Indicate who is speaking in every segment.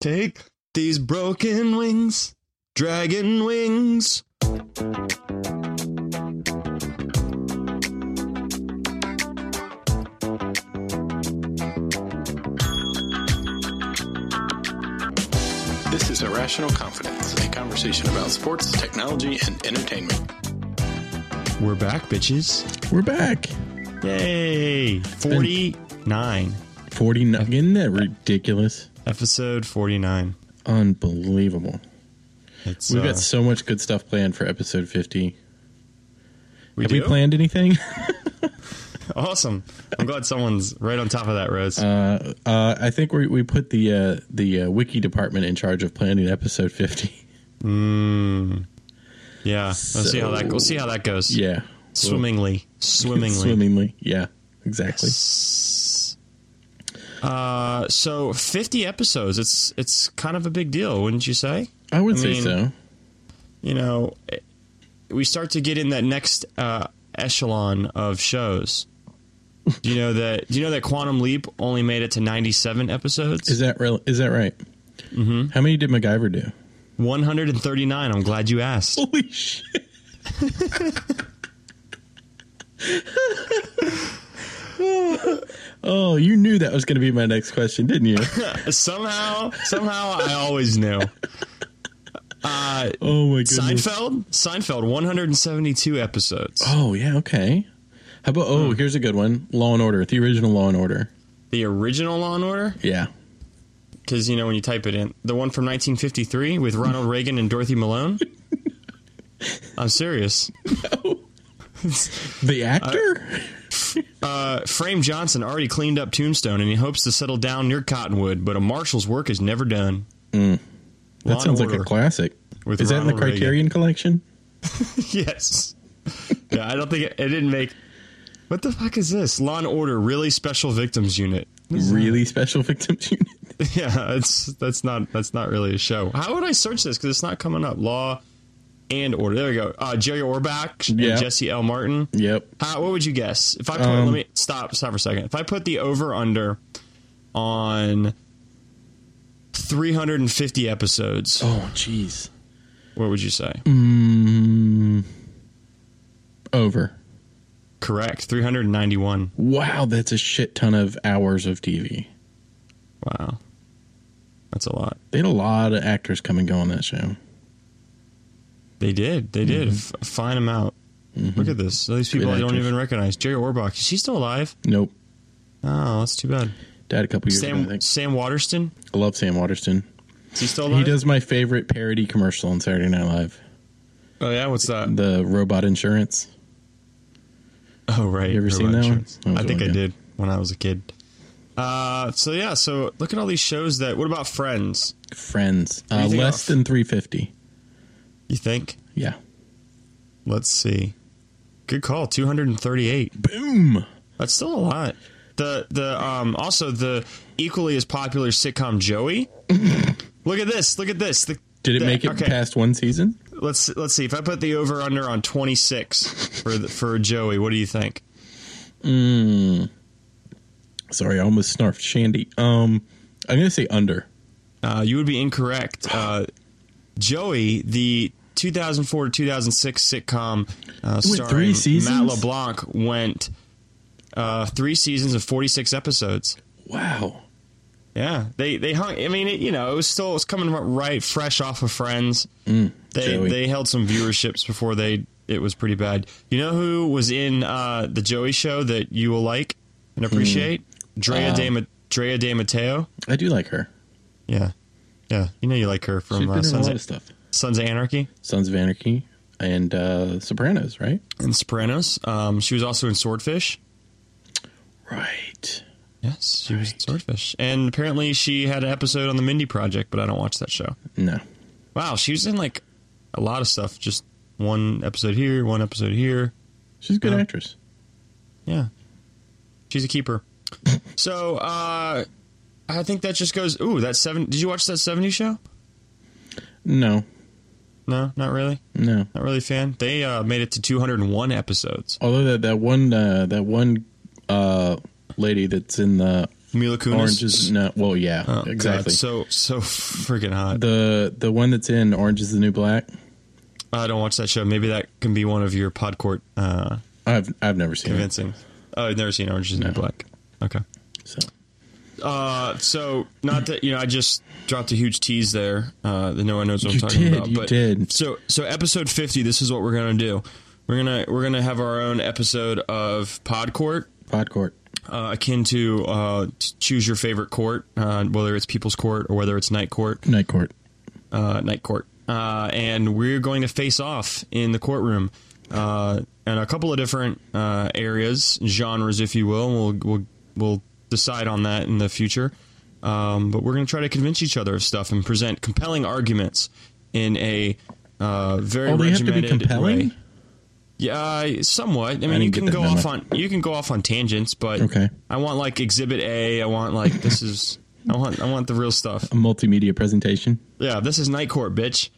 Speaker 1: Take these broken wings, dragon wings.
Speaker 2: This is Irrational Confidence, a conversation about sports, technology, and entertainment.
Speaker 1: We're back, bitches.
Speaker 3: We're back.
Speaker 1: Yay! 49.
Speaker 3: 49. Isn't that ridiculous?
Speaker 1: Episode 49.
Speaker 3: Unbelievable.
Speaker 1: It's,
Speaker 3: We've
Speaker 1: uh,
Speaker 3: got so much good stuff planned for episode 50.
Speaker 1: we
Speaker 3: Have
Speaker 1: do?
Speaker 3: we planned anything?
Speaker 1: Awesome. I'm glad someone's right on top of that, Rose.
Speaker 3: Uh, uh, I think we, we put the uh, the uh, wiki department in charge of planning episode 50.
Speaker 1: Mm. Yeah. Let's see how that
Speaker 3: So-
Speaker 1: we'll see how that goes.
Speaker 3: Yeah.
Speaker 1: Swimmingly. Swimmingly.
Speaker 3: Swimmingly. Yeah, exactly.
Speaker 1: S- Uh so 50 episodes. It's it's kind of a big deal, wouldn't you say?
Speaker 3: I would
Speaker 1: I
Speaker 3: say
Speaker 1: mean-
Speaker 3: so.
Speaker 1: You know, eh, we start to get in that next uh echelon of shows. Do you know that do you know that Quantum Leap only made it to 97 episodes?
Speaker 3: Is that real? Is that right? Mm-hmm. How many did MacGyver do?
Speaker 1: 139. I'm glad you asked.
Speaker 3: Holy shit! oh, you knew that was going to be my next question, didn't you?
Speaker 1: somehow somehow I always knew. Uh
Speaker 3: Oh my goodness!
Speaker 1: Seinfeld? Seinfeld, 172 episodes.
Speaker 3: Oh yeah, okay. How about? Oh, here's a good one: Law and Order, the original Law and Order.
Speaker 1: The original Law and Order?
Speaker 3: Yeah,
Speaker 1: Because, you know, when you type it in, the one from 1953 with Ronald Reagan and Dorothy Malone? I'm serious.
Speaker 3: the actor.
Speaker 1: Uh, Frame Johnson already cleaned up Tombstone and he hopes to settle down near Cottonwood, but a marshal's work is never done. Law
Speaker 3: that
Speaker 1: and
Speaker 3: sounds like
Speaker 1: Order
Speaker 3: a classic.
Speaker 1: with
Speaker 3: Is that in the
Speaker 1: Ronald Reagan.
Speaker 3: Criterion Collection?
Speaker 1: yes. Yeah, I don't think it, it didn't make. What the fuck is this? Law and Order, really special victims unit.
Speaker 3: Really special victims unit.
Speaker 1: Yeah, it's that's not that's not really a show. How would I search this? Because it's not coming up. Law and Order. There we go. Uh, Jerry Orbach and
Speaker 3: Yeah.
Speaker 1: Jesse L. Martin.
Speaker 3: Yep.
Speaker 1: How, Uh, what would you guess? If I put,
Speaker 3: Um,
Speaker 1: let me stop stop for a second. If I put the over under on 350 episodes,
Speaker 3: Oh jeez.
Speaker 1: what would you say?
Speaker 3: Mm, over.
Speaker 1: Correct. 391.
Speaker 3: Wow, that's a shit ton of hours of TV.
Speaker 1: Wow, that's a lot.
Speaker 3: They had a lot of actors come and go on that show.
Speaker 1: They did. They did. F-
Speaker 3: Mm-hmm.
Speaker 1: fine amount. Look at this. All these people I don't
Speaker 3: actors.
Speaker 1: even recognize. Jerry Orbach. Is he still alive?
Speaker 3: Nope.
Speaker 1: Oh, that's too bad.
Speaker 3: Died a couple years ago, I
Speaker 1: Sam
Speaker 3: think.
Speaker 1: Sam Waterston.
Speaker 3: I love Sam Waterston.
Speaker 1: Is he still alive?
Speaker 3: He does my favorite parody commercial on Saturday Night Live
Speaker 1: Oh yeah, what's that?
Speaker 3: the robot insurance.
Speaker 1: Oh right.
Speaker 3: You ever seen that one? That was
Speaker 1: I think I
Speaker 3: really good.
Speaker 1: did when I was a kid. Uh, so yeah, so look at all these shows that. What about Friends?
Speaker 3: Friends.
Speaker 1: do you
Speaker 3: Uh,
Speaker 1: think
Speaker 3: less
Speaker 1: of-
Speaker 3: than 350.
Speaker 1: You think?
Speaker 3: Yeah.
Speaker 1: Let's see. Good call. Two hundred and thirty-eight.
Speaker 3: Boom.
Speaker 1: That's still a lot. The the um also the equally as popular sitcom Joey. look at this. Look at this. The,
Speaker 3: Did it
Speaker 1: the-
Speaker 3: make it
Speaker 1: okay.
Speaker 3: past one season?
Speaker 1: Let's let's see. If I put the over under on twenty six for the, for Joey, what do you think?
Speaker 3: Mm. Sorry, I almost snarfed Shandy. Um, I'm going to say under.
Speaker 1: Uh, you would be incorrect. Uh, Joey, the 2004 to 2006 sitcom uh,
Speaker 3: went
Speaker 1: starring
Speaker 3: three
Speaker 1: Matt
Speaker 3: seasons?
Speaker 1: LeBlanc, went uh, three seasons of 46 episodes.
Speaker 3: Wow.
Speaker 1: Yeah, they they hung. I mean, it, you know, it was still it was coming right fresh off of Friends. they
Speaker 3: Mm, Joey.
Speaker 1: they held some viewerships before they it was pretty bad. You know who was in uh, the Joey show that you will like
Speaker 3: Hmm.
Speaker 1: and appreciate? Drea
Speaker 3: Uh,
Speaker 1: De Ma- Drea De Matteo.
Speaker 3: I do like her.
Speaker 1: Yeah, yeah. You know you like her
Speaker 3: She's
Speaker 1: from
Speaker 3: been
Speaker 1: uh,
Speaker 3: in a
Speaker 1: Sons
Speaker 3: lot
Speaker 1: of
Speaker 3: of stuff.
Speaker 1: Sons of Anarchy
Speaker 3: Sons of Anarchy and uh, Sopranos, right?
Speaker 1: and Sopranos. Um, she was also in Swordfish.
Speaker 3: Right.
Speaker 1: Yes, she was in
Speaker 3: Right.
Speaker 1: Swordfish. And apparently she had an episode on the Mindy Project, but I don't watch that show.
Speaker 3: No.
Speaker 1: Wow, she was in like a lot of stuff. Just one episode here, one episode here.
Speaker 3: She's a good
Speaker 1: No.
Speaker 3: actress.
Speaker 1: Yeah. She's a keeper. so, uh, I think that just goes. Ooh, that seven. Did you watch that 70 show?
Speaker 3: No.
Speaker 1: No, not really.
Speaker 3: No.
Speaker 1: Not really a fan. They uh, made it to 201 episodes.
Speaker 3: Although that that one uh, that one uh, lady that's in the
Speaker 1: Mila Kunis.
Speaker 3: Orange is no. Well, yeah,
Speaker 1: Oh, God,
Speaker 3: exactly.
Speaker 1: so so freaking hot.
Speaker 3: the the one that's in Orange is the New Black.
Speaker 1: I don't watch that show. Maybe that can be one of your podcourt uh,
Speaker 3: I've I've never seen it.
Speaker 1: convincing. Oh, I've never seen Orange Is the New
Speaker 3: No.
Speaker 1: Black. Okay.
Speaker 3: So
Speaker 1: Uh, so not that you know, I just dropped a huge tease there. Uh, that no one knows what
Speaker 3: You
Speaker 1: I'm talking
Speaker 3: did,
Speaker 1: about.
Speaker 3: you
Speaker 1: but
Speaker 3: did.
Speaker 1: So so episode 50. This is what we're gonna do. We're gonna we're gonna have our own episode of Pod Court,
Speaker 3: Pod Court.
Speaker 1: uh, akin to uh, t- choose your favorite court, uh, whether it's People's Court or whether it's Night Court.
Speaker 3: Night Court.
Speaker 1: Uh, night Court. Uh, and we're going to face off in the courtroom. Uh, in a couple of different uh, areas, genres, if you will, and we'll we'll we'll decide on that in the future. Um, but we're going to try to convince each other of stuff and present compelling arguments in a uh, very
Speaker 3: Oh, they have to be
Speaker 1: regimented
Speaker 3: compelling.
Speaker 1: way. Yeah, uh, somewhat. I mean, you
Speaker 3: didn't
Speaker 1: can
Speaker 3: get that
Speaker 1: go off
Speaker 3: memo.
Speaker 1: on you can go off on tangents, but
Speaker 3: Okay.
Speaker 1: I want like Exhibit A. I want like this is I want I want the real stuff.
Speaker 3: A multimedia presentation.
Speaker 1: Yeah, this is Night Court, bitch.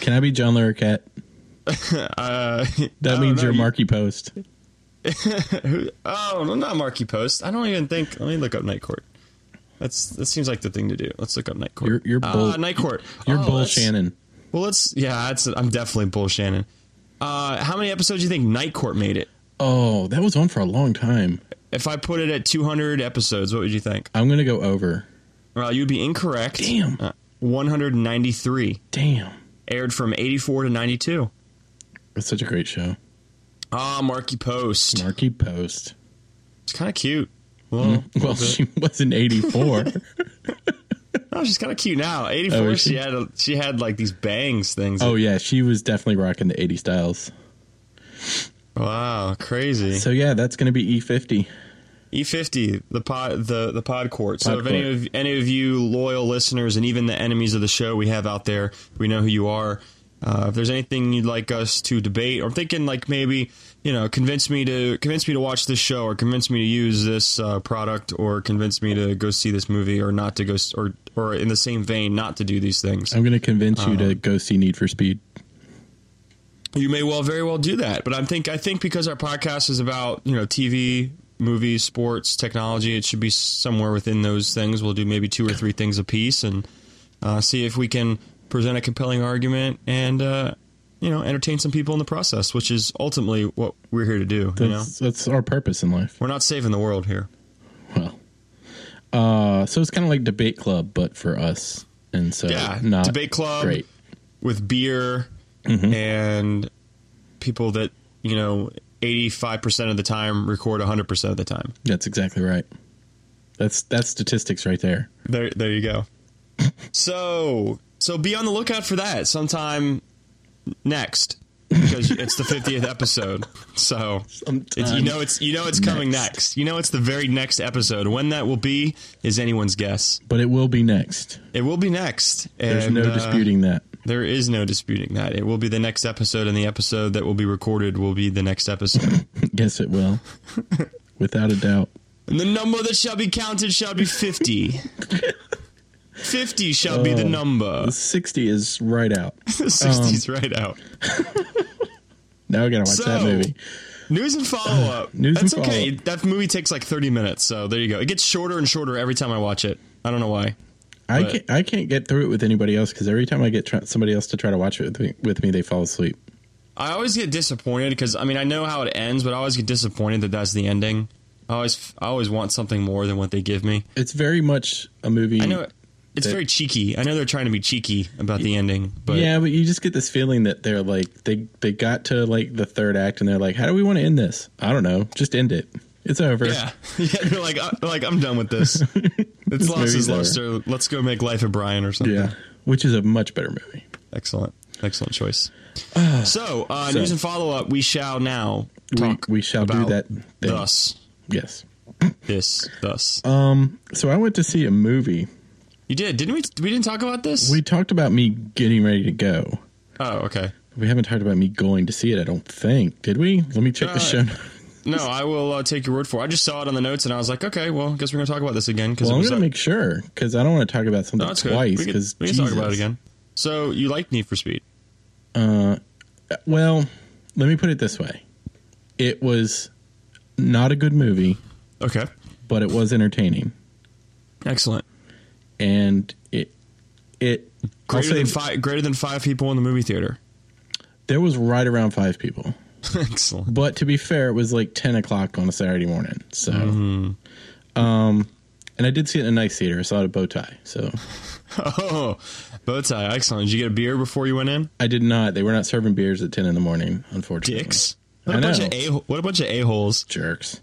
Speaker 3: Can I be John Larroquette? that
Speaker 1: Uh, don't
Speaker 3: means
Speaker 1: know,
Speaker 3: you're
Speaker 1: you-
Speaker 3: Marky Post.
Speaker 1: Oh, no, not Marky Post. I don't even think. Let me look up Night Court. That's that seems like the thing to do. Let's look up Night Court.
Speaker 3: You're- you're
Speaker 1: uh,
Speaker 3: Bull-
Speaker 1: Night Court.
Speaker 3: You're
Speaker 1: Oh,
Speaker 3: Bull
Speaker 1: that's-
Speaker 3: Shannon.
Speaker 1: Well, let's. Yeah, that's. I'm definitely Bull Shannon. Uh, how many episodes do you think Night Court made it?
Speaker 3: Oh, that was on for a long time.
Speaker 1: If I put it at 200 episodes, what would you think?
Speaker 3: I'm gonna go over.
Speaker 1: Well, you'd be incorrect.
Speaker 3: Damn.
Speaker 1: Uh, 193
Speaker 3: Damn,
Speaker 1: aired from 84 to 92.
Speaker 3: it's such a great show.
Speaker 1: Ah, Marky Post.
Speaker 3: Marky Post.
Speaker 1: It's kind of cute. Well,
Speaker 3: Well, she was in '84.
Speaker 1: oh, she's kind of cute now. 84.
Speaker 3: Oh, is
Speaker 1: she?
Speaker 3: she?
Speaker 1: had a, she had like these bangs things.
Speaker 3: oh yeah, she was definitely rocking the '80 styles.
Speaker 1: wow, crazy.
Speaker 3: So yeah, that's gonna be E E50.
Speaker 1: E50, E the pod, the the pod court. So
Speaker 3: Pod
Speaker 1: if any
Speaker 3: court.
Speaker 1: of any of you loyal listeners and even the enemies of the show we have out there, we know who you are. Uh, if there's anything you'd like us to debate, or I'm thinking like maybe you know convince me to convince me to watch this show, or convince me to use this uh, product, or convince me to go see this movie, or not to go, s- or or in the same vein, not to do these things.
Speaker 3: I'm gonna convince you
Speaker 1: Uh-huh.
Speaker 3: to go see Need for Speed.
Speaker 1: You may well very well do that, but I think I think because our podcast is about you know TV, movies, sports, technology, it should be somewhere within those things. We'll do maybe two or three things a piece and uh, see if we can present a compelling argument and uh, you know entertain some people in the process, which is ultimately what we're here to do. You know,
Speaker 3: That's that's our purpose in life.
Speaker 1: we're not saving the world here.
Speaker 3: Well, uh, so it's kind of like debate club, but for us. And so
Speaker 1: Yeah,
Speaker 3: not
Speaker 1: debate club
Speaker 3: Great. Mm-hmm.
Speaker 1: with beer and people that you know eighty five percent of the time record hundred percent of the time.
Speaker 3: That's exactly right. That's that's statistics right there.
Speaker 1: There, there you go. So, so be on the lookout for that sometime next because it's the 50th episode. So, it's, you
Speaker 3: Sometime
Speaker 1: know it's you know it's coming
Speaker 3: next.
Speaker 1: next. You know it's the very next episode. When that will be is anyone's guess.
Speaker 3: But it will be next.
Speaker 1: It will be next.
Speaker 3: There's
Speaker 1: and,
Speaker 3: no
Speaker 1: uh,
Speaker 3: disputing that.
Speaker 1: There is no disputing that. It will be the next episode, and the episode that will be recorded will be the next episode.
Speaker 3: Yes, it will. Without a doubt.
Speaker 1: and the number that shall be counted shall be 50. 50 shall
Speaker 3: Oh,
Speaker 1: be the number.
Speaker 3: The 60 is right out.
Speaker 1: The 60s
Speaker 3: um,
Speaker 1: right out.
Speaker 3: Now we gotta watch that
Speaker 1: So-
Speaker 3: movie.
Speaker 1: News and follow up.
Speaker 3: News and
Speaker 1: That's okay. That movie takes like 30 minutes, so there you go. It gets shorter and shorter every time I watch it. I don't know why.
Speaker 3: I
Speaker 1: but-
Speaker 3: can't, I can't get through it with anybody else because every time I get try, somebody else to try to watch it with me, with me, they fall asleep.
Speaker 1: I always get disappointed because I mean I know how it ends, but I always get disappointed that that's the ending. I always I always want something more than what they give me.
Speaker 3: It's very much a movie.
Speaker 1: I know it's
Speaker 3: That-
Speaker 1: very cheeky. I know they're trying to be cheeky about the ending, but
Speaker 3: yeah, but you just get this feeling that they're like they they got to like the third act and they're like, how do we want to end this? I don't know. Just end it. It's over.
Speaker 1: yeah, yeah. They're like uh, they're like I'm done with this. It's lost its
Speaker 3: movie's over.
Speaker 1: luster. Let's go make Life of Brian or something.
Speaker 3: Yeah. Which is a much better movie.
Speaker 1: Excellent, excellent choice. so, uh,
Speaker 3: So-
Speaker 1: news and follow up. We shall now talk.
Speaker 3: we shall do
Speaker 1: about
Speaker 3: that thing.
Speaker 1: Thus,
Speaker 3: Yes. Um,
Speaker 1: this, thus.
Speaker 3: Uh, So I went to see a movie.
Speaker 1: you did, didn't we? We didn't talk about this.
Speaker 3: We talked about me getting ready to go.
Speaker 1: oh, okay.
Speaker 3: We haven't talked about me going to see it, I don't think. Did we? Let me check
Speaker 1: Uh,
Speaker 3: the show. notes.
Speaker 1: No, I will uh, take your word for. it. I just saw it on the notes, and I was like, okay, well, guess we're gonna talk about this again because
Speaker 3: Well, I'm
Speaker 1: was
Speaker 3: going to
Speaker 1: like-
Speaker 3: make sure because I don't want to talk about something
Speaker 1: no, it's good.
Speaker 3: twice.
Speaker 1: We can,
Speaker 3: Because
Speaker 1: we can talk about it again. So, you liked Need for Speed?
Speaker 3: Uh, Well, let me put it this way: it was not a good movie,
Speaker 1: Okay.
Speaker 3: but it was entertaining,
Speaker 1: Excellent.
Speaker 3: and it it I'll
Speaker 1: Greater
Speaker 3: say
Speaker 1: than five. Greater than five people in the movie theater.
Speaker 3: there was right around five people.
Speaker 1: Excellent.
Speaker 3: But to be fair, it was like ten o'clock on a Saturday morning. So, um,
Speaker 1: Mm-hmm.
Speaker 3: and I did see it in a nice theater. I saw it at Bow Tie. So
Speaker 1: Oh, bow tie. Excellent. Did you get a beer before you went in?
Speaker 3: I did not. They were not serving beers at ten in the morning, unfortunately.
Speaker 1: Dicks. What a
Speaker 3: I
Speaker 1: bunch
Speaker 3: know.
Speaker 1: of a what a bunch of a holes.
Speaker 3: jerks.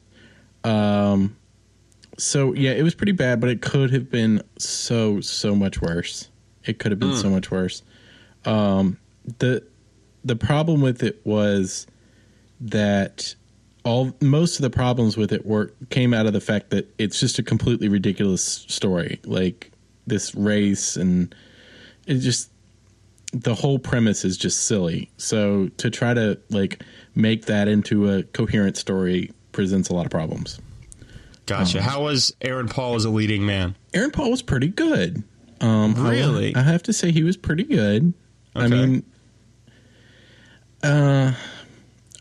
Speaker 3: Um, so yeah, it was pretty bad, but it could have been so so much worse. It could have been so much worse. Um, the the problem with it was that all most of the problems with it were came out of the fact that it's just a completely ridiculous story, like this race and it just the whole premise is just silly. So to try to like make that into a coherent story presents a lot of problems. Oh.
Speaker 1: Gotcha. How was Aaron Paul as a leading man?
Speaker 3: Aaron Paul was pretty good. Um, I-
Speaker 1: Really?
Speaker 3: I, have to say he was pretty good. I
Speaker 1: Okay.
Speaker 3: mean, uh,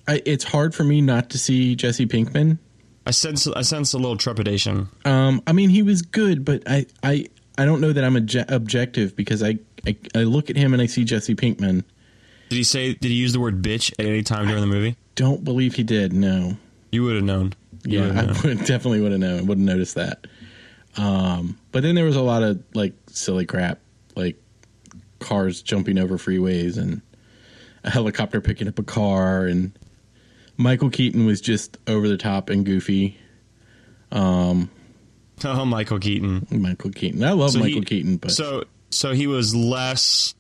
Speaker 3: I, it's hard for me not to see Jesse Pinkman.
Speaker 1: I sense I sense a little trepidation.
Speaker 3: Um, I mean, he was good, but I, I, I don't know that I'm obje- objective because I, I, I look at him and I see Jesse Pinkman.
Speaker 1: Did he say? Did he use the word bitch at any time during the movie?
Speaker 3: Don't believe he did. No.
Speaker 1: You would have known. You
Speaker 3: Yeah,
Speaker 1: would've
Speaker 3: I
Speaker 1: known.
Speaker 3: would definitely would have known. Would have noticed that. Um, but then there was a lot of like silly crap, like cars jumping over freeways and a helicopter picking up a car, and Michael Keaton was just over the top and goofy.
Speaker 1: Oh, Michael Keaton.
Speaker 3: Michael Keaton, I love
Speaker 1: So
Speaker 3: Michael
Speaker 1: he-
Speaker 3: Keaton, but
Speaker 1: So so he was less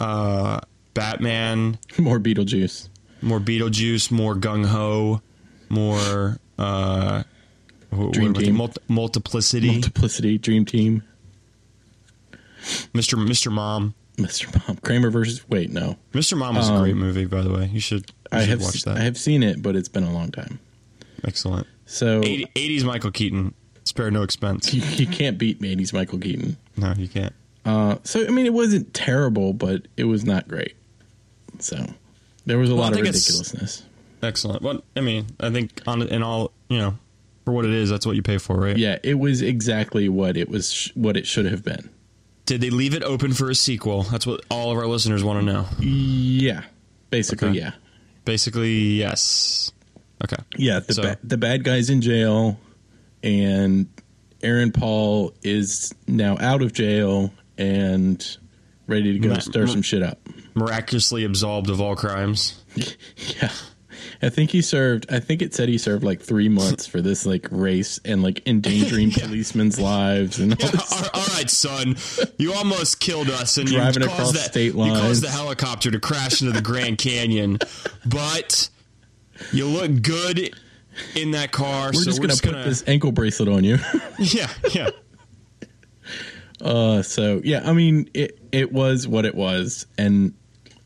Speaker 1: uh, Batman,
Speaker 3: more Beetlejuice.
Speaker 1: more Beetlejuice, more gung ho, more uh, wh-
Speaker 3: Dream
Speaker 1: what-
Speaker 3: Team.
Speaker 1: multi- multiplicity.
Speaker 3: Multiplicity, Dream Team,
Speaker 1: Mr. Mr. Mom.
Speaker 3: Mr. Mom, Kramer versus. Wait, no,
Speaker 1: Mr. Mom was a great movie, by the way. You should, you
Speaker 3: Um, I
Speaker 1: should
Speaker 3: have
Speaker 1: watch that.
Speaker 3: I have seen it, but it's been a long time.
Speaker 1: Excellent.
Speaker 3: So
Speaker 1: 80, 80s Michael Keaton. Spare no expense.
Speaker 3: you, you can't beat '80s Michael Keaton.
Speaker 1: No, you can't.
Speaker 3: Uh, so I mean, it wasn't terrible, but it was not great. So there was a
Speaker 1: Well, I
Speaker 3: lot of
Speaker 1: think it's-
Speaker 3: ridiculousness.
Speaker 1: Excellent. Well, I mean, I think on in all you know, for what it is, that's what you pay for, right?
Speaker 3: Yeah, it was exactly what it was, sh- what it should have been.
Speaker 1: Did they leave it open for a sequel? That's what all of our listeners want to know.
Speaker 3: Yeah, basically,
Speaker 1: Okay.
Speaker 3: yeah,
Speaker 1: Basically, yes. Okay.
Speaker 3: yeah. The
Speaker 1: So-
Speaker 3: ba- the bad guys in jail, and Aaron Paul is now out of jail and ready to go
Speaker 1: Ma-
Speaker 3: stir
Speaker 1: ma-
Speaker 3: some shit up.
Speaker 1: Miraculously absolved of all crimes.
Speaker 3: Yeah. I think he served. I think it said he served like three months for this like race and like endangering policemen's lives and all
Speaker 1: all,
Speaker 3: this
Speaker 1: all right, son. You almost killed us, and
Speaker 3: Driving
Speaker 1: you caused
Speaker 3: across
Speaker 1: that,
Speaker 3: state
Speaker 1: You
Speaker 3: lines.
Speaker 1: caused the helicopter to crash into the Grand Canyon, but you look good in that car.
Speaker 3: We're
Speaker 1: so
Speaker 3: just
Speaker 1: we're
Speaker 3: gonna
Speaker 1: just
Speaker 3: put
Speaker 1: gonna
Speaker 3: this ankle bracelet on you.
Speaker 1: yeah, yeah.
Speaker 3: uh, so yeah, I mean, it it was what it was, and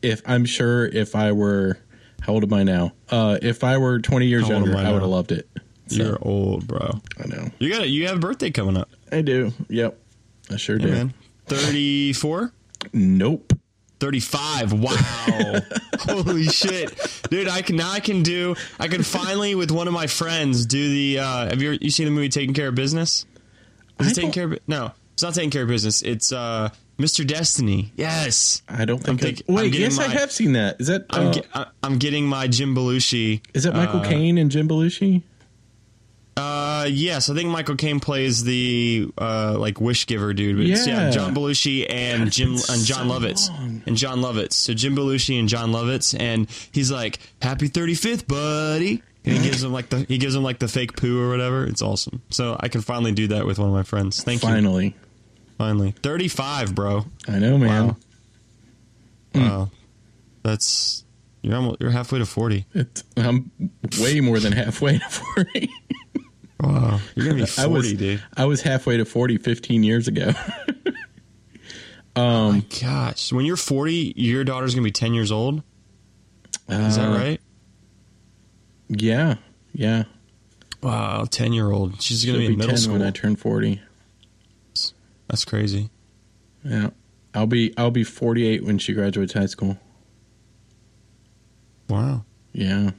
Speaker 3: if I'm sure if I were, how old am I now? Uh, if I were 20 years
Speaker 1: How old
Speaker 3: younger,
Speaker 1: am I
Speaker 3: I would
Speaker 1: now?
Speaker 3: have loved it. So,
Speaker 1: You're old, bro.
Speaker 3: I know.
Speaker 1: You got it. You have a birthday coming up,
Speaker 3: I do. Yep. I sure do.
Speaker 1: man. 34?
Speaker 3: Nope.
Speaker 1: 35. Wow. Holy shit. Dude, I can now I can do I can finally with one of my friends do the uh have you you seen the movie Taking Care of Business? Is
Speaker 3: I
Speaker 1: it taking
Speaker 3: don't-
Speaker 1: care of Bu- No, it's not taking care of business. It's uh Mr. Destiny. Yes.
Speaker 3: I don't think. I-
Speaker 1: thinking- I'm
Speaker 3: wait.
Speaker 1: getting
Speaker 3: yes, I
Speaker 1: my-
Speaker 3: have seen that. Is that
Speaker 1: I'm Uh,
Speaker 3: uh,
Speaker 1: ge- I- I'm getting my Jim Belushi.
Speaker 3: is that Michael Caine and Jim Belushi?
Speaker 1: Uh yes, I think Michael Caine plays the uh like wish giver dude. But it's, yeah.
Speaker 3: Yeah.
Speaker 1: John Belushi and Jim and John
Speaker 3: so
Speaker 1: Lovitz
Speaker 3: long.
Speaker 1: and John Lovitz. So Jim Belushi and John Lovitz, and he's like, "Happy 35th, buddy." And he gives him like the he gives him like the fake poo or whatever. It's awesome. So I can finally do that with one of my friends. Thank you.
Speaker 3: Finally,
Speaker 1: Finally, 35, bro.
Speaker 3: I know, man.
Speaker 1: Wow.
Speaker 3: Mm.
Speaker 1: Wow, that's you're almost you're halfway to 40.
Speaker 3: It's, I'm way more than halfway to 40.
Speaker 1: Wow, you're gonna be
Speaker 3: I
Speaker 1: 40,
Speaker 3: was
Speaker 1: dude.
Speaker 3: I was halfway to 40 15 years ago. um,
Speaker 1: My gosh, when you're 40, your daughter's gonna be 10 years old. Is that
Speaker 3: Uh,
Speaker 1: right?
Speaker 3: Yeah, yeah.
Speaker 1: Wow, ten year old. She's
Speaker 3: She'll
Speaker 1: gonna be in middle school.
Speaker 3: when I turn forty.
Speaker 1: That's crazy.
Speaker 3: Yeah, I'll be I'll be forty eight when she graduates high school.
Speaker 1: Wow.
Speaker 3: Yeah,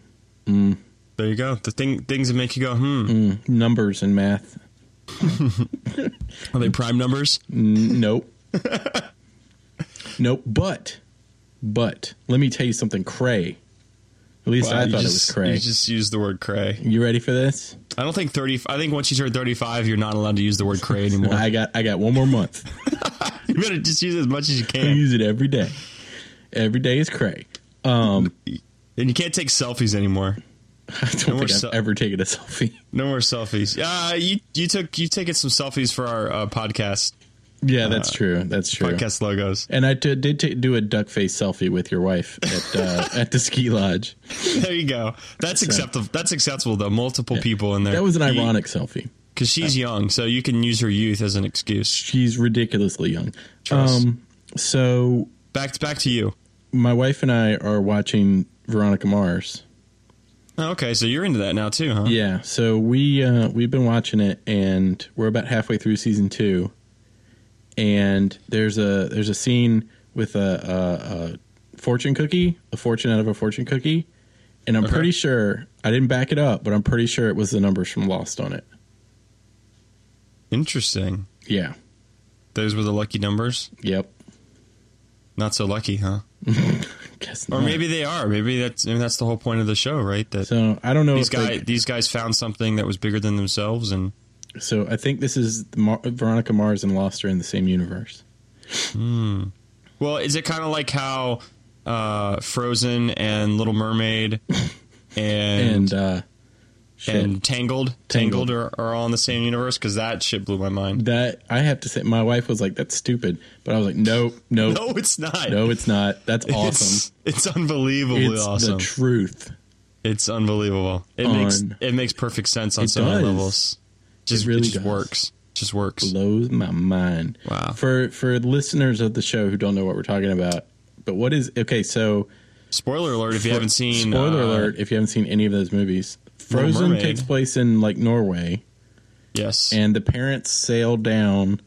Speaker 3: mm,
Speaker 1: There you go. The thing things that make you go, hmm.
Speaker 3: mm. numbers and math.
Speaker 1: Are they prime numbers?
Speaker 3: N- nope. nope. But, but let me tell you something, cray. At least
Speaker 1: Wow,
Speaker 3: I
Speaker 1: you
Speaker 3: thought
Speaker 1: just-
Speaker 3: it was cray.
Speaker 1: You
Speaker 3: You,
Speaker 1: just used the word cray.
Speaker 3: ready for this?
Speaker 1: I don't think thirty. I think once you turn thirty-five, you're not allowed to use the word cray anymore.
Speaker 3: I got I got one more month.
Speaker 1: you better just use it as much as you
Speaker 3: I
Speaker 1: can,
Speaker 3: use it every day. Every day is cray. Um,
Speaker 1: and you can't take selfies anymore.
Speaker 3: I don't
Speaker 1: we're
Speaker 3: think I've
Speaker 1: so-
Speaker 3: ever taken a selfie.
Speaker 1: No more selfies. Uh, you you took you taking some selfies for our uh, podcast
Speaker 3: Yeah, that's true. That's true.
Speaker 1: Uh, podcast logos.
Speaker 3: And I t- did t- do a duck face selfie with your wife at uh, at the ski lodge.
Speaker 1: There you go. That's acceptable. That's acceptable though. Multiple people in there.
Speaker 3: That was an ironic selfie.
Speaker 1: because she's young, so you can use her youth as an excuse.
Speaker 3: She's ridiculously young.
Speaker 1: Trust.
Speaker 3: Um, so
Speaker 1: Back back to you.
Speaker 3: my wife and I are watching Veronica Mars.
Speaker 1: Oh, okay, so you're into that now too, huh?
Speaker 3: Yeah, so we uh, we've been watching it, and we're about halfway through season two. And there's a there's a scene with a, a, a fortune cookie, a fortune out of a fortune cookie, and I'm
Speaker 1: Okay.
Speaker 3: pretty sure I didn't back it up, but I'm pretty sure it was the numbers from Lost on it.
Speaker 1: Interesting.
Speaker 3: Yeah.
Speaker 1: Those were the lucky numbers.
Speaker 3: Yep.
Speaker 1: Not so lucky, huh?
Speaker 3: Guess
Speaker 1: Or
Speaker 3: not.
Speaker 1: maybe they are. Maybe that's I mean, that's the whole point of the show, right? That
Speaker 3: so. I don't know.
Speaker 1: these
Speaker 3: if
Speaker 1: guy
Speaker 3: they-
Speaker 1: these guys found something that was bigger than themselves, and
Speaker 3: so I think this is the Mar- Veronica Mars and Lost are in the same universe.
Speaker 1: well, is it kind of like how uh, Frozen and Little Mermaid and
Speaker 3: And,
Speaker 1: and,
Speaker 3: uh, shit.
Speaker 1: Tangled
Speaker 3: Tangled.
Speaker 1: Tangled are, are all in the same universe? Because that shit blew my mind.
Speaker 3: that I have to say, my wife was like, "That's stupid," but I was like, "Nope, nope,
Speaker 1: No, it's not.
Speaker 3: no, it's not. That's awesome.
Speaker 1: It's, it's unbelievably
Speaker 3: It's,
Speaker 1: awesome.
Speaker 3: the truth.
Speaker 1: It's unbelievable. It makes
Speaker 3: On-
Speaker 1: it makes perfect sense on
Speaker 3: Oh, It
Speaker 1: so
Speaker 3: does.
Speaker 1: many levels. Just
Speaker 3: really
Speaker 1: it just
Speaker 3: does.
Speaker 1: works. Just works.
Speaker 3: Blows my mind.
Speaker 1: Wow.
Speaker 3: For for listeners of the show who don't know what we're talking about, but what is okay? So
Speaker 1: Spoiler alert! If you haven't seen,
Speaker 3: spoiler
Speaker 1: uh,
Speaker 3: alert, if you haven't seen any of those movies,
Speaker 1: Little
Speaker 3: Frozen
Speaker 1: Mermaid.
Speaker 3: takes place in like Norway.
Speaker 1: Yes,
Speaker 3: and the parents sail down,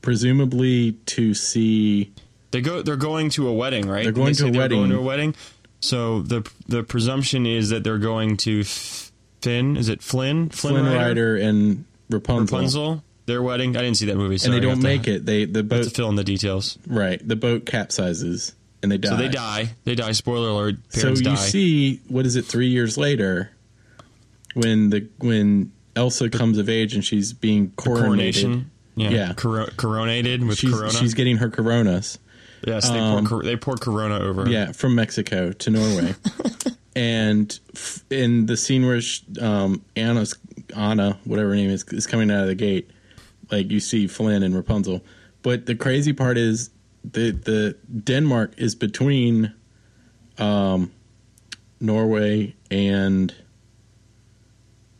Speaker 3: presumably to see.
Speaker 1: they go. They're going to a wedding, right?
Speaker 3: They're
Speaker 1: Didn't
Speaker 3: going
Speaker 1: they say
Speaker 3: to a
Speaker 1: they were
Speaker 3: wedding.
Speaker 1: Going to a wedding. So the the presumption is that they're going to F- Finn. Is it Flynn?
Speaker 3: Flynn, Rider, and Rapunzel,
Speaker 1: Rapunzel. Their wedding. I didn't see that movie.
Speaker 3: and
Speaker 1: Sorry,
Speaker 3: they don't
Speaker 1: I have
Speaker 3: make
Speaker 1: to,
Speaker 3: it. They the
Speaker 1: I have to
Speaker 3: boat
Speaker 1: fill in the details.
Speaker 3: right the boat capsizes and they die.
Speaker 1: So they die. They die. Spoiler alert!
Speaker 3: So
Speaker 1: Parents
Speaker 3: you
Speaker 1: die.
Speaker 3: see, what is it? Three years later, when the when Elsa comes of age and she's being coronated.
Speaker 1: coronation. Yeah,
Speaker 3: Yeah.
Speaker 1: Coro- coronated with
Speaker 3: She's,
Speaker 1: corona.
Speaker 3: she's getting her coronas.
Speaker 1: Yes, they, pour, cor- they pour Corona over.
Speaker 3: Um, Yeah, from Mexico to Norway. and f- in the scene where sh um, Anna's Anna, whatever her name is, is coming out of the gate, like you see Flynn and Rapunzel. But the crazy part is the the Denmark is between um, Norway and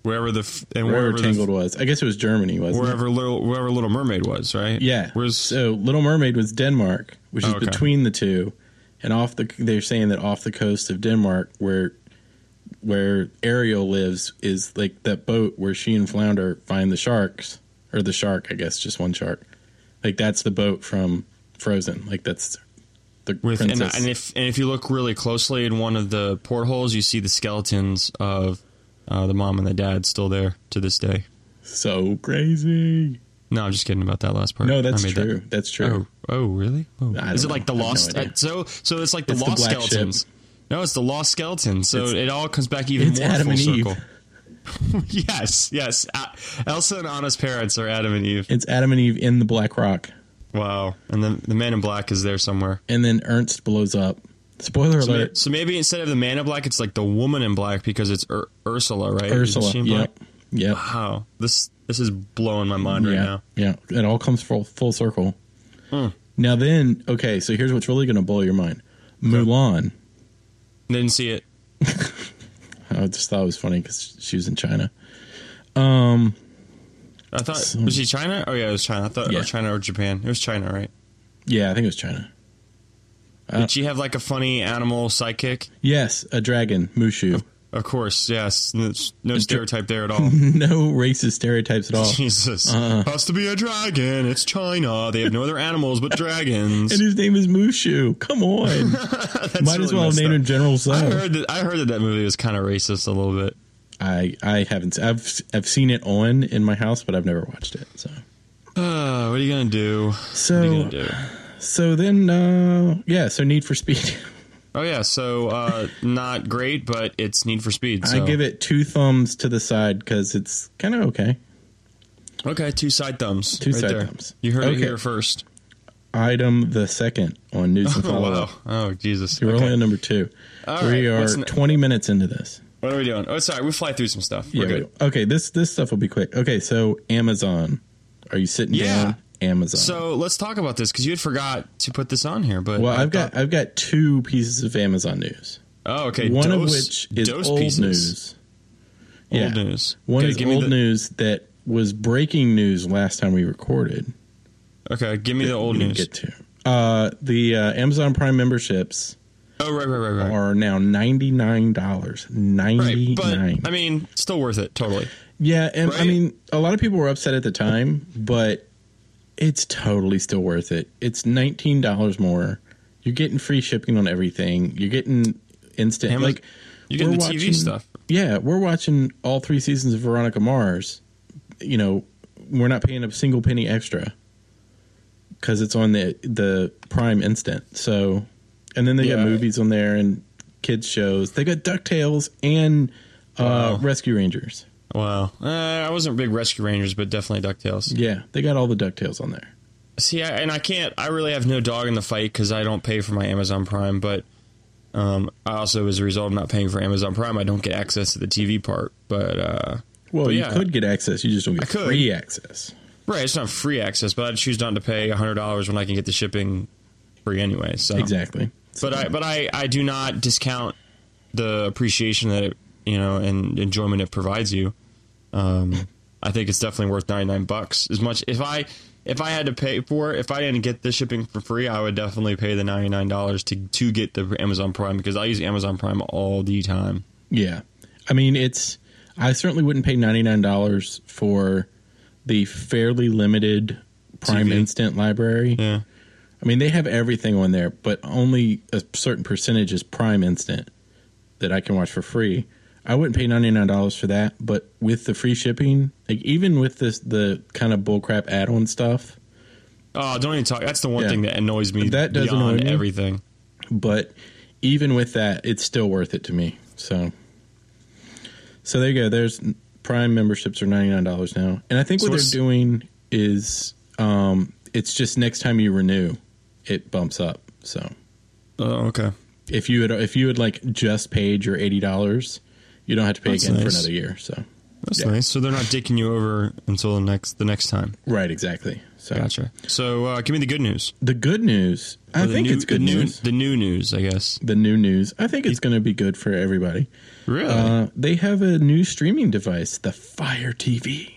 Speaker 1: wherever the f- and
Speaker 3: wherever,
Speaker 1: wherever
Speaker 3: Tangled
Speaker 1: the,
Speaker 3: was. I guess it was Germany, wasn't it?
Speaker 1: wherever little wherever Little Mermaid was, right?
Speaker 3: Yeah.
Speaker 1: Where's
Speaker 3: so Little Mermaid was Denmark, which is
Speaker 1: Okay.
Speaker 3: between the two, and off the they're saying that off the coast of Denmark, where where Ariel lives, is like that boat where she and Flounder find the sharks or the shark, I guess, just one shark. Like that's the boat from Frozen. Like that's the
Speaker 1: with and,
Speaker 3: princess.
Speaker 1: and if and if you look really closely in one of the portholes, you see the skeletons of uh, the mom and the dad still there to this day.
Speaker 3: so crazy.
Speaker 1: No, I'm just kidding about that last part.
Speaker 3: No, that's
Speaker 1: I made that-
Speaker 3: true. That's true.
Speaker 1: Oh, oh, really? Oh.
Speaker 3: I don't
Speaker 1: Is it
Speaker 3: know.
Speaker 1: like the
Speaker 3: I have no
Speaker 1: lost? uh,
Speaker 3: idea.
Speaker 1: so, so it's like the
Speaker 3: It's the
Speaker 1: lost
Speaker 3: black
Speaker 1: skeletons.
Speaker 3: ship.
Speaker 1: No, it's the lost skeletons. So
Speaker 3: It's-
Speaker 1: it all comes back even
Speaker 3: it's
Speaker 1: more
Speaker 3: Adam
Speaker 1: full
Speaker 3: and Eve.
Speaker 1: circle. yes, yes. Uh, Elsa and Anna's parents are Adam and Eve.
Speaker 3: It's Adam and Eve in the Black Rock,
Speaker 1: Wow, and then the Man in Black is there somewhere.
Speaker 3: and then Ernst blows up. Spoiler
Speaker 1: So, ma-
Speaker 3: alert.
Speaker 1: so maybe instead of the Man in Black, it's like the Woman in Black because it's Ur- Ursula, right? Isn't
Speaker 3: Ursula.
Speaker 1: she in
Speaker 3: Yep.
Speaker 1: black?
Speaker 3: Yep.
Speaker 1: Wow, this this is blowing my mind right
Speaker 3: yeah,
Speaker 1: now.
Speaker 3: Yeah, it all comes full full circle. Now then, okay, so here's what's really going to blow your mind: Mulan.
Speaker 1: Didn't see it.
Speaker 3: I just thought it was funny because she was in China. Um,
Speaker 1: I thought was she China? Oh yeah, it was China. I thought
Speaker 3: Yeah.
Speaker 1: or China or Japan. It was China, right?
Speaker 3: Yeah, I think it was China. Uh,
Speaker 1: Did she have like a funny animal sidekick?
Speaker 3: Yes, a dragon, Mushu.
Speaker 1: Of course, yes. No, no stereotype there at all.
Speaker 3: no racist stereotypes at all.
Speaker 1: Jesus.
Speaker 3: Uh-huh.
Speaker 1: Has to be a dragon. It's China. They have no other animals but dragons.
Speaker 3: And his name is Mushu. Come on,
Speaker 1: That's
Speaker 3: might as
Speaker 1: really
Speaker 3: well have
Speaker 1: messed
Speaker 3: named
Speaker 1: up.
Speaker 3: him General
Speaker 1: I
Speaker 3: Tso.
Speaker 1: heard that I heard that that movie was kind of racist a little bit.
Speaker 3: I I haven't. I've I've seen it on in my house, but I've never watched it. So
Speaker 1: Uh, what are you gonna do?
Speaker 3: so
Speaker 1: What are you gonna do?
Speaker 3: so then uh, yeah. So Need for Speed.
Speaker 1: Oh yeah, so uh, not great, but it's Need for Speed. So.
Speaker 3: I give it two thumbs to the side because it's kind of okay.
Speaker 1: okay two side thumbs.
Speaker 3: Two
Speaker 1: right
Speaker 3: side
Speaker 1: there.
Speaker 3: thumbs.
Speaker 1: You heard it
Speaker 3: Okay.
Speaker 1: here first.
Speaker 3: Item the second on news and
Speaker 1: Oh
Speaker 3: follow
Speaker 1: wow.
Speaker 3: up.
Speaker 1: Oh Jesus.
Speaker 3: We're
Speaker 1: Okay.
Speaker 3: only on number two.
Speaker 1: All
Speaker 3: we
Speaker 1: right,
Speaker 3: are
Speaker 1: what's ne-
Speaker 3: twenty minutes into this.
Speaker 1: What are we doing? Oh, sorry. We fly through some stuff. We're
Speaker 3: Yeah,
Speaker 1: good.
Speaker 3: we- okay, this this stuff will be quick. Okay, so Amazon. Are you sitting
Speaker 1: Yeah.
Speaker 3: down? Amazon.
Speaker 1: So let's talk about this because you had forgot to put this on here. But
Speaker 3: well,
Speaker 1: I
Speaker 3: I've got
Speaker 1: thought-
Speaker 3: I've got two pieces of Amazon news.
Speaker 1: oh okay.
Speaker 3: One of
Speaker 1: dose-
Speaker 3: which is
Speaker 1: dose
Speaker 3: old
Speaker 1: pieces.
Speaker 3: news.
Speaker 1: Old
Speaker 3: Yeah.
Speaker 1: news.
Speaker 3: One
Speaker 1: okay,
Speaker 3: is
Speaker 1: give me
Speaker 3: old
Speaker 1: the,
Speaker 3: news that was breaking news last time we recorded.
Speaker 1: Okay, give me the old
Speaker 3: we didn't
Speaker 1: news.
Speaker 3: Get to uh, the uh, Amazon Prime memberships
Speaker 1: oh right, right, right, right.
Speaker 3: are now ninety nine dollars. Ninety
Speaker 1: Right, but
Speaker 3: nine.
Speaker 1: I mean, still worth it. Totally.
Speaker 3: yeah, and I
Speaker 1: right?
Speaker 3: mean, a lot of people were upset at the time, but it's totally still worth it. It's nineteen dollars more. You're getting free shipping on everything. You're getting instant
Speaker 1: Amaz-
Speaker 3: like
Speaker 1: You get
Speaker 3: we're
Speaker 1: the TV stuff.
Speaker 3: Yeah, we're watching all three seasons of Veronica Mars. You know, we're not paying a single penny extra because it's on the the Prime Instant. So, and then they
Speaker 1: Yeah.
Speaker 3: got movies on there and kids shows. They got Ducktales and uh,
Speaker 1: Wow.
Speaker 3: Rescue Rangers.
Speaker 1: Wow. Uh, I wasn't big Rescue Rangers, but definitely Ducktales.
Speaker 3: Yeah, they got all the Ducktales on there.
Speaker 1: See, I, and I can't. I really have no dog in the fight because I don't pay for my Amazon Prime. But um, I also, as a result of not paying for Amazon Prime, I don't get access to the TV part. But uh,
Speaker 3: Well,
Speaker 1: But
Speaker 3: you
Speaker 1: yeah.
Speaker 3: could get access. You just don't
Speaker 1: I
Speaker 3: get
Speaker 1: could.
Speaker 3: free access.
Speaker 1: right, it's not free access. But I choose not to pay hundred dollars when I can get the shipping free anyway. So
Speaker 3: Exactly.
Speaker 1: But I, but I, I do not discount the appreciation that it, you know, and enjoyment it provides you. Um, I think it's definitely worth ninety nine bucks. As much if I, if I had to pay for it, if I didn't get the shipping for free, I would definitely pay the ninety nine dollars to to get the Amazon Prime because I use Amazon Prime all the time.
Speaker 3: Yeah. I mean, it's I certainly wouldn't pay $99 for the fairly limited Prime
Speaker 1: TV.
Speaker 3: Instant library.
Speaker 1: Yeah,
Speaker 3: I mean, they have everything on there, but only a certain percentage is Prime Instant that I can watch for free. I wouldn't pay $99 for that, but with the free shipping, like even with this the kind of bullcrap add-on stuff,
Speaker 1: oh, don't even talk. That's the one
Speaker 3: Yeah.
Speaker 1: thing that annoys me.
Speaker 3: That does
Speaker 1: beyond
Speaker 3: annoy me.
Speaker 1: everything.
Speaker 3: but even with that, it's still worth it to me. So, so there you go. There's Prime memberships are ninety nine dollars now, and I think
Speaker 1: So
Speaker 3: what
Speaker 1: what's-
Speaker 3: they're doing is um, it's just next time you renew, it bumps up. So
Speaker 1: Oh, okay.
Speaker 3: if you had if you had like just paid your eighty dollars, you don't have to pay
Speaker 1: That's
Speaker 3: again for
Speaker 1: nice.
Speaker 3: another year. So
Speaker 1: That's
Speaker 3: Yeah.
Speaker 1: nice. So they're not dicking you over until the next the next time.
Speaker 3: right, exactly. So
Speaker 1: Gotcha. So uh, give me the good news.
Speaker 3: the good news, I
Speaker 1: Or the
Speaker 3: think
Speaker 1: new-
Speaker 3: it's good
Speaker 1: the new-
Speaker 3: news.
Speaker 1: the new news, I guess.
Speaker 3: The new news, I think it's going to be good for everybody.
Speaker 1: Really?
Speaker 3: Uh, they have a new streaming device, the Fire TV.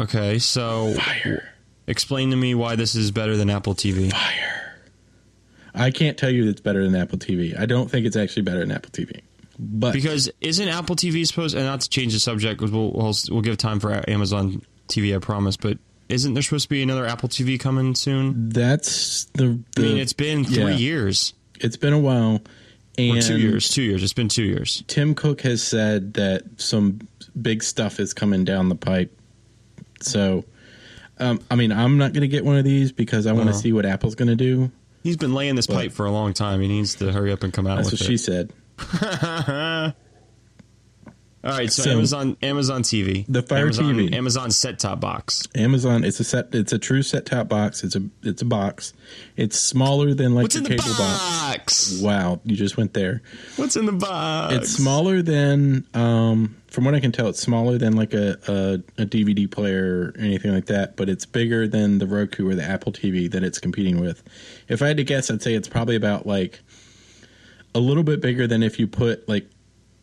Speaker 1: okay, so
Speaker 3: Fire.
Speaker 1: explain to me why this is better than Apple TV.
Speaker 3: Fire. I can't tell you it's better than Apple TV. I don't think it's actually better than Apple TV. But
Speaker 1: Because isn't Apple TV supposed? And not to change the subject, because we'll, we'll we'll give time for Amazon TV, I promise. But isn't there supposed to be another Apple TV coming soon?
Speaker 3: that's the,
Speaker 1: I
Speaker 3: the
Speaker 1: mean, it's been three
Speaker 3: yeah.
Speaker 1: years
Speaker 3: it's been a while and
Speaker 1: or two years. Two years. It's been two years.
Speaker 3: Tim Cook has said that some big stuff is coming down the pipe. So um, I mean, I'm not going to get one of these because I want to
Speaker 1: Uh-huh.
Speaker 3: see what Apple's going to do.
Speaker 1: He's been laying this
Speaker 3: But-
Speaker 1: pipe for a long time. He needs to hurry up and come out
Speaker 3: That's
Speaker 1: with
Speaker 3: what
Speaker 1: it.
Speaker 3: she said.
Speaker 1: All right, so,
Speaker 3: So-
Speaker 1: Amazon Amazon TV,
Speaker 3: The Fire
Speaker 1: Amazon,
Speaker 3: TV.
Speaker 1: Amazon set top box.
Speaker 3: Amazon, it's a set, it's a true set top box. It's a it's a box. It's smaller than like
Speaker 1: What's
Speaker 3: your
Speaker 1: in the box?
Speaker 3: cable box. Wow, you just went there.
Speaker 1: What's in the box?
Speaker 3: It's smaller than, um, from what I can tell, it's smaller than like a, a, a DVD player or anything like that, but it's bigger than the Roku or the Apple TV that it's competing with. If I had to guess, I'd say it's probably about like a little bit bigger than if you put like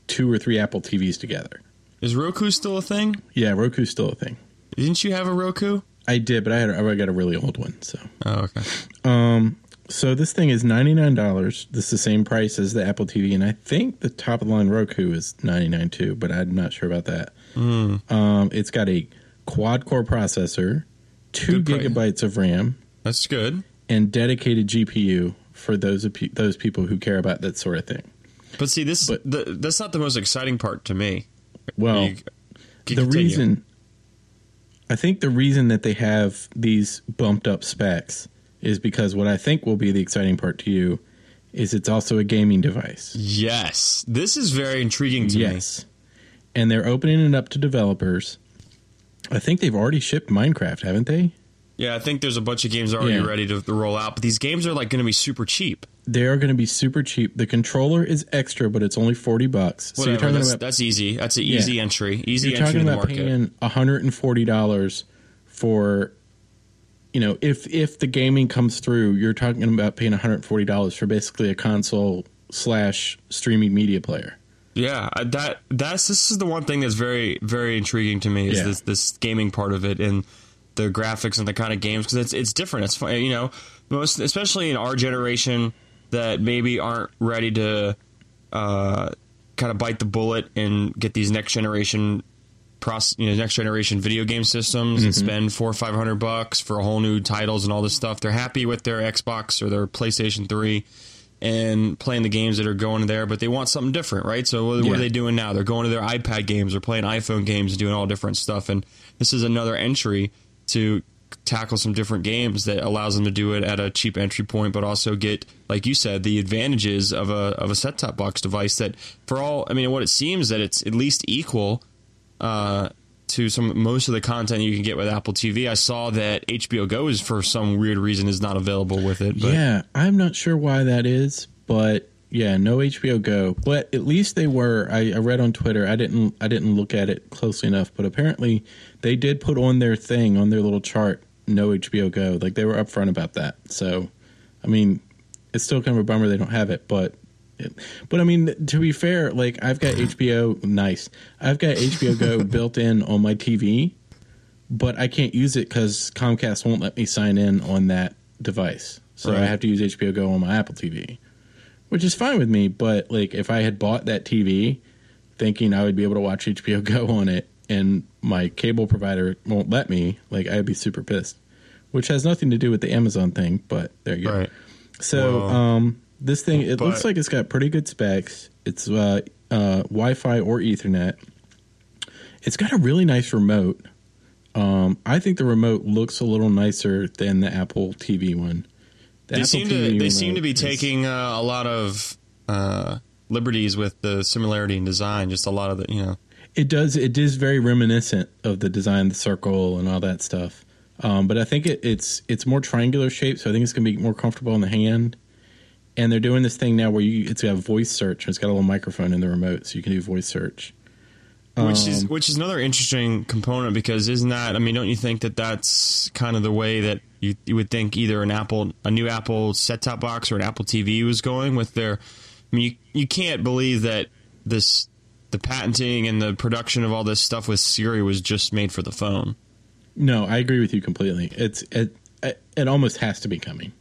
Speaker 3: two or three Apple TVs together.
Speaker 1: Is Roku still a thing?
Speaker 3: Yeah, Roku's still a thing.
Speaker 1: Didn't you have a Roku?
Speaker 3: I did, but I had I got a really old one, so.
Speaker 1: Oh, okay.
Speaker 3: So this thing is ninety nine dollars. This is the same price as the Apple TV, and I think the top of the line Roku is ninety nine too, but I'm not sure about that.
Speaker 1: Hmm.
Speaker 3: Um, it's got a quad core processor, two
Speaker 1: Good price.
Speaker 3: gigabytes of RAM,
Speaker 1: That's good.
Speaker 3: and dedicated GPU for those of pe- those people who care about that sort of thing.
Speaker 1: But see, this
Speaker 3: But-
Speaker 1: the, that's not the most exciting part to me.
Speaker 3: Well,
Speaker 1: You- you
Speaker 3: the
Speaker 1: continue.
Speaker 3: reason I think the reason that they have these bumped up specs is because what I think will be the exciting part to you is it's also a gaming device.
Speaker 1: Yes, this is very intriguing to me.
Speaker 3: Yes. And they're opening it up to developers. I think they've already shipped Minecraft, haven't they?
Speaker 1: Yeah, I think there's a bunch of games already
Speaker 3: Yeah.
Speaker 1: ready to, to roll out, but these games are like going to be super cheap.
Speaker 3: They are going to be super cheap. The controller is extra, but it's only 40 bucks.
Speaker 1: Whatever,
Speaker 3: so you're talking
Speaker 1: that's,
Speaker 3: about
Speaker 1: that's easy. That's an easy
Speaker 3: Yeah.
Speaker 1: entry, easy
Speaker 3: you're
Speaker 1: entry
Speaker 3: talking
Speaker 1: to the
Speaker 3: about
Speaker 1: market.
Speaker 3: paying $140 for you know if if the gaming comes through you're talking about paying $140 for basically a console slash streaming media player
Speaker 1: Yeah, I- that that's this is the one thing that's very very intriguing to me is
Speaker 3: Yeah.
Speaker 1: this this gaming part of it and the graphics and the kind of games because it's it's different. It's fun, you know, most especially in our generation that maybe aren't ready to uh, kind of bite the bullet and get these next generation process, you know, next generation video game systems and spend four or five hundred bucks for a whole new titles and all this stuff. They're happy with their Xbox or their PlayStation Three and playing the games that are going there, but they want something different, right? So what, what
Speaker 3: Yeah.
Speaker 1: are they doing now? They're going to their iPad games or playing iPhone games and doing all different stuff. And this is another entry to tackle some different games that allows them to do it at a cheap entry point, but also get, like you said, the advantages of a of a set top box device. That for all, I mean, what it seems that it's at least equal uh, to some most of the content you can get with Apple TV. I saw that HBO Go is for some weird reason is not available with it. But
Speaker 3: yeah i'm not sure why that is but yeah no hbo go but at least they were I, I read on twitter i didn't i didn't look at it closely enough but apparently they did put on their thing on their little chart no hbo go like they were upfront about that so i mean it's still kind of a bummer they don't have it but but I mean, to be fair, like I've got HBO. Nice. I've got HBO Go built in on my TV, but I can't use it because Comcast won't let me sign in on that device. So I
Speaker 1: Right.
Speaker 3: have to use HBO Go on my Apple TV, which is fine with me. But like, if I had bought that TV, thinking I would be able to watch HBO Go on it, and my cable provider won't let me, like I'd be super pissed. Which has nothing to do with the Amazon thing, but there you go.
Speaker 1: right.
Speaker 3: So
Speaker 1: Well,
Speaker 3: um, this thing it
Speaker 1: but-
Speaker 3: looks like it's got pretty good specs. It's uh, uh, Wi-Fi or Ethernet. It's got a really nice remote. Um, I think the remote looks a little nicer than the Apple TV one. The
Speaker 1: they
Speaker 3: Apple
Speaker 1: seem
Speaker 3: TV
Speaker 1: to they
Speaker 3: remote
Speaker 1: seem to be
Speaker 3: is-
Speaker 1: taking uh, a lot of uh, liberties with the similarity in design. Just a lot of the you know
Speaker 3: It does. It is very reminiscent of the design, of the circle, and all that stuff. Um, but I think it, it's it's more triangular shape, so I think it's going to be more comfortable in the hand. And they're doing this thing now where you it's got voice search and it's got a little microphone in the remote, so you can do voice search.
Speaker 1: which is which is another interesting component because isn't that I mean don't you think that that's kind of the way that you, you would think either an Apple a new Apple set top box or an Apple TV was going with their I mean you, you can't believe that this the patenting and the production of all this stuff with Siri was just made for the phone
Speaker 3: No, I agree with you completely. It's it it, it almost has to be coming.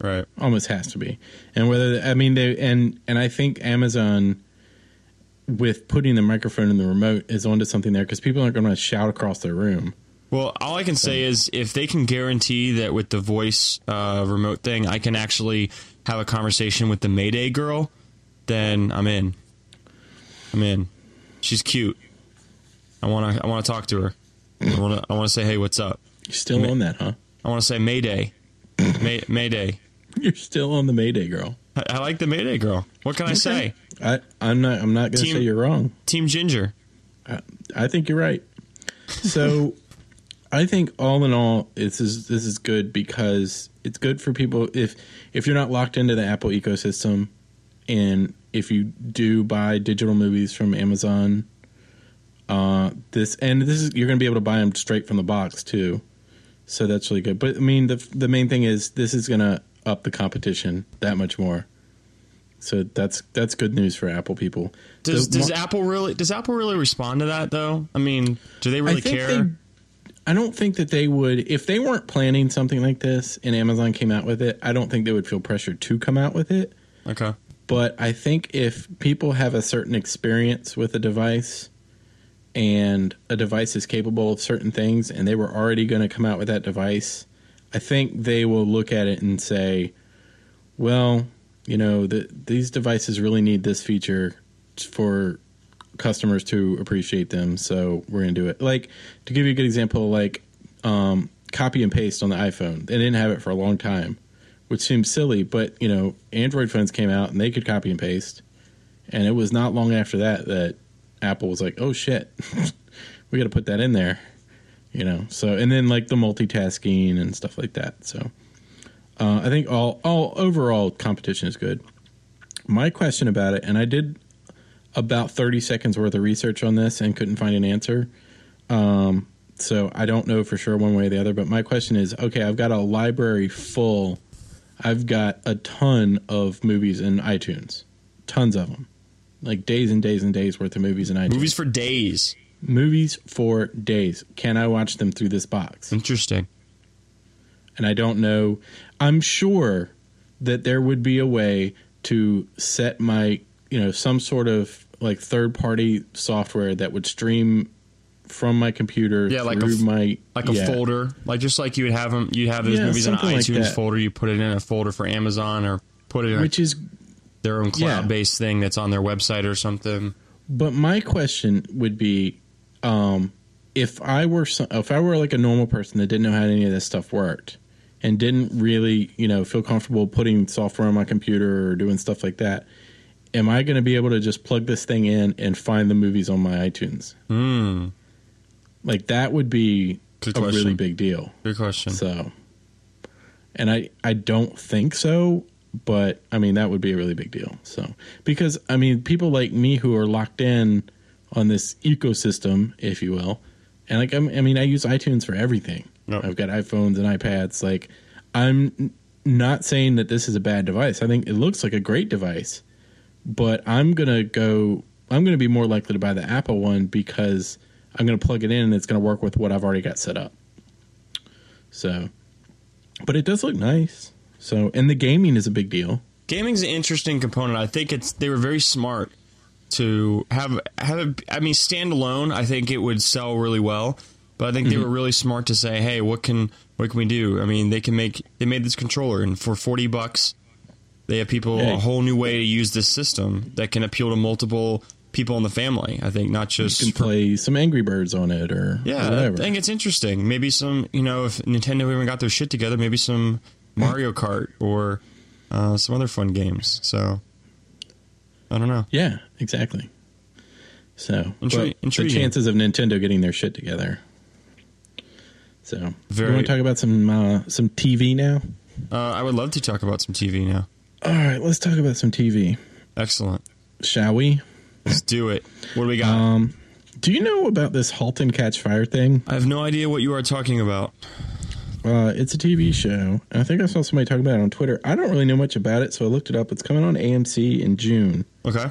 Speaker 1: right
Speaker 3: almost has to be and whether i mean they and and i think amazon with putting the microphone in the remote is onto something there because people aren't going to shout across their room
Speaker 1: Well, all I can say is if they can guarantee that with the voice uh, remote thing, I can actually have a conversation with the Mayday girl, then I'm in. I'm in. She's cute. I want to. I want to talk to her. I want to. I want to say, hey, what's up?
Speaker 3: you're still on that huh
Speaker 1: I want to say Mayday. May, Mayday.
Speaker 3: you're still on the mayday girl
Speaker 1: I, I like the Mayday girl. What can I say?
Speaker 3: i i'm not i'm not going to
Speaker 1: Team-
Speaker 3: say you're wrong
Speaker 1: Team Ginger.
Speaker 3: I think you're right. So I think all in all, this is this is good because it's good for people if if you're not locked into the Apple ecosystem, and if you do buy digital movies from Amazon, uh, this and this is you're going to be able to buy them straight from the box too. So that's really good. But I mean, the the main thing is this is going to up the competition that much more. So that's that's good news for Apple people.
Speaker 1: Does
Speaker 3: The
Speaker 1: does
Speaker 3: mar-
Speaker 1: Apple really does Apple really respond to that though? I mean, do they really
Speaker 3: I think
Speaker 1: care?
Speaker 3: They, I don't think that they would if they weren't planning something like this and Amazon came out with it. I don't think they would feel pressure to come out with it.
Speaker 1: okay.
Speaker 3: But I think if people have a certain experience with a device and a device is capable of certain things and they were already going to come out with that device, I think they will look at it and say, well, you know, the, these devices really need this feature for customers to appreciate them, so we're gonna do it. Like to give you a good example, like um, copy and paste on the iPhone. They didn't have it for a long time, which seems silly, but you know, Android phones came out and they could copy and paste, and it was not long after that that Apple was like, "Oh shit, we got to put that in there," you know. So and then like the multitasking and stuff like that. So uh, I think all all overall competition is good. My question about it, and I did about 30 seconds worth of research on this and couldn't find an answer. Um, so I don't know for sure one way or the other, but my question is okay, I've got a library full. I've got a ton of movies in iTunes, tons of them, like days and days and days worth of movies in iTunes.
Speaker 1: Movies for days.
Speaker 3: Movies for days. Can I watch them through this box?
Speaker 1: Interesting.
Speaker 3: And I don't know. I'm sure that there would be a way to set my, you know, some sort of like third party software that would stream from my computer
Speaker 1: Yeah, like a
Speaker 3: through
Speaker 1: f-
Speaker 3: my
Speaker 1: Like a
Speaker 3: yeah.
Speaker 1: folder, like just like you would have them, you have those
Speaker 3: Yeah,
Speaker 1: movies in an
Speaker 3: something like
Speaker 1: iTunes
Speaker 3: that.
Speaker 1: folder. You put it in a folder for Amazon, or put it in
Speaker 3: which is
Speaker 1: their own cloud-based thing that's on their website or something.
Speaker 3: But my question would be, um, if I were so, if I were like a normal person that didn't know how any of this stuff worked, and didn't really you know feel comfortable putting software on my computer or doing stuff like that, am I going to be able to just plug this thing in and find the movies on my iTunes?
Speaker 1: Hmm.
Speaker 3: Like that would be
Speaker 1: Good
Speaker 3: a
Speaker 1: question.
Speaker 3: really big deal.
Speaker 1: Good question.
Speaker 3: So, and I I don't think so, but I mean that would be a really big deal. So because I mean people like me who are locked in on this ecosystem, if you will, and like I'm, I mean I use iTunes for everything.
Speaker 1: Yep.
Speaker 3: I've got iPhones and iPads. Like I'm n- not saying that this is a bad device. I think it looks like a great device, but I'm gonna go. I'm gonna be more likely to buy the Apple one because I'm gonna plug it in and it's gonna work with what I've already got set up. So, but it does look nice. So, and the gaming is a big deal.
Speaker 1: gaming's an interesting component. I think it's they were very smart to have have. It, I mean, standalone, I think it would sell really well. But I think
Speaker 3: Mm-hmm.
Speaker 1: they were really smart to say, "Hey, what can what can we do?" I mean, they can make they made this controller, and for forty bucks, they have people
Speaker 3: Yeah.
Speaker 1: a whole new way to use this system that can appeal to multiple people in the family. I think not just
Speaker 3: You can play some Angry Birds on it or
Speaker 1: yeah,
Speaker 3: whatever.
Speaker 1: I think it's interesting. Maybe some, you know, if Nintendo even got their shit together, maybe some Mario Kart or uh, some other fun games. So I don't know.
Speaker 3: yeah, exactly. So, but
Speaker 1: Intri-
Speaker 3: the
Speaker 1: intriguing.
Speaker 3: chances of Nintendo getting their shit together. So,
Speaker 1: Very-
Speaker 3: you want to talk about some uh, some TV now?
Speaker 1: Uh, I would love to talk about some TV now.
Speaker 3: All right, let's talk about some TV,
Speaker 1: Excellent.
Speaker 3: shall we?
Speaker 1: Let's do it. What do we got?
Speaker 3: Um, do you know about this halt and catch fire thing?
Speaker 1: I have no idea what you are talking about.
Speaker 3: Uh, it's a TV show. I think I saw somebody talk about it on Twitter. I don't really know much about it, so I looked it up. It's coming on AMC in June.
Speaker 1: Okay.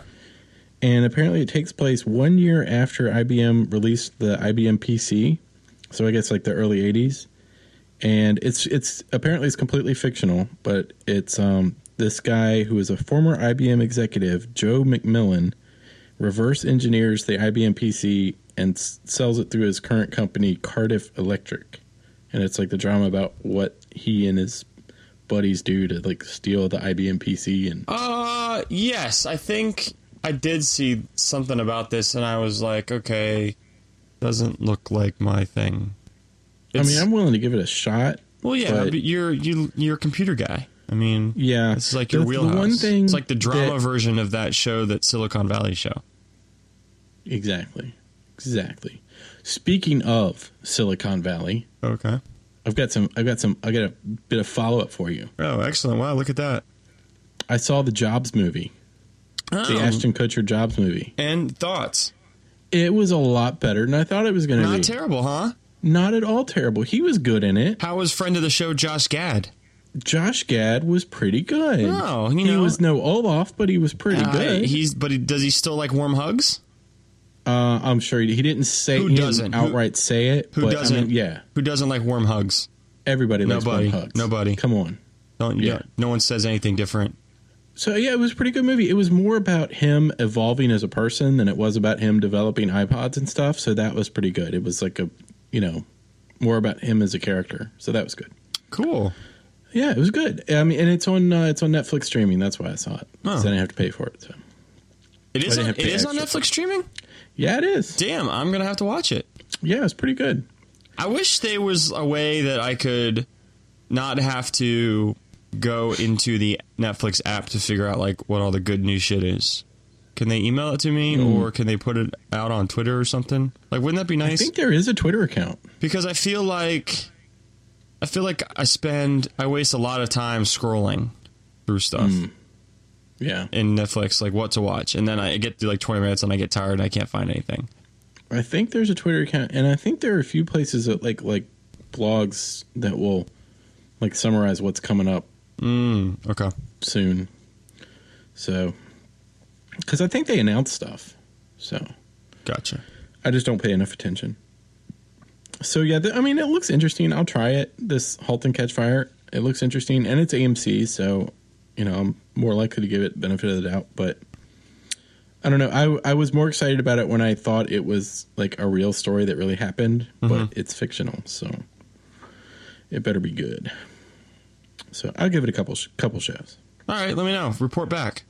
Speaker 3: and apparently it takes place one year after IBM released the IBM PC, so I guess like the early '80s. And it's it's apparently it's completely fictional, but it's um, this guy who is a former IBM executive, Joe McMillan, reverse engineers the IBM PC and s- sells it through his current company, Cardiff Electric, and it's like the drama about what he and his buddies do to like steal the IBM PC and
Speaker 1: Uh, yes, I think I did see something about this, and I was like, okay, doesn't look like my thing.
Speaker 3: I
Speaker 1: It's-
Speaker 3: mean I'm willing to give it a shot.
Speaker 1: well, yeah,
Speaker 3: but-
Speaker 1: but you're you you're a computer guy. I mean,
Speaker 3: Yeah,
Speaker 1: It's like your
Speaker 3: The- the
Speaker 1: wheelhouse.
Speaker 3: one thing
Speaker 1: it's like the drama
Speaker 3: that-
Speaker 1: version of that show, that Silicon Valley show.
Speaker 3: exactly, exactly. Speaking of Silicon Valley,
Speaker 1: Okay.
Speaker 3: I've got some. I've got some. I got a bit of follow up for you.
Speaker 1: Oh, excellent! Wow, look at that.
Speaker 3: I saw the Jobs movie, the
Speaker 1: Oh,
Speaker 3: Ashton Kutcher Jobs movie.
Speaker 1: and thoughts.
Speaker 3: It was a lot better than I thought it was going to be.
Speaker 1: Not terrible, huh?
Speaker 3: Not at all terrible. He was good in it.
Speaker 1: How was friend of the show Josh Gad?
Speaker 3: Josh Gad was pretty good.
Speaker 1: No, Oh, you
Speaker 3: he
Speaker 1: know-
Speaker 3: was no Olaf, but he was pretty
Speaker 1: Uh,
Speaker 3: good.
Speaker 1: he's but he, does he still like warm hugs?
Speaker 3: uh, I'm sure he, he didn't say.
Speaker 1: Who
Speaker 3: he didn't
Speaker 1: doesn't? Who-
Speaker 3: outright say it?
Speaker 1: Who
Speaker 3: but, I
Speaker 1: doesn't?
Speaker 3: mean, yeah,
Speaker 1: Who doesn't like warm hugs?
Speaker 3: everybody likes
Speaker 1: Nobody.
Speaker 3: warm hugs.
Speaker 1: Nobody.
Speaker 3: Come on.
Speaker 1: Don't.
Speaker 3: Yeah.
Speaker 1: Yeah. No one says anything different.
Speaker 3: So yeah, it was a pretty good movie. It was more about him evolving as a person than it was about him developing iPods and stuff. So that was pretty good. It was like a, you know, more about him as a character. So that was good.
Speaker 1: Cool.
Speaker 3: Yeah, it was good. I mean, and it's on uh, it's on Netflix streaming. That's why I saw it.
Speaker 1: Oh.
Speaker 3: So I didn't have to pay for it. So.
Speaker 1: It is.
Speaker 3: I
Speaker 1: On,
Speaker 3: didn't
Speaker 1: it
Speaker 3: pay
Speaker 1: is on
Speaker 3: extra.
Speaker 1: Netflix streaming.
Speaker 3: Yeah, it is.
Speaker 1: Damn, I'm gonna have to watch it.
Speaker 3: Yeah, it's pretty good.
Speaker 1: I wish there was a way that I could not have to go into the Netflix app to figure out like what all the good new shit is. Can they email it to me
Speaker 3: Hmm.
Speaker 1: or can they put it out on Twitter or something? Like wouldn't that be
Speaker 3: I
Speaker 1: nice?
Speaker 3: think there is a Twitter account.
Speaker 1: because I feel like I feel like I spend I waste a lot of time scrolling through stuff
Speaker 3: Hmm. Yeah,
Speaker 1: in Netflix like what to watch and then I get to like 20 minutes and I get tired and I can't find anything.
Speaker 3: I think there's a Twitter account, and I think there are a few places that like like blogs that will like summarize what's coming up
Speaker 1: Mm, okay.
Speaker 3: soon. So, because I think they announce stuff, so
Speaker 1: Gotcha.
Speaker 3: I just don't pay enough attention. So yeah, th- I mean, it looks interesting. I'll try it. This *Halt and Catch Fire*. It looks interesting, and it's AMC, so you know I'm more likely to give it benefit of the doubt. But I don't know. I I was more excited about it when I thought it was like a real story that really happened,
Speaker 1: Mhm.
Speaker 3: but it's fictional, so it better be good. So I'll give it a couple sh- couple shows.
Speaker 1: All right, let me know. Report back.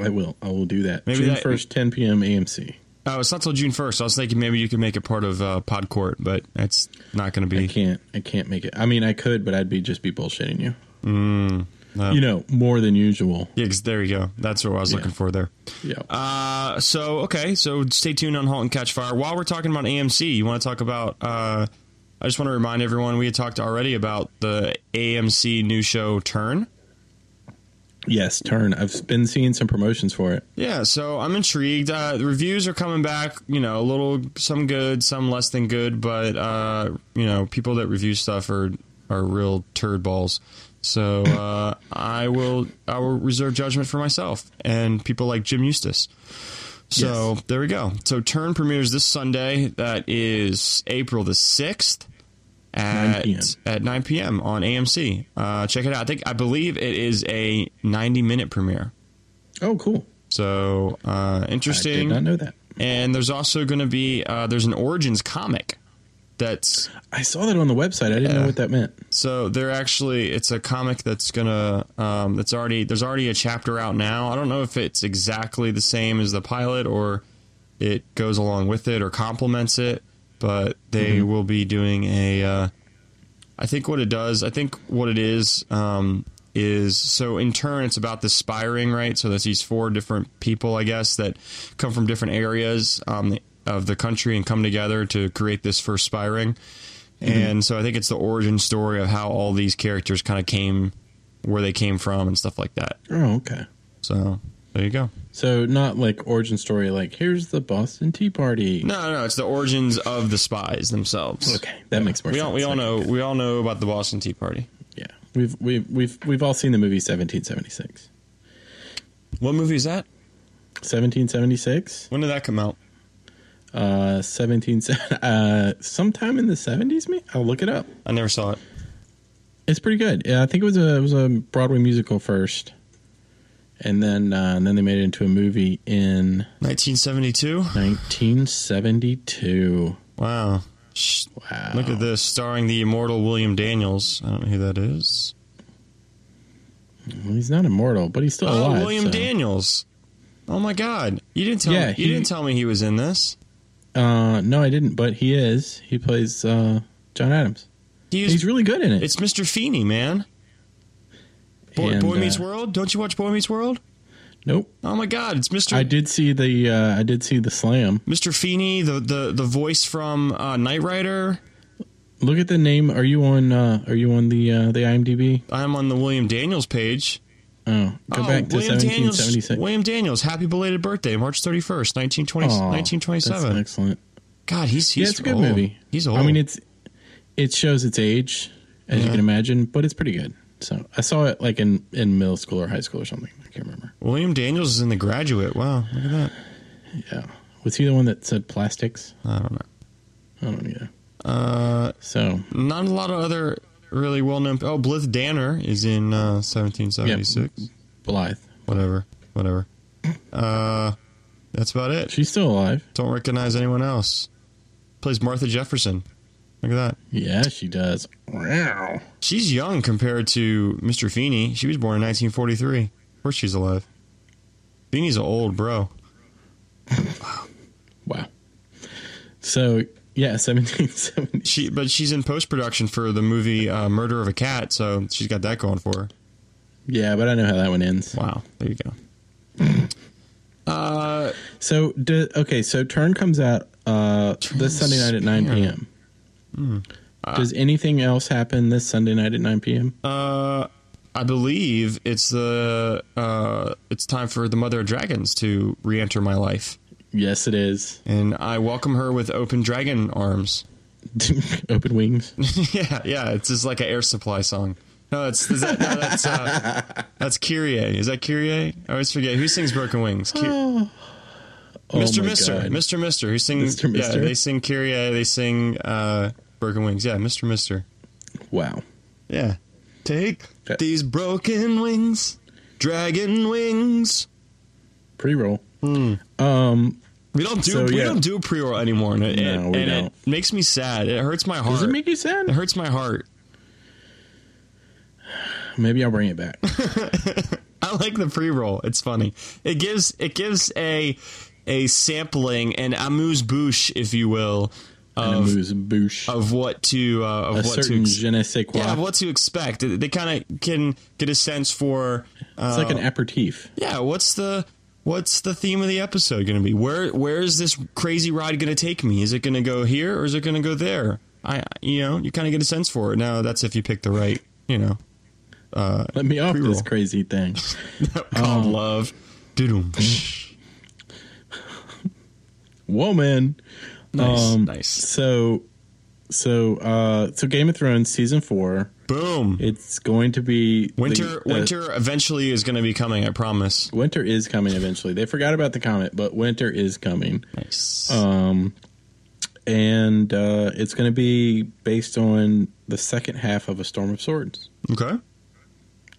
Speaker 3: I will. I will do that.
Speaker 1: Maybe
Speaker 3: June
Speaker 1: that-
Speaker 3: first, 10 p.m. AMC.
Speaker 1: Oh, it's not till June first. I was thinking maybe you could make it part of uh, Pod Court, but it's not going to
Speaker 3: I
Speaker 1: be.
Speaker 3: can't. I can't make it. I mean, I could, but I'd be just be bullshitting you.
Speaker 1: Mm, no.
Speaker 3: you know, more than usual.
Speaker 1: Yeah, 'cause there you go. That's what I was
Speaker 3: Yeah.
Speaker 1: looking for there.
Speaker 3: Yeah.
Speaker 1: Uh, so okay, so stay tuned on Halt and Catch Fire. While we're talking about AMC, you want to talk about? Uh, I just want to remind everyone we had talked already about the AMC new show Turn.
Speaker 3: yes, turn. I've been seeing some promotions for it.
Speaker 1: Yeah, so I'm intrigued. Uh, the reviews are coming back, you know, a little, some good, some less than good, but uh, you know, people that review stuff are are real turd balls. So uh, I will I will reserve judgment for myself and people like Jim Eustace. So there we go. So Turn premieres this Sunday. That is April the sixth
Speaker 3: 9
Speaker 1: at
Speaker 3: p.m..
Speaker 1: at 9 p.m. on AMC. Uh, check it out. I think I believe it is a 90 minute premiere.
Speaker 3: Oh, cool.
Speaker 1: So uh,
Speaker 3: I did not
Speaker 1: interesting.
Speaker 3: know that.
Speaker 1: And there's also going to be uh, there's an Origins comic. That's
Speaker 3: I saw that on the website. I didn't know
Speaker 1: Yeah.
Speaker 3: what that meant.
Speaker 1: so they're actually it's a comic that's gonna um, that's already there's already a chapter out now. I don't know if it's exactly the same as the pilot or it goes along with it or complements it, but they will be doing a. Uh, I think what it does, I think what it is, um, is so in turn it's about the spiring, right? So there's these four different people, I guess, that come from different areas um, of the country and come together to create this first spiring. And so I think it's the origin story of how all these characters kind of came, where they came from, and stuff like that.
Speaker 3: Oh, okay.
Speaker 1: So there you go.
Speaker 3: So not like origin story. Like here's the Boston Tea Party.
Speaker 1: No, no, it's the origins of the spies themselves.
Speaker 3: Okay, that makes more
Speaker 1: We
Speaker 3: sense.
Speaker 1: all we all
Speaker 3: Okay,
Speaker 1: know
Speaker 3: good.
Speaker 1: we all know about the Boston Tea Party.
Speaker 3: Yeah, we've we've we've we've all seen the movie 1776.
Speaker 1: What movie is that?
Speaker 3: 1776.
Speaker 1: When did that come out?
Speaker 3: Uh, 17. Uh, sometime in the 70s. Me. I'll look it up.
Speaker 1: I never saw it.
Speaker 3: It's pretty good. Yeah, I think it was a it was a Broadway musical first, and then uh, and then they made it into a movie in
Speaker 1: 1972.
Speaker 3: 1972.
Speaker 1: Wow. Sh-
Speaker 3: Wow!
Speaker 1: Look at this, starring the immortal William Daniels. I don't know who that is.
Speaker 3: Well, he's not immortal, but he's still
Speaker 1: Oh,
Speaker 3: alive.
Speaker 1: William
Speaker 3: so.
Speaker 1: Daniels. Oh my God! You didn't tell
Speaker 3: uh, Yeah,
Speaker 1: me,
Speaker 3: he-
Speaker 1: you didn't tell me he was in this.
Speaker 3: Uh, no, I didn't, but he is. He plays uh, John Adams.
Speaker 1: He
Speaker 3: He's
Speaker 1: was,
Speaker 3: really good in it.
Speaker 1: it's Mr. Feeney, man. Boy,
Speaker 3: And,
Speaker 1: Boy Meets
Speaker 3: uh,
Speaker 1: World. Don't you watch Boy Meets World?
Speaker 3: Nope.
Speaker 1: Oh my God! It's Mr.
Speaker 3: I did see the uh, I did see the slam.
Speaker 1: Mr. Feeney, the the the voice from uh, Knight Rider.
Speaker 3: Look at the name. Are you on uh, Are you on the uh, the IMDb?
Speaker 1: I'm on the William Daniels page.
Speaker 3: Oh, go
Speaker 1: oh,
Speaker 3: back to
Speaker 1: William Daniels.
Speaker 3: 1776.
Speaker 1: William Daniels. Happy belated birthday, March 31st, 1920,
Speaker 3: Aw, That's
Speaker 1: 1927.
Speaker 3: excellent.
Speaker 1: God, he's he's
Speaker 3: yeah, it's a good
Speaker 1: old.
Speaker 3: movie.
Speaker 1: He's old.
Speaker 3: I mean, it's it shows its age, as you
Speaker 1: Yeah.
Speaker 3: can imagine, but it's pretty good. So I saw it like in in middle school or high school or something. I can't remember.
Speaker 1: William Daniels is in The Graduate. Wow, look at that.
Speaker 3: Yeah, was he the one that said plastics?
Speaker 1: I don't know.
Speaker 3: I don't know.
Speaker 1: Uh,
Speaker 3: So
Speaker 1: not a lot of other really well known. Oh, Blith Danner is in uh, 1776.
Speaker 3: Blythe,
Speaker 1: Whatever, whatever. Uh, that's about it.
Speaker 3: she's still alive.
Speaker 1: Don't recognize anyone else. Plays Martha Jefferson. Look at that.
Speaker 3: Yeah, she does. Wow.
Speaker 1: She's young compared to Mr. Feeney. She was born in 1943. Of course she's alive. Feeney's an old bro.
Speaker 3: Wow. So yeah, seventeen seventy.
Speaker 1: She, but she's in post production for the movie uh, Murder of a Cat, so she's got that going for her.
Speaker 3: Yeah, but I know how that one ends.
Speaker 1: Wow, there you go. Uh,
Speaker 3: So do, okay, so Turn comes out uh, this Sunday night at nine p.m. Does anything else happen this Sunday night at nine p.m.?
Speaker 1: Hmm. uh, I believe it's the uh, it's time for the Mother of Dragons to re-enter my life,
Speaker 3: yes, it is.
Speaker 1: and I welcome her with open dragon arms.
Speaker 3: Open wings.
Speaker 1: yeah, yeah, it's just like an air supply song. No, that's is that, no, that's uh, that's Kyrie. Is that Kyrie? I always forget who sings Broken Wings. Ky-
Speaker 3: Oh
Speaker 1: Mr.
Speaker 3: my
Speaker 1: Mister,
Speaker 3: God.
Speaker 1: Mr. Mister, who sings?
Speaker 3: Mr.
Speaker 1: Yeah,
Speaker 3: Mister.
Speaker 1: they sing Kyrie. They sing uh, Broken Wings. Yeah, Mr. Mister.
Speaker 3: Wow.
Speaker 1: Yeah, take
Speaker 3: Yeah.
Speaker 1: these broken wings, dragon wings.
Speaker 3: Pre-roll. Um,
Speaker 1: We don't do
Speaker 3: So,
Speaker 1: we
Speaker 3: yeah.
Speaker 1: don't do pre-roll anymore, and, it,
Speaker 3: No,
Speaker 1: and-
Speaker 3: we
Speaker 1: and it
Speaker 3: don't.
Speaker 1: makes me sad. It hurts my heart.
Speaker 3: does it make you
Speaker 1: It
Speaker 3: sad?
Speaker 1: hurts my heart.
Speaker 3: Maybe I'll bring it back.
Speaker 1: I like the pre-roll. It's funny. It gives it gives a a sampling an amuse bouche, if you will,
Speaker 3: And a
Speaker 1: of
Speaker 3: moose boosh.
Speaker 1: of what to uh, of
Speaker 3: a
Speaker 1: Uh, what
Speaker 3: certain
Speaker 1: to ex-
Speaker 3: je ne sais quoi.
Speaker 1: yeah, of what to expect. They kind of can get a sense for uh,
Speaker 3: it's like an aperitif.
Speaker 1: yeah, what's the what's the theme of the episode going to be? Where where is this crazy ride going to take me? Is it going to go here or is it going to go there? I you know you kind of get a sense for it. Now that's if you pick the right you know
Speaker 3: Let me off
Speaker 1: uh, pre-roll.
Speaker 3: this crazy thing.
Speaker 1: called love. Doo-doom.
Speaker 3: Woman.
Speaker 1: Nice,
Speaker 3: Um,
Speaker 1: nice.
Speaker 3: So, so, uh, so Game of Thrones season four.
Speaker 1: Boom.
Speaker 3: It's going to be the-
Speaker 1: Winter,
Speaker 3: uh,
Speaker 1: winter eventually is going to be coming. I promise.
Speaker 3: Winter is coming eventually. They forgot about the comet, but winter is coming.
Speaker 1: Nice.
Speaker 3: Um, and uh, it's going to be based on the second half of A Storm of Swords.
Speaker 1: okay.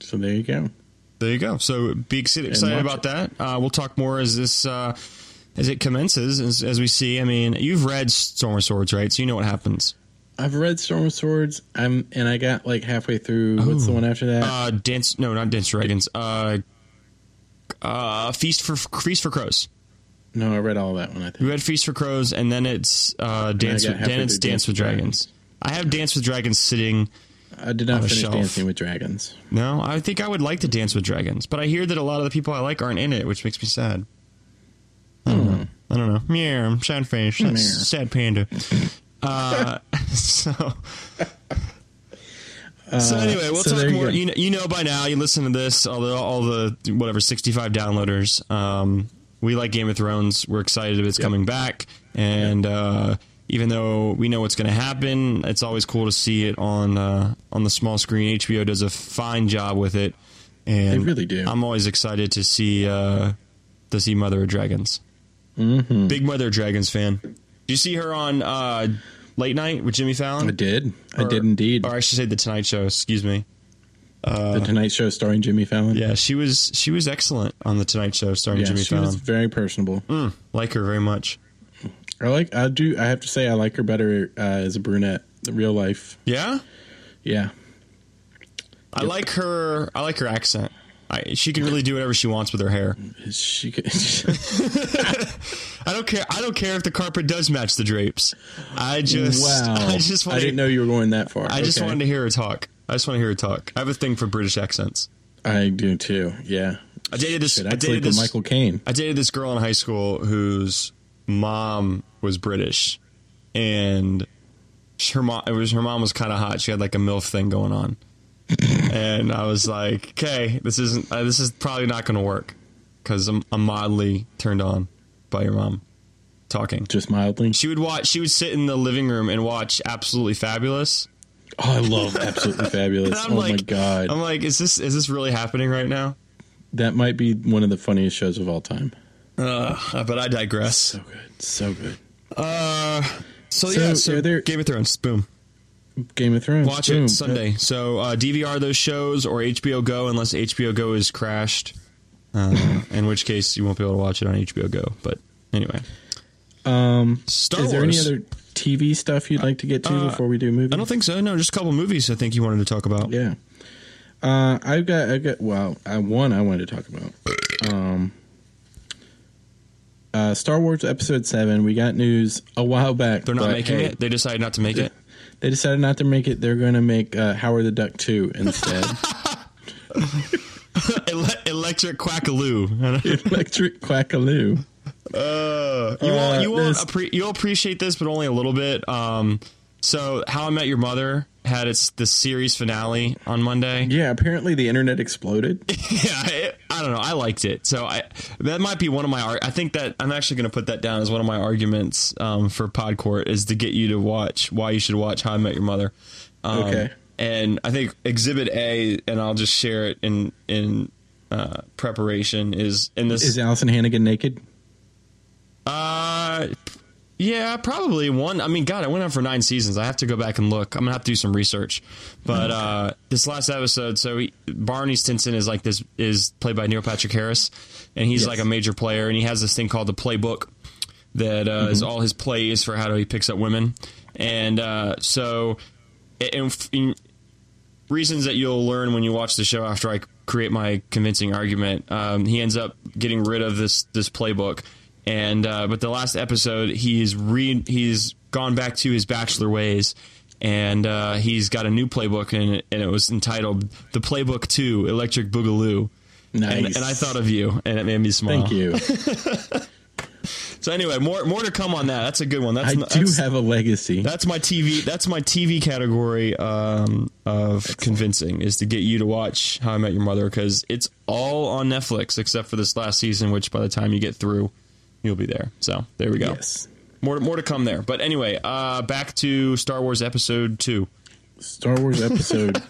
Speaker 3: So there you go.
Speaker 1: There you go. So be ex- excited
Speaker 3: watch
Speaker 1: about that. Uh, we'll talk more as this uh, as it commences. As, as we see, I mean, you've read Storm of Swords, right? So you know what happens.
Speaker 3: I've read Storm of Swords. I'm and I got like halfway through. What's the one after that?
Speaker 1: Uh, dance? No, not dance dragons. Uh, uh, feast for feast for crows.
Speaker 3: no, I read all that one. I think.
Speaker 1: We read Feast for Crows, and then it's uh, dance.
Speaker 3: got
Speaker 1: With,
Speaker 3: halfway
Speaker 1: then it's
Speaker 3: through
Speaker 1: Dance with Dragons. I have Dance with Dragons sitting.
Speaker 3: I did
Speaker 1: On
Speaker 3: not
Speaker 1: a
Speaker 3: finish
Speaker 1: shelf.
Speaker 3: Dancing with Dragons.
Speaker 1: No, I think I would like to Dance with Dragons, but I hear that a lot of the people I like aren't in it, which makes me sad. I don't know. I don't know. Yeah, sad face. That's
Speaker 3: Meow.
Speaker 1: Sad panda. Uh, so. so anyway, we'll
Speaker 3: Uh, so
Speaker 1: talk
Speaker 3: there you
Speaker 1: more.
Speaker 3: go.
Speaker 1: You know, you know by now. You listen to this, all the all the whatever sixty five downloaders. Um, we like Game of Thrones. We're excited it's coming back, and uh, even though we know what's going to happen, it's always cool to see it on uh, on the small screen. HBO does a fine job with it, and
Speaker 3: They really do.
Speaker 1: I'm always excited to see uh, to see Mother of Dragons.
Speaker 3: Mm-hmm.
Speaker 1: Big Mother of Dragons fan. Do you see her on uh, Late Night with Jimmy Fallon?
Speaker 3: I did. I
Speaker 1: Or-
Speaker 3: did indeed.
Speaker 1: Or I should say The Tonight Show. Excuse me.
Speaker 3: the Tonight Show starring Jimmy Fallon.
Speaker 1: Yeah, she was she was excellent on The Tonight Show starring
Speaker 3: Yeah,
Speaker 1: Jimmy
Speaker 3: she
Speaker 1: Fallon.
Speaker 3: was very personable.
Speaker 1: Mm, like her very much.
Speaker 3: I like. I do. I have to say, I like her better uh, as a brunette. The real life.
Speaker 1: Yeah,
Speaker 3: Yeah.
Speaker 1: I like her. I like her accent. I, she can really do whatever she wants with her hair.
Speaker 3: She could,
Speaker 1: I don't care. I don't care if the carpet does match the drapes. I just,
Speaker 3: wow.
Speaker 1: I just
Speaker 3: I
Speaker 1: wanted,
Speaker 3: didn't know you were going that far.
Speaker 1: I just
Speaker 3: Okay.
Speaker 1: wanted to hear her talk. I just want to hear her talk. I have a thing for British accents.
Speaker 3: I do too. Yeah.
Speaker 1: I dated this.
Speaker 3: Should
Speaker 1: I
Speaker 3: I
Speaker 1: dated
Speaker 3: sleep with
Speaker 1: this.
Speaker 3: Michael Caine?
Speaker 1: I dated this girl in high school whose mom was British, and sh- her mom it was her mom was kind of hot. She had like a milf thing going on, and I was like, "Okay, this isn't. Uh, this is probably not going to work because I'm, I'm mildly turned on by your mom talking."
Speaker 3: Just mildly.
Speaker 1: She would watch. She would sit in the living room and watch Absolutely Fabulous.
Speaker 3: Oh, I love absolutely fabulous.
Speaker 1: And I'm
Speaker 3: Oh
Speaker 1: like, um,
Speaker 3: my god,
Speaker 1: I'm like, is this is this really happening right now?
Speaker 3: that might be one of the funniest shows of all time.
Speaker 1: Uh, but I digress.
Speaker 3: So good, so good.
Speaker 1: Uh, so,
Speaker 3: So,
Speaker 1: yeah, so
Speaker 3: are there-
Speaker 1: Game of Thrones, boom.
Speaker 3: Game of Thrones.
Speaker 1: Watch
Speaker 3: boom.
Speaker 1: it Sunday. So uh, DVR those shows or HBO Go, unless HBO Go is crashed, uh, in which case you won't be able to watch it on HBO Go. But anyway, um, Star
Speaker 3: Is there
Speaker 1: Wars.
Speaker 3: any other TV stuff you'd like to get to
Speaker 1: Uh,
Speaker 3: before we do movies?
Speaker 1: I don't think so. No, just a couple movies. I think you wanted to talk about.
Speaker 3: Yeah. Uh, I've got, I've got, well, I, one I wanted to talk about. Um, uh, Star Wars Episode Seven. We got news a while back.
Speaker 1: They're not
Speaker 3: but,
Speaker 1: making
Speaker 3: hey,
Speaker 1: it. They decided not to make it.
Speaker 3: They decided not to make it. They're going to make uh, Howard the Duck Two instead.
Speaker 1: Ele- electric Quackaloo.
Speaker 3: Electric Quackaloo.
Speaker 1: Uh, you won't, you
Speaker 3: Uh,
Speaker 1: won't
Speaker 3: this-
Speaker 1: appre- you'll appreciate this, but only a little bit. Um, so, How I Met Your Mother had its the series finale on Monday.
Speaker 3: Yeah, apparently the internet exploded.
Speaker 1: yeah, I, I don't know. I liked it, so I that might be one of my. ar- I think that I'm actually going to put that down as one of my arguments um, for Podcourt is to get you to watch why you should watch How I Met Your Mother. Um,
Speaker 3: Okay.
Speaker 1: And I think Exhibit A, and I'll just share it in in uh, preparation is in this.
Speaker 3: Is Allison Hannigan naked?
Speaker 1: uh, yeah, probably one. I mean, God, I went on for nine seasons. I have to go back and look. I'm gonna have to do some research. But uh, this last episode, so he, Barney Stinson is like this is played by Neil Patrick Harris, and he's
Speaker 3: Yes.
Speaker 1: like a major player, and he has this thing called the playbook that uh, is all his plays for how he picks up women, and uh, so and f- in reasons that you'll learn when you watch the show after I create my convincing argument. Um, he ends up getting rid of this this playbook, and uh, but the last episode he's re he's gone back to his bachelor ways, and uh, he's got a new playbook and it- and it was entitled the Playbook Two Electric Boogaloo.
Speaker 3: Nice.
Speaker 1: And, and I thought of you, and it Uh-huh. made me smile.
Speaker 3: Thank you.
Speaker 1: So anyway, more more to come on that. That's a good one. That's
Speaker 3: I
Speaker 1: not-
Speaker 3: do
Speaker 1: that's,
Speaker 3: have a legacy.
Speaker 1: that's my TV. That's my TV category um, of convincing is to get you to watch How I Met Your Mother because it's all on Netflix except for this last season, which by the time you get through, you'll be there. So there we go.
Speaker 3: Yes.
Speaker 1: More more to come there. But anyway, uh, back to Star Wars Episode Two.
Speaker 3: Star Wars episode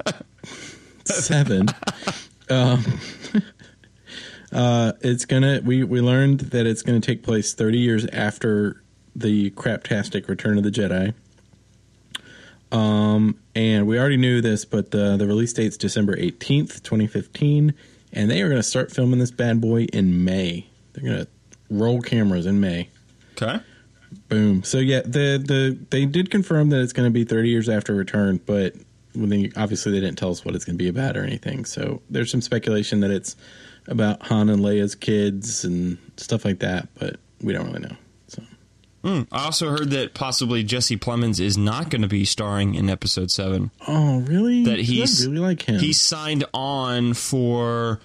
Speaker 3: seven. Um, uh, it's gonna. We we learned that it's gonna take place thirty years after the craptastic Return of the Jedi. Um, and we already knew this, but the the release date's December eighteenth, twenty fifteen, and they are gonna start filming this bad boy in May. They're gonna roll cameras in May.
Speaker 1: Okay.
Speaker 3: Boom. So yeah, the the they did confirm that it's going to be 30 years after Return, but when they obviously they didn't tell us what it's going to be about or anything. So there's some speculation that it's about Han and Leia's kids and stuff like that, but we don't really know. So
Speaker 1: I also heard that possibly Jesse Plemons is not going to be starring in Episode Seven.
Speaker 3: oh really?
Speaker 1: That
Speaker 3: Did I
Speaker 1: he's-
Speaker 3: really like him.
Speaker 1: He signed on for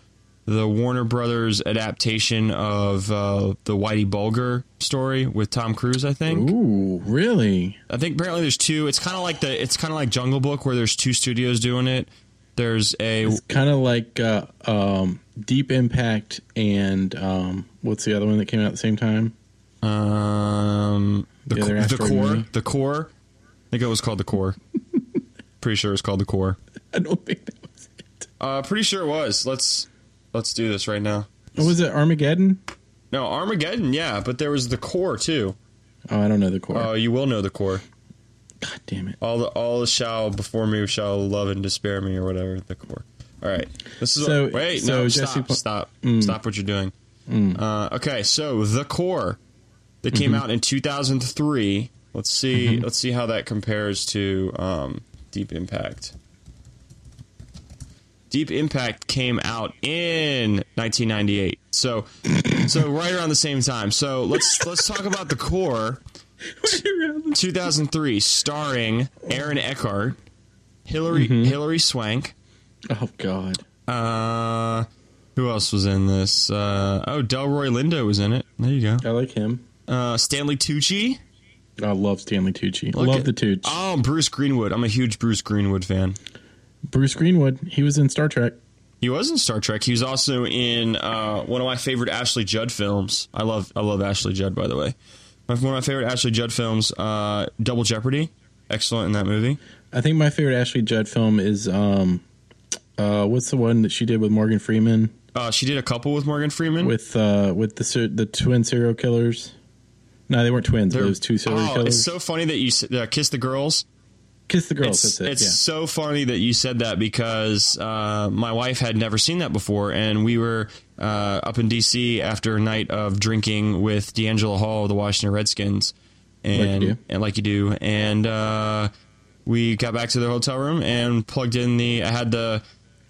Speaker 1: the Warner Brothers adaptation of uh, the Whitey Bulger story with Tom Cruise. I think.
Speaker 3: Ooh, really?
Speaker 1: I think apparently there's two. It's kind of like the. It's kind of like Jungle Book where there's two studios doing it. There's a.
Speaker 3: It's kind of like uh, um, Deep Impact and um, what's the other one that came out at the same time?
Speaker 1: Um, the
Speaker 3: The
Speaker 1: co-
Speaker 3: other
Speaker 1: the
Speaker 3: asteroid
Speaker 1: core.
Speaker 3: movie?
Speaker 1: The core. I think it was called the core. pretty sure it was called the core.
Speaker 3: I don't think that was it.
Speaker 1: Uh, pretty sure it was. Let's let's do this right now.
Speaker 3: Oh, was it Armageddon?
Speaker 1: No Armageddon, yeah, but there was the core too.
Speaker 3: Oh, I don't know the core.
Speaker 1: Oh, you will know the core.
Speaker 3: God damn it.
Speaker 1: All the all shall before me shall love and despair me or whatever the core. All right, this is
Speaker 3: So-
Speaker 1: wait
Speaker 3: so
Speaker 1: no
Speaker 3: Jesse Mm.
Speaker 1: stop
Speaker 3: Pl-
Speaker 1: stop stop what you're doing. Uh, okay, so the core that
Speaker 3: Mm-hmm.
Speaker 1: came out in 2003. Let's see let's see how that compares to um, Deep Impact. Deep Impact came out in 1998. So so right around the same time. So let's let's talk about the core. 2003, starring Aaron Eckhart, Hillary Hillary Swank.
Speaker 3: Oh God.
Speaker 1: Uh, who else was in this? Uh, oh, Delroy Lindo was in it. There you go.
Speaker 3: I like him.
Speaker 1: Uh, Stanley Tucci.
Speaker 3: I love Stanley Tucci.
Speaker 1: Look
Speaker 3: love
Speaker 1: at-
Speaker 3: the Tucci.
Speaker 1: Oh, Bruce Greenwood. I'm a huge Bruce Greenwood fan.
Speaker 3: Bruce Greenwood. He was in Star Trek.
Speaker 1: He was in Star Trek. He was also in uh, one of my favorite Ashley Judd films. I love I love Ashley Judd by the way. One of my favorite Ashley Judd films, uh, Double Jeopardy. Excellent in that movie.
Speaker 3: I think my favorite Ashley Judd film is um, uh, what's the one that she did with Morgan Freeman
Speaker 1: Uh, she did a couple with Morgan Freeman.
Speaker 3: with uh with the ser- the twin serial killers. No, they weren't twins. but
Speaker 1: They're-
Speaker 3: it was two serial
Speaker 1: oh,
Speaker 3: killers.
Speaker 1: it's so funny that you s- uh, kiss the girls.
Speaker 3: Kiss the girls.
Speaker 1: it's
Speaker 3: that's it.
Speaker 1: it's
Speaker 3: yeah.
Speaker 1: so funny that you said that because uh, my wife had never seen that before, and we were uh, up in D.C. after a night of drinking with D'Angelo Hall of the Washington Redskins, and
Speaker 3: do.
Speaker 1: and like you do, and uh, we got back to the hotel room and plugged in the I had the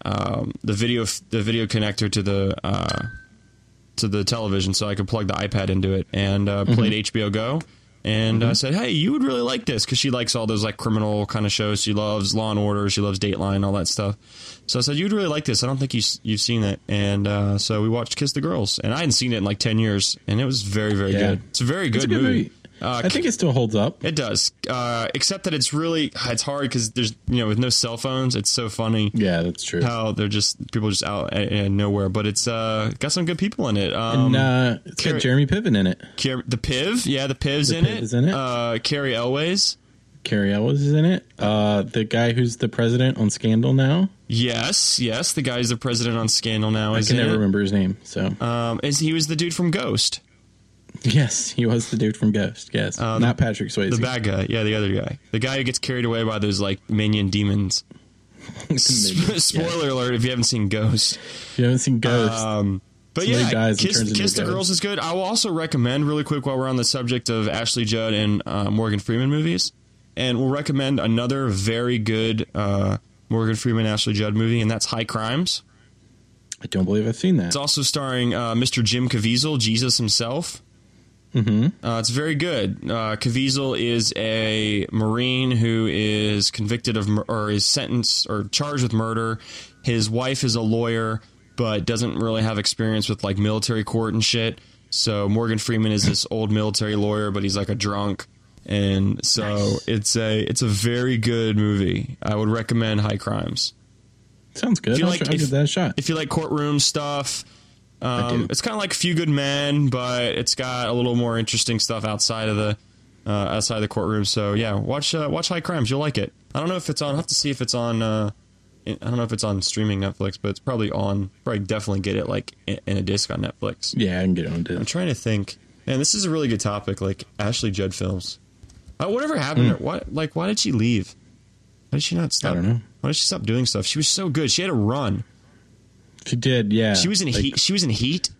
Speaker 1: um, the video the video connector to the uh, to the television so I could plug the iPad into it and uh,
Speaker 3: Mm-hmm.
Speaker 1: played HBO Go. And uh, said, "Hey, you would really like this because she likes all those like criminal kind of shows. She loves Law and Order. She loves Dateline, all that stuff. So I said, you'd really like this. I don't think you s- you've seen it. And uh, so we watched Kiss the Girls, and I hadn't seen it in like ten years, and it was very very
Speaker 3: Yeah.
Speaker 1: good. It's a very good,
Speaker 3: It's a good
Speaker 1: movie.
Speaker 3: movie.
Speaker 1: Uh,
Speaker 3: I think it still holds up.
Speaker 1: it does, uh, except that it's really it's hard because there's you know with no cell phones, it's so funny
Speaker 3: Yeah, that's true.
Speaker 1: how they're just people just out and, and nowhere. But it's uh, got some good people in it. Um,
Speaker 3: and uh, it's
Speaker 1: Carrie-
Speaker 3: got Jeremy Piven in it.
Speaker 1: Car- the Piv, yeah, the Piv's in,
Speaker 3: Piv
Speaker 1: it.
Speaker 3: is in it.
Speaker 1: Uh, Carrie Elways,
Speaker 3: Carrie Ellis is in it. Uh, the guy who's the president on Scandal now.
Speaker 1: yes, yes, the guy's the president on Scandal now.
Speaker 3: I
Speaker 1: Is
Speaker 3: can never
Speaker 1: in it.
Speaker 3: remember his name. So
Speaker 1: Um, is he was the dude from Ghost,
Speaker 3: yes, he was the dude from Ghost. Yes, not Patrick Swayze.
Speaker 1: Uh, the bad guy, yeah, the other guy, the guy who gets carried away by those like minion demons.
Speaker 3: Maybe.
Speaker 1: Spoiler
Speaker 3: Yeah.
Speaker 1: alert: if you haven't seen Ghost.
Speaker 3: If you haven't seen Ghost.
Speaker 1: Um, but
Speaker 3: Somebody
Speaker 1: yeah,
Speaker 3: dies and
Speaker 1: Kiss,
Speaker 3: turns into
Speaker 1: Kiss
Speaker 3: a
Speaker 1: the
Speaker 3: ghost.
Speaker 1: Girls is good. I will also recommend, really quick, while we're on the subject of Ashley Judd and uh, Morgan Freeman movies, and we'll recommend another very good uh, Morgan Freeman Ashley Judd movie, and that's High Crimes.
Speaker 3: I don't believe I've seen that.
Speaker 1: It's also starring uh, Mr. Jim Caviezel, Jesus himself. Mm-hmm. Uh, it's very good. Uh, Caviezel is a Marine who is convicted of mur- or is sentenced or charged with murder. His wife is a lawyer, but doesn't really have experience with like military court and shit. So Morgan Freeman is this old military lawyer, but he's like a drunk. And so it's a it's a very good movie. I would recommend High Crimes
Speaker 3: Sounds good.
Speaker 1: If you
Speaker 3: I'll,
Speaker 1: like-
Speaker 3: try- I'll
Speaker 1: if-
Speaker 3: give that a shot.
Speaker 1: if you like courtroom stuff. Um,
Speaker 3: do.
Speaker 1: it's kind of like a few good men, but it's got a little more interesting stuff outside of the uh, outside of the courtroom. So yeah, watch uh, watch High Crimes. You'll like it. I don't know if it's on. I will have to see if it's on. Uh, I don't know if it's on streaming Netflix, but it's probably on. Probably definitely get it like in, in a disc on Netflix.
Speaker 3: yeah, I can get on to
Speaker 1: I'm
Speaker 3: it.
Speaker 1: trying to think. Man, this is a really good topic. Like Ashley Judd films. Uh, whatever happened? to her? What like why did she leave? Why did she not stop?
Speaker 3: Hmm. don't know.
Speaker 1: Why did she stop doing stuff? She was so good. She had a run.
Speaker 3: She did. Yeah,
Speaker 1: She was in
Speaker 3: Like,
Speaker 1: heat. She was in heat.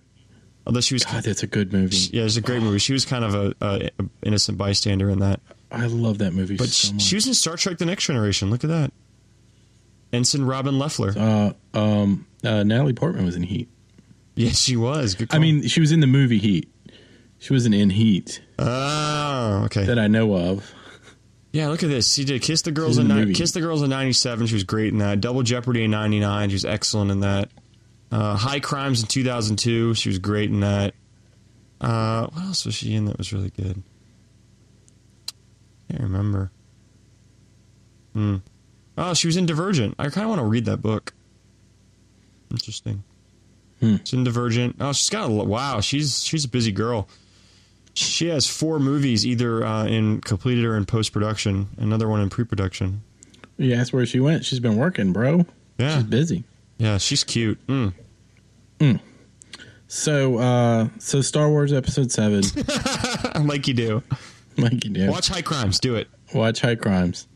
Speaker 1: Although she was,
Speaker 3: God, that's a good movie.
Speaker 1: yeah, it was a great movie. She was kind of a, a, a innocent bystander in that.
Speaker 3: I love that movie
Speaker 1: But
Speaker 3: so
Speaker 1: she,
Speaker 3: much.
Speaker 1: she was in Star Trek: The Next Generation. Look at that, Ensign Robin Leffler.
Speaker 3: uh, um, uh, Natalie Portman was in Heat.
Speaker 1: Yes, she was. Good
Speaker 3: I
Speaker 1: call.
Speaker 3: mean, she was in the movie Heat. She wasn't in Heat
Speaker 1: oh, okay.
Speaker 3: that I know of.
Speaker 1: yeah, look at this. She did Kiss the Girls
Speaker 3: She's
Speaker 1: in
Speaker 3: in the
Speaker 1: ni-
Speaker 3: movie.
Speaker 1: Kiss the Girls in '97. She was great in that. Double Jeopardy in '99. She was excellent in that. Uh, High Crimes in 2002. She was great in that. Uh, what else was she in that was really good? Can't remember. Hmm. Oh, she was in Divergent. I kind of want to read that book. Interesting.
Speaker 3: Hmm.
Speaker 1: She's in Divergent. Oh, she's got a lo- wow. She's she's a busy girl. She has four movies either uh, in completed or in post production. Another one in pre production.
Speaker 3: Yeah, that's where she went. She's been working, bro.
Speaker 1: Yeah,
Speaker 3: She's busy.
Speaker 1: yeah, she's cute. Mm.
Speaker 3: So, uh, so Star Wars Episode Seven,
Speaker 1: like you do.
Speaker 3: like you do.
Speaker 1: Watch
Speaker 3: Watch,
Speaker 1: High Crimes. Do it.
Speaker 3: High Crimes,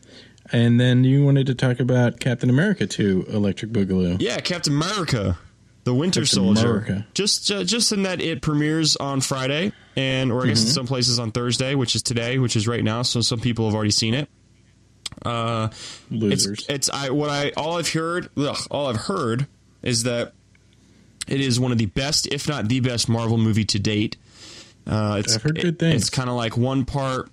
Speaker 3: and then you wanted to talk about Captain America Two: Electric Boogaloo.
Speaker 1: Yeah, Captain America, the Winter
Speaker 3: Captain
Speaker 1: Soldier.
Speaker 3: America.
Speaker 1: Just uh, just in that it premieres on Friday, and or I
Speaker 3: Mm-hmm.
Speaker 1: guess in some places on Thursday, which is today, which is right now. So some people have already seen it. It's
Speaker 3: Losers.
Speaker 1: it's I what I all I've heard ugh, all I've heard is that it is one of the best, if not the best, Marvel movie to date. Uh, it's,
Speaker 3: I've heard
Speaker 1: it-
Speaker 3: good things.
Speaker 1: It's kind of like one part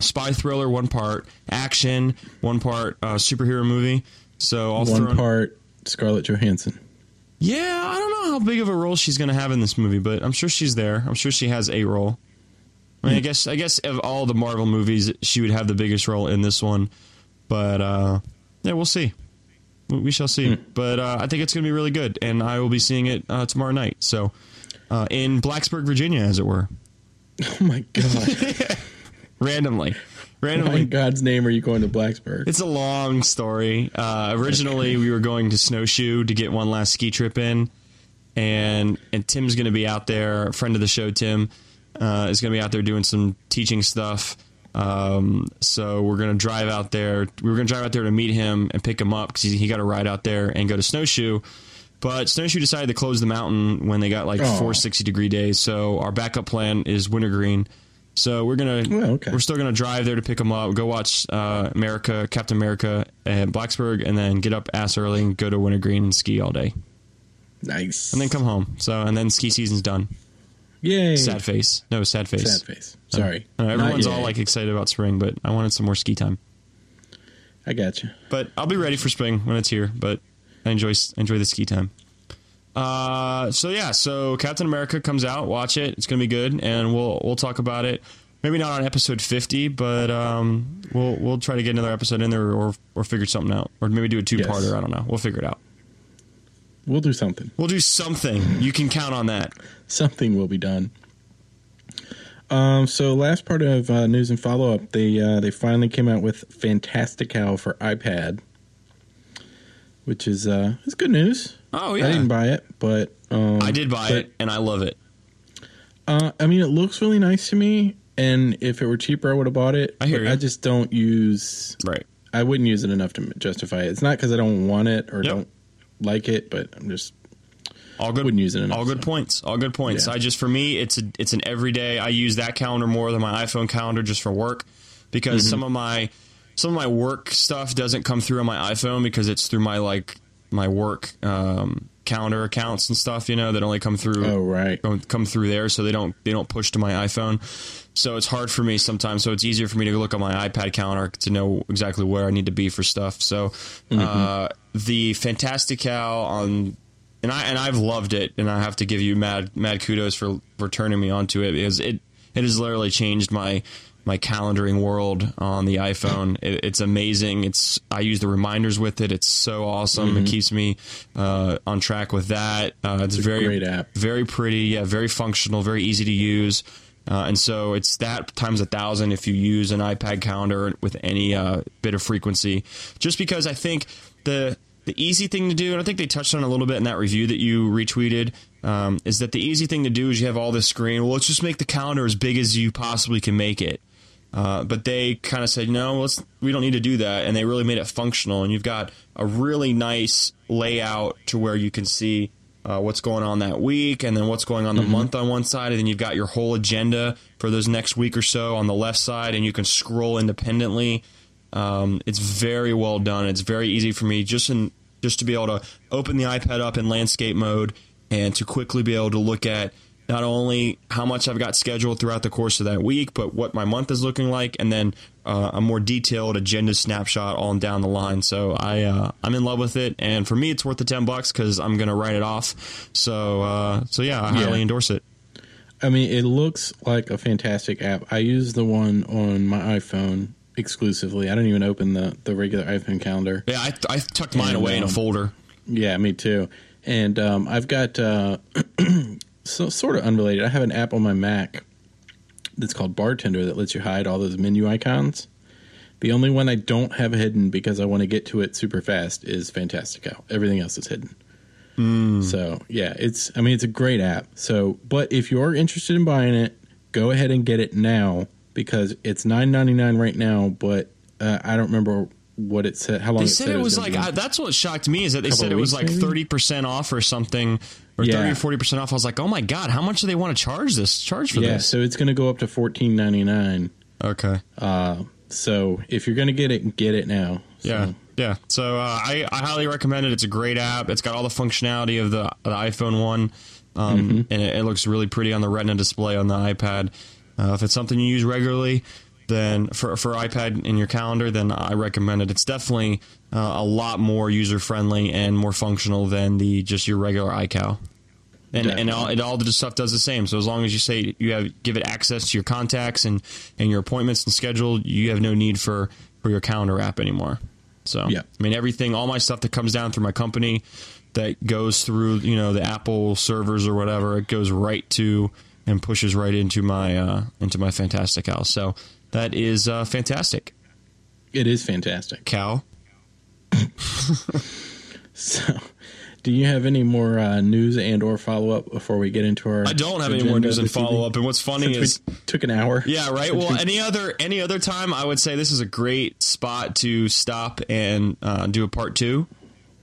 Speaker 1: spy thriller, one part action, one part uh, superhero movie. So all
Speaker 3: One
Speaker 1: thrown,
Speaker 3: part Scarlett Johansson.
Speaker 1: Yeah, I don't know how big of a role she's going to have in this movie, but I'm sure she's there. I'm sure she has a role. I mean, I guess I guess of all the Marvel movies, she would have the biggest role in this one. But uh, yeah, we'll see. We- We shall see. But uh, I think it's going to be really good, and I will be seeing it uh, tomorrow night. So uh, in Blacksburg, Virginia, as it were,
Speaker 3: Oh my god!
Speaker 1: randomly,
Speaker 3: Why
Speaker 1: randomly.
Speaker 3: in God's name are you going to Blacksburg?
Speaker 1: It's a long story. Uh, originally, we were going to Snowshoe to get one last ski trip in, and and Tim's going to be out there. A friend of the show, Tim, uh, is going to be out there doing some teaching stuff. Um, so we're going to drive out there. We were going to drive out there to meet him and pick him up because he, he got a ride out there and go to Snowshoe. But Snowshoe decided to close the mountain when they got like
Speaker 3: Aw.
Speaker 1: four sixty degree days. So our backup plan is Wintergreen. So we're gonna
Speaker 3: Well, okay.
Speaker 1: we're still gonna drive there to pick them up. Go watch uh, America, Captain America, at Blacksburg, and then get up ass early and go to Wintergreen and ski all day.
Speaker 3: Nice.
Speaker 1: and then come home. So and then ski season's done.
Speaker 3: Yay.
Speaker 1: Sad face. No, sad face.
Speaker 3: Sad face. Sorry.
Speaker 1: I know,
Speaker 3: Not
Speaker 1: everyone's all
Speaker 3: yay.
Speaker 1: like excited about spring, but I wanted some more ski time.
Speaker 3: I got you.
Speaker 1: But I'll be ready for spring when it's here. But I enjoy enjoy the ski time. Uh, so yeah, so Captain America comes out. Watch it; it's gonna be good, and we'll we'll talk about it. Maybe not on episode fifty, but um, we'll we'll try to get another episode in there, or or figure something out, or maybe do a two parter.
Speaker 3: Yes.
Speaker 1: I don't know. We'll figure it out.
Speaker 3: We'll do something.
Speaker 1: We'll do something. You can count on that.
Speaker 3: Something will be done. Um, so last part of uh, news and follow up, they uh, they finally came out with Fantastic Owl for iPad, which is uh, it's good news.
Speaker 1: Oh
Speaker 3: I didn't buy it, but um,
Speaker 1: I did buy
Speaker 3: but,
Speaker 1: it, and I love it.
Speaker 3: Uh, I mean, it looks really nice to me, and if it were cheaper, I would have bought it.
Speaker 1: I hear
Speaker 3: but
Speaker 1: you.
Speaker 3: I just don't use.
Speaker 1: Right.
Speaker 3: I wouldn't use it enough to justify it. It's not because I don't want it or
Speaker 1: Yep.
Speaker 3: don't like it, but I'm just
Speaker 1: All good.
Speaker 3: wouldn't use it enough.
Speaker 1: All good
Speaker 3: so.
Speaker 1: points. All good points.
Speaker 3: Yeah.
Speaker 1: I just for me, it's a, it's an everyday. I use that calendar more than my iPhone calendar just for work
Speaker 3: Mm-hmm.
Speaker 1: because some of my some of my work stuff doesn't come through on my iPhone because it's through my like my work um, calendar accounts and stuff. You know that only come through
Speaker 3: Oh right.
Speaker 1: go- come through there, so they don't they don't push to my iPhone. So it's hard for me sometimes. So it's easier for me to look on my iPad calendar to know exactly where I need to be for stuff. So uh, the Fantastic Owl on and I and I've loved it, and I have to give you mad mad kudos for for turning me onto it because it it has literally changed my my calendaring world on the iPhone. It, it's amazing. It's I use the reminders with it. It's so awesome. It keeps me uh, on track with that. Uh, it's, very
Speaker 3: great app.
Speaker 1: very pretty, yeah, very functional, very easy to use. Uh, and so it's that times a thousand if you use an iPad calendar with any uh, bit of frequency, just because I think the the easy thing to do, and I think they touched on it a little bit in that review that you retweeted, um, is that the easy thing to do is you have all this screen. Well, let's just make the calendar as big as you possibly can make it. Uh, but they kind of said, no, let's, we don't need to do that. And they really made it functional. And you've got a really nice layout to where you can see uh, what's going on that week and then what's going on the month on one side. And then you've got your whole agenda for those next week or so on the left side. And you can scroll independently. Um, it's very well done. It's very easy for me just in just to be able to open the iPad up in landscape mode and to quickly be able to look at not only how much I've got scheduled throughout the course of that week, but what my month is looking like, and then uh, a more detailed agenda snapshot on down the line. So I uh, I'm in love with it, and for me, it's worth the ten bucks because I'm gonna write it off. So uh, so yeah, I
Speaker 3: Yeah.
Speaker 1: highly endorse it.
Speaker 3: I mean, it looks like a fantastic app. I use the one on my iPhone exclusively. I don't even open the, the regular iPhone calendar.
Speaker 1: Yeah, I, I tucked mine
Speaker 3: And,
Speaker 1: away in a
Speaker 3: um,
Speaker 1: folder.
Speaker 3: Yeah, me too. And um, I've got uh, so sort of unrelated. I have an app on my Mac that's called Bartender that lets you hide all those menu icons. The only one I don't have hidden because I want to get to it super fast is Fantastico. Everything else is hidden.
Speaker 1: Hmm.
Speaker 3: So yeah, it's I mean it's a great app. So but if you're interested in buying it, go ahead and get it now because it's nine ninety nine right now. But uh, I don't remember what it said. How long
Speaker 1: They
Speaker 3: it
Speaker 1: said it was
Speaker 3: gonna
Speaker 1: like
Speaker 3: be.
Speaker 1: I, that's what shocked me is that they
Speaker 3: Couple
Speaker 1: said it
Speaker 3: of
Speaker 1: was
Speaker 3: weeks,
Speaker 1: like
Speaker 3: maybe?
Speaker 1: thirty percent off or something, or
Speaker 3: Yeah.
Speaker 1: thirty or forty percent off. I was like, oh my god, how much do they want to charge this? Charge for
Speaker 3: yeah.
Speaker 1: this?
Speaker 3: So it's going to go up to fourteen ninety nine.
Speaker 1: Okay,
Speaker 3: So if you're going to get it, get it now. So,
Speaker 1: yeah, yeah. So uh, I I highly recommend it. It's a great app. It's got all the functionality of the, the iPhone one, um, and it, it looks really pretty on the Retina display on the iPad. Uh, if it's something you use regularly. Then for, for iPad in your calendar, then I recommend it. It's definitely uh, a lot more user friendly and more functional than the just your regular iCal. and and all, and Uh, all the stuff does the same. So as long as you say you have give it access to your contacts and and your appointments and schedule, you have no need for for your calendar app anymore. So
Speaker 3: Yeah.
Speaker 1: I mean everything, all my stuff that comes down through my company that goes through you know the Apple servers or whatever, it goes right to and pushes right into my uh, into my fantastic house. So that is uh, fantastic,
Speaker 3: it is fantastic.
Speaker 1: Cal.
Speaker 3: So, do you have any more uh, news and or follow up before we get into our?
Speaker 1: I don't have any more
Speaker 3: agenda
Speaker 1: news and
Speaker 3: this evening?
Speaker 1: follow up. And what's funny
Speaker 3: Since
Speaker 1: is
Speaker 3: we took an hour.
Speaker 1: Yeah, right. Well, any other any other time, I would say this is a great spot to stop and uh, do a part two,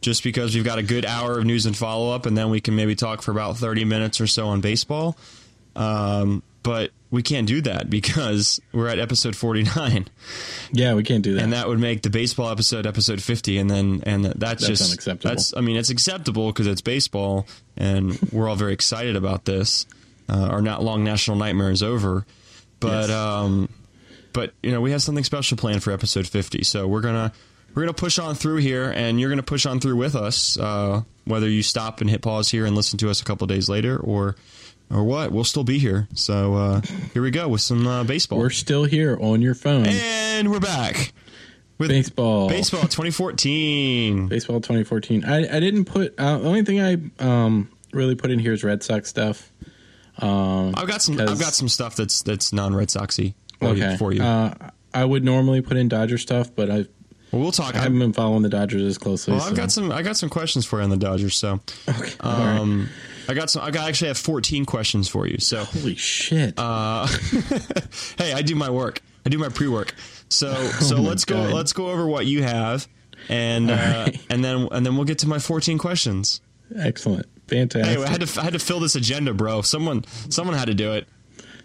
Speaker 1: just because we've got a good hour of news and follow up, and then we can maybe talk for about thirty minutes or so on baseball. Um, but we can't do that because we're at episode 49
Speaker 3: Yeah, we can't do that.
Speaker 1: and that would make the baseball episode episode 50 and then and that's, just
Speaker 3: unacceptable.
Speaker 1: that's i mean it's acceptable because it's baseball and we're all very excited about this uh, our not long national nightmare is over but
Speaker 3: Yes.
Speaker 1: um but you know we have something special planned for episode 50 so we're gonna we're gonna push on through here and you're gonna push on through with us uh, whether you stop and hit pause here and listen to us a couple days later or or what we'll still be here so uh, here we go with some uh, baseball
Speaker 3: We're still here on your phone.
Speaker 1: and we're back with
Speaker 3: baseball.
Speaker 1: Baseball 2014.
Speaker 3: Baseball 2014. I, I didn't put. Uh, the only thing I um, really put in here is Red Sox stuff.
Speaker 1: I've got some. I've got some stuff that's that's non Red Soxy for you. For you.
Speaker 3: Uh, I would normally put in Dodger stuff, but I've,
Speaker 1: well, we'll talk. I,
Speaker 3: I haven't been following the Dodgers as closely.
Speaker 1: well, I've got some. I got some questions for you on the Dodgers. So,
Speaker 3: Okay. all right.
Speaker 1: um, I got some. I got, actually have 14 questions for you. So,
Speaker 3: Holy shit!
Speaker 1: uh, hey, I do my work. I do my pre work. So, so
Speaker 3: Oh my
Speaker 1: let's
Speaker 3: God.
Speaker 1: go. Let's go over what you have, and uh,
Speaker 3: right.
Speaker 1: and then and then we'll get to my 14 questions.
Speaker 3: Excellent.
Speaker 1: Hey,
Speaker 3: Fantastic.
Speaker 1: I had to I had to fill this agenda, bro. Someone someone had to do it.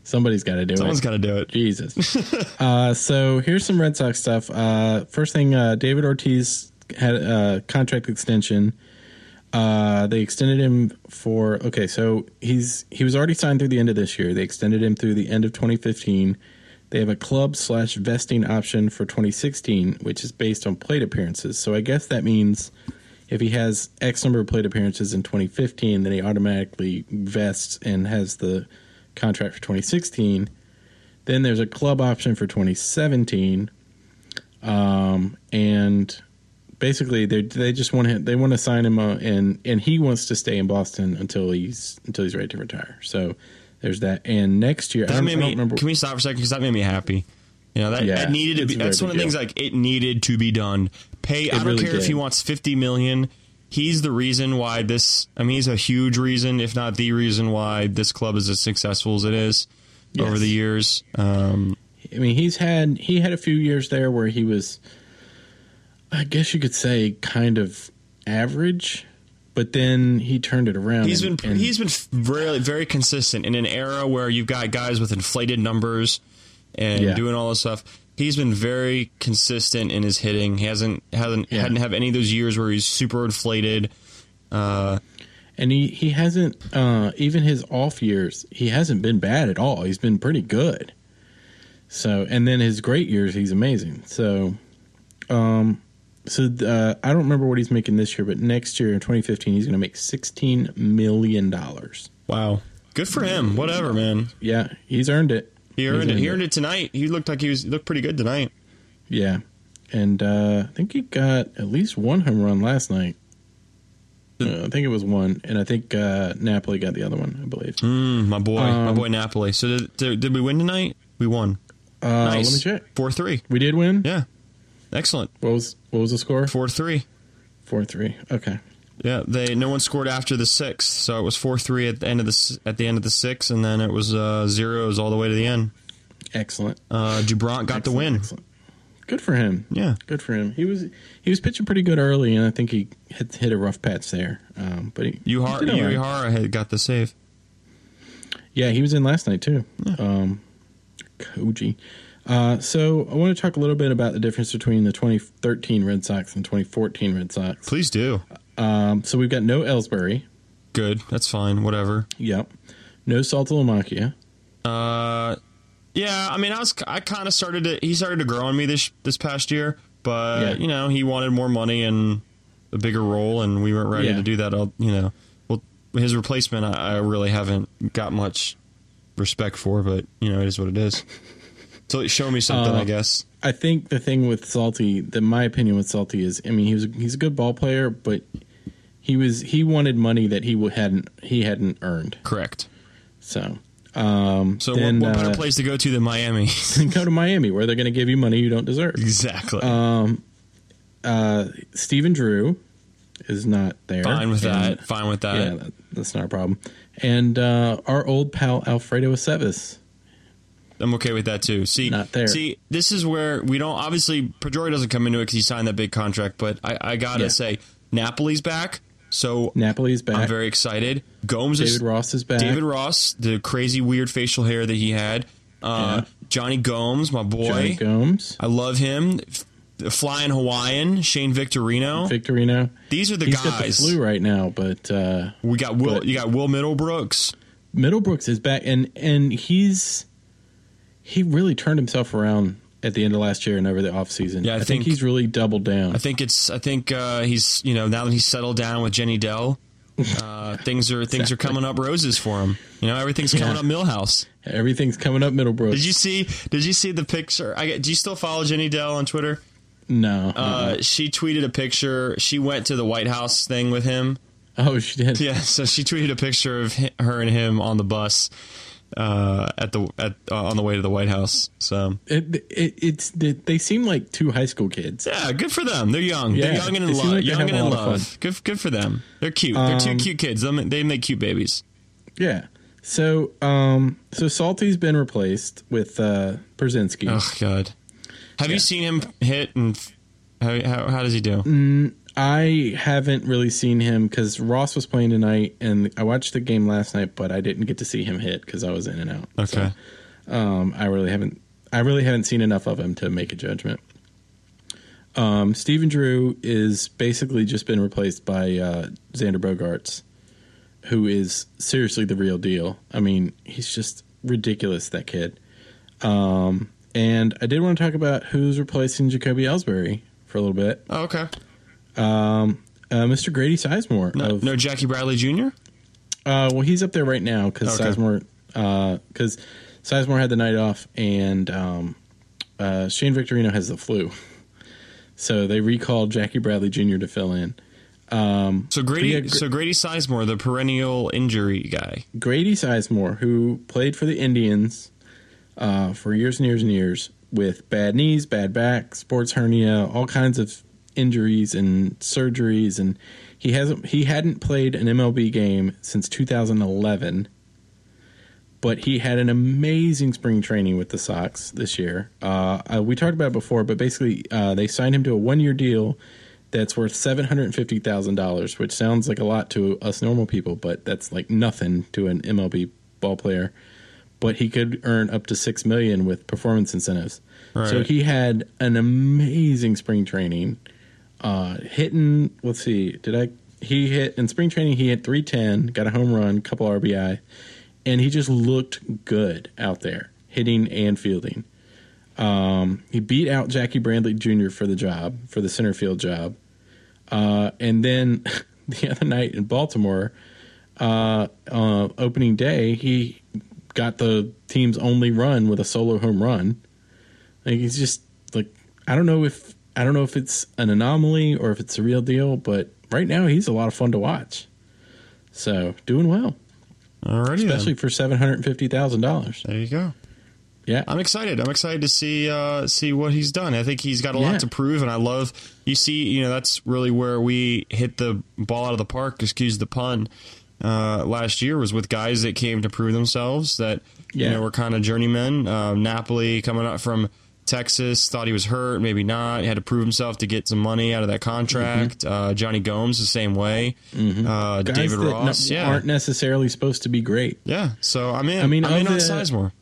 Speaker 3: Somebody's got to do
Speaker 1: Someone's
Speaker 3: it.
Speaker 1: got to do it.
Speaker 3: Jesus. uh, so here's some Red Sox stuff. Uh, first thing, uh, David Ortiz had a contract extension. Uh, they extended him for okay, so he's he was already signed through the end of this year. They extended him through the end of 2015. They have a club slash vesting option for 2016, which is based on plate appearances. So I guess that means if he has X number of plate appearances in 2015, then he automatically vests and has the contract for 2016. Then there's a club option for 2017, um, and basically they they just want him, they want to sign him uh, and and he wants to stay in Boston until he's until he's ready to retire. So there's that. And next year, I
Speaker 1: That
Speaker 3: don't,
Speaker 1: made
Speaker 3: I don't
Speaker 1: me.
Speaker 3: remember.
Speaker 1: Can we stop for a second? Because that made me happy. You know that,
Speaker 3: Yeah,
Speaker 1: that needed to
Speaker 3: it's
Speaker 1: be.
Speaker 3: a very
Speaker 1: That's one of
Speaker 3: big
Speaker 1: the things.
Speaker 3: deal.
Speaker 1: Like it needed to be done. Pay. I don't
Speaker 3: really
Speaker 1: care if
Speaker 3: did.
Speaker 1: he wants fifty million. He's the reason why this. I mean, he's a huge reason, if not the reason why this club is as successful as it is over
Speaker 3: Yes.
Speaker 1: the years. Um,
Speaker 3: I mean, he's had he had a few years there where he was, I guess you could say, kind of average, but then he turned it around.
Speaker 1: he's
Speaker 3: and-
Speaker 1: been
Speaker 3: and-
Speaker 1: he's been very very consistent in an era where you've got guys with inflated numbers and
Speaker 3: Yeah.
Speaker 1: doing all this stuff. He's been very consistent in his hitting. He hasn't hasn't
Speaker 3: Yeah.
Speaker 1: hadn't have any of those years where he's super inflated. Uh,
Speaker 3: and he he hasn't uh, even his off years he hasn't been bad at all. He's been pretty good. So and then his great years he's amazing. So, um, so uh, I don't remember what he's making this year, but next year in 2015 he's going to make 16 million dollars.
Speaker 1: Wow. Good for him. Whatever, man.
Speaker 3: Yeah, he's earned it.
Speaker 1: He
Speaker 3: He's
Speaker 1: earned it. He earned it tonight. He looked like he was he looked pretty good tonight.
Speaker 3: Yeah. And uh, I think he got at least one home run last night.
Speaker 1: Hmm.
Speaker 3: Uh, I think it was one, and I think uh, Napoli got the other one, I believe.
Speaker 1: Mm, my boy, my
Speaker 3: Um,
Speaker 1: boy Napoli. So did, did, did we win tonight? We won.
Speaker 3: Uh,
Speaker 1: nice.
Speaker 3: Let me check.
Speaker 1: Four three.
Speaker 3: We did win.
Speaker 1: Yeah. Excellent.
Speaker 3: What was what was the score?
Speaker 1: Four three.
Speaker 3: Four three. Okay.
Speaker 1: Yeah. They no one scored after the sixth, so it was four three at the end of the s- at the end of the six, and then it was uh, zeros all the way to the end.
Speaker 3: Excellent.
Speaker 1: Uh, Dubron got the
Speaker 3: Excellent,
Speaker 1: win.
Speaker 3: excellent. Good for him.
Speaker 1: Yeah.
Speaker 3: Good for him. He was he was pitching pretty good early, and I think he hit hit a rough patch there. Um, but he,
Speaker 1: You
Speaker 3: he did all right.
Speaker 1: Yurihara had got the save.
Speaker 3: Yeah, he was in last night too. Um, Koji. Uh, so I want to talk a little bit about the difference between the 2013 Red Sox and 2014 Red Sox.
Speaker 1: Please do.
Speaker 3: Um, so we've got no Ellsbury.
Speaker 1: Good. That's fine. Whatever.
Speaker 3: Yep. No Saltalamacchia.
Speaker 1: Uh, yeah. I mean, I was I kind of started to he started to grow on me this this past year, but
Speaker 3: Yeah.
Speaker 1: you know he wanted more money and a bigger role, and we weren't ready
Speaker 3: Yeah.
Speaker 1: to do that. I'll, you know, well, his replacement I, I really haven't got much respect for, but you know it is what it is. So show me something,
Speaker 3: Uh,
Speaker 1: I guess.
Speaker 3: I think the thing with Salty, that my opinion with Salty is, I mean, he was he's a good ball player, but he was he wanted money that he wa- hadn't he hadn't earned.
Speaker 1: Correct.
Speaker 3: So um,
Speaker 1: So
Speaker 3: then,
Speaker 1: what, what better
Speaker 3: uh,
Speaker 1: place to go to than Miami?
Speaker 3: go to Miami where they're going to give you money you don't deserve.
Speaker 1: exactly.
Speaker 3: uh, Stephen Drew is not there.
Speaker 1: Fine with
Speaker 3: And-
Speaker 1: that. Fine with that.
Speaker 3: Yeah, that, Uh, that's not a problem. And uh, our old pal Alfredo Aceves.
Speaker 1: I'm okay with that too. See,
Speaker 3: Not there.
Speaker 1: See, this is where we don't. Obviously, Pedroia doesn't come into it because he signed that big contract. But I, I gotta
Speaker 3: Yeah.
Speaker 1: say, Napoli's back, So
Speaker 3: Napoli's
Speaker 1: I'm
Speaker 3: back.
Speaker 1: very excited. Gomes is
Speaker 3: David Ross is back.
Speaker 1: David Ross, the crazy weird facial hair that he had. Uh,
Speaker 3: Yeah.
Speaker 1: Johnny Gomes, my boy.
Speaker 3: Johnny Gomes.
Speaker 1: I love him. F- Flying Hawaiian, Shane Victorino.
Speaker 3: Victorino.
Speaker 1: These are the
Speaker 3: He's got the
Speaker 1: guys.
Speaker 3: flu right now, but uh,
Speaker 1: we got Will.
Speaker 3: but-
Speaker 1: you got Will Middlebrooks.
Speaker 3: Middlebrooks is back, and and he's he really turned himself around at the end of last year and over the offseason.
Speaker 1: Yeah, I
Speaker 3: I,
Speaker 1: think-
Speaker 3: think, he's really doubled down.
Speaker 1: I think it's. I think uh, he's. You know, now that he's settled down with Jenny Dell, uh, things are things are coming up roses for him. You know, everything's coming
Speaker 3: Yeah.
Speaker 1: up Millhouse.
Speaker 3: Everything's coming up Middlebrooks.
Speaker 1: Did you see? Did you see the picture? I got, do you still follow Jenny Dell on Twitter?
Speaker 3: No.
Speaker 1: Uh, she tweeted a picture. She went to the White House thing with him.
Speaker 3: oh, she did.
Speaker 1: Yeah, so she tweeted a picture of hi- her and him on the bus uh, at the at uh, on the way to the White House. So
Speaker 3: It, it, it's they seem like two high school kids.
Speaker 1: yeah, good for them. They're young. They're
Speaker 3: Yeah,
Speaker 1: young and
Speaker 3: they
Speaker 1: in
Speaker 3: seem
Speaker 1: love.
Speaker 3: like they
Speaker 1: young
Speaker 3: have
Speaker 1: and
Speaker 3: a
Speaker 1: in
Speaker 3: lot of
Speaker 1: love.
Speaker 3: fun.
Speaker 1: Good good for them. They're cute. They're two
Speaker 3: Um,
Speaker 1: cute kids. They make, they make cute babies.
Speaker 3: Yeah. So, um, so Salty's been replaced with uh, Brzezinski.
Speaker 1: Oh God, have you seen him hit and f- how how, how does he do?
Speaker 3: Mm. I haven't really seen him because Ross was playing tonight, and I watched the game last night, but I didn't get to see him hit because I was in and out.
Speaker 1: Okay,
Speaker 3: Um, I really haven't. I really haven't seen enough of him to make a judgment. Um, Steven Drew is basically just been replaced by uh, Xander Bogarts, who is seriously the real deal. I mean, he's just ridiculous that kid. Um, and I did want to talk about who's replacing Jacoby Ellsbury for a little bit.
Speaker 1: oh, okay.
Speaker 3: Uh, Mr. Grady Sizemore.
Speaker 1: No,
Speaker 3: of,
Speaker 1: no Jackie Bradley Jr.
Speaker 3: Uh, well, he's up there right now because
Speaker 1: Okay.
Speaker 3: Sizemore because Sizemore had the night off, and um, uh, Shane Victorino has the flu, so they recalled Jackie Bradley Jr. to fill in.
Speaker 1: So Grady,
Speaker 3: Yeah, Gr-
Speaker 1: so Grady Sizemore, the perennial injury guy.
Speaker 3: Grady Sizemore, who played for the Indians uh, for years and years and years with bad knees, bad back, sports hernia, all kinds of injuries and surgeries, and he hasn't he hadn't played an MLB game since 2011. But he had an amazing spring training with the Sox this year. Uh, uh, we talked about it before, but basically uh, they signed him to a one-year deal that's worth seven hundred and fifty thousand dollars, which sounds like a lot to us normal people, but that's like nothing to an MLB ball player. But he could earn up to six million with performance incentives. So
Speaker 1: Right.
Speaker 3: he had an amazing spring training, uh, hitting. Let's see, did I? He hit in spring training. He hit three ten, got a home run, couple RBI, and he just looked good out there, hitting and fielding. Um, He beat out Jackie Brandley Jr. for the job, for the center field job. Uh, and then the other night in Baltimore, uh, uh, opening day, he got the team's only run with a solo home run. Like he's just like I don't know if I don't know if it's an anomaly or if it's the real deal, but right now he's a lot of fun to watch. So doing well,
Speaker 1: Alrighty, then.
Speaker 3: especially for seven hundred and fifty thousand dollars.
Speaker 1: there you go.
Speaker 3: Yeah,
Speaker 1: I'm excited. I'm excited to see uh, see what he's done. I think he's got a lot
Speaker 3: Yeah.
Speaker 1: to prove, and I love you see. You know, that's really where we hit the ball out of the park. Excuse the pun. Uh, last year was with guys that came to prove themselves that you
Speaker 3: Yeah.
Speaker 1: know were kind of journeymen. Uh, Napoli coming up from Texas thought he was hurt, maybe not. He had to prove himself to get some money out of that contract. Uh, Johnny Gomes the same way. Uh,
Speaker 3: Mm-hmm. guys
Speaker 1: David
Speaker 3: that
Speaker 1: Ross,
Speaker 3: no-
Speaker 1: yeah,
Speaker 3: aren't necessarily supposed to be great.
Speaker 1: yeah. So I'm in. I
Speaker 3: I mean,
Speaker 1: mean, I'm
Speaker 3: of
Speaker 1: in on
Speaker 3: the-
Speaker 1: Sizemore.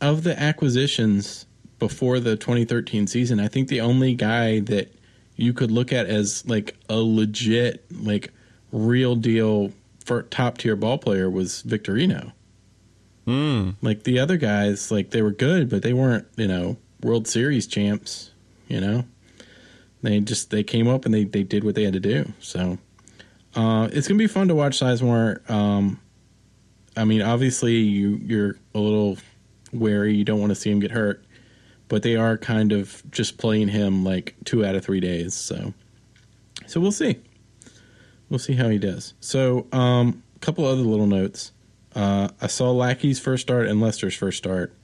Speaker 3: of the acquisitions before the 2013 season, I think the only guy that you could look at as like a legit, like real deal for top tier ball player was Victorino.
Speaker 1: Mm,
Speaker 3: Like the other guys, like they were good, but they weren't, you know, World Series champs. You know, they just they came up and they they did what they had to do. So uh, it's gonna be fun to watch Sizemore. Um, I mean, obviously you you're a little wary. You don't want to see him get hurt, but they are kind of just playing him like two out of three days. So so we'll see. We'll see how he does. So um, a couple other little notes. Uh, I saw Lackey's first start and Lester's first start.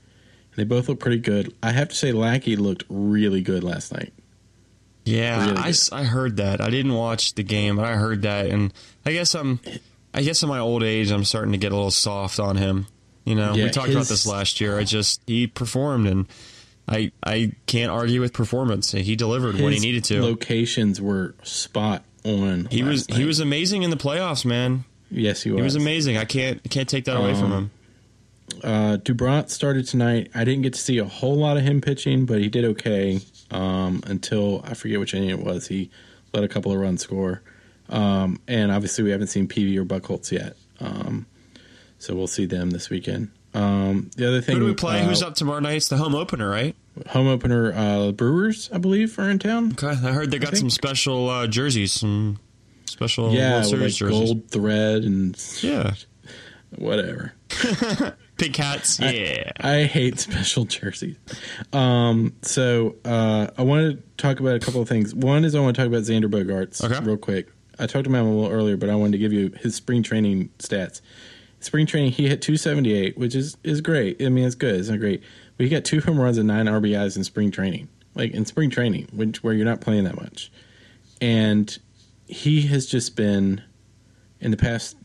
Speaker 3: They both look pretty good. I have to say, Lackey looked really good last night.
Speaker 1: Yeah,
Speaker 3: Really
Speaker 1: I, s- I heard that. I didn't watch the game, but I heard that, and I guess I'm, I guess in my old age, I'm starting to get a little soft on him. You know, we
Speaker 3: Yeah,
Speaker 1: talked about
Speaker 3: his-
Speaker 1: this last year. I just he performed, and I I can't argue with performance. He delivered when he
Speaker 3: His
Speaker 1: needed to.
Speaker 3: Locations were spot on.
Speaker 1: He was
Speaker 3: last
Speaker 1: he
Speaker 3: night.
Speaker 1: was amazing in the playoffs, man.
Speaker 3: yes Um, he was
Speaker 1: He was amazing. I can't can't take that away from him.
Speaker 3: Uh, Dubrat started tonight. I didn't get to see a whole lot of him pitching, but he did okay um, until I forget which inning it was. He let a couple of runs score, um, and obviously we haven't seen Peavy or Buckholz yet, um, so we'll see them this weekend. Um, the other thing
Speaker 1: Who do we play?
Speaker 3: uh,
Speaker 1: Who's up tomorrow night? It's the home opener, right?
Speaker 3: home opener uh, Brewers, I believe, are in town.
Speaker 1: Okay. I heard they got
Speaker 3: think-
Speaker 1: some special uh, jerseys, some special
Speaker 3: yeah,
Speaker 1: World
Speaker 3: with,
Speaker 1: Series
Speaker 3: like
Speaker 1: jerseys.
Speaker 3: gold thread and
Speaker 1: Yeah,
Speaker 3: whatever.
Speaker 1: pink hats. Yeah,
Speaker 3: I hate special jerseys. Um, so uh, I want to talk about a couple of things. One is I want to talk about Xander Bogarts
Speaker 1: Okay.
Speaker 3: real quick. I talked about him a little earlier, but I wanted to give you his spring training stats. Spring training, he hit 278, which is is great. I mean, it's good. It's not great, but he got two home runs and nine RBIs in spring training, like in spring training, which where you're not playing that much. And he has just been in the past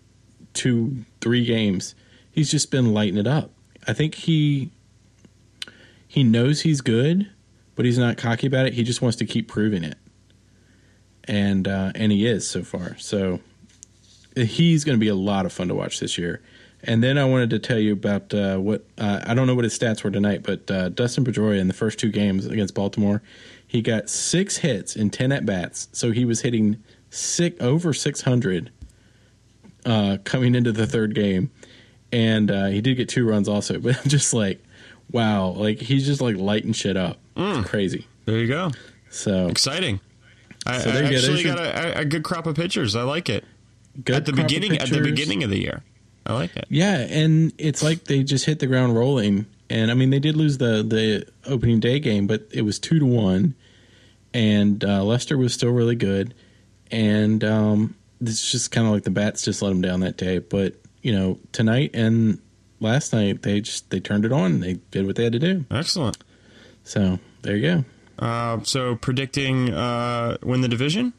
Speaker 3: two, three games, he's just been lighting it up. I think he he knows he's good, but he's not cocky about it. He just wants to keep proving it, and uh, and he is so far. So uh, he's going to be a lot of fun to watch this year. And then I wanted to tell you about uh, what uh, I don't know what his stats were tonight, but uh, Dustin Pedroia in the first two games against Baltimore, he got six hits in ten at bats, so he was hitting sick over six hundred uh, coming into the third game, and uh, he did get two runs also. But I'm just like, wow, like he's just like lighting shit up.
Speaker 1: Mm.
Speaker 3: It's crazy.
Speaker 1: there you go.
Speaker 3: So
Speaker 1: Exciting. I,
Speaker 3: So
Speaker 1: I
Speaker 3: there you go.
Speaker 1: actually
Speaker 3: There's your-
Speaker 1: got a, a- a good crop of pitchers. I like it
Speaker 3: good
Speaker 1: at the
Speaker 3: crop of
Speaker 1: beginning. At the
Speaker 3: pitchers.
Speaker 1: beginning of the year, I like it.
Speaker 3: Yeah, and it's like they just hit the ground rolling. And I mean, they did lose the the opening day game, but it was two to one, and uh, Lester was still really good. And um, it's just kind of like the bats just let him down that day. But you know, tonight and last night they just they turned it on. They did what they had to do.
Speaker 1: Excellent.
Speaker 3: So there you go.
Speaker 1: Uh, so predicting uh, win the division.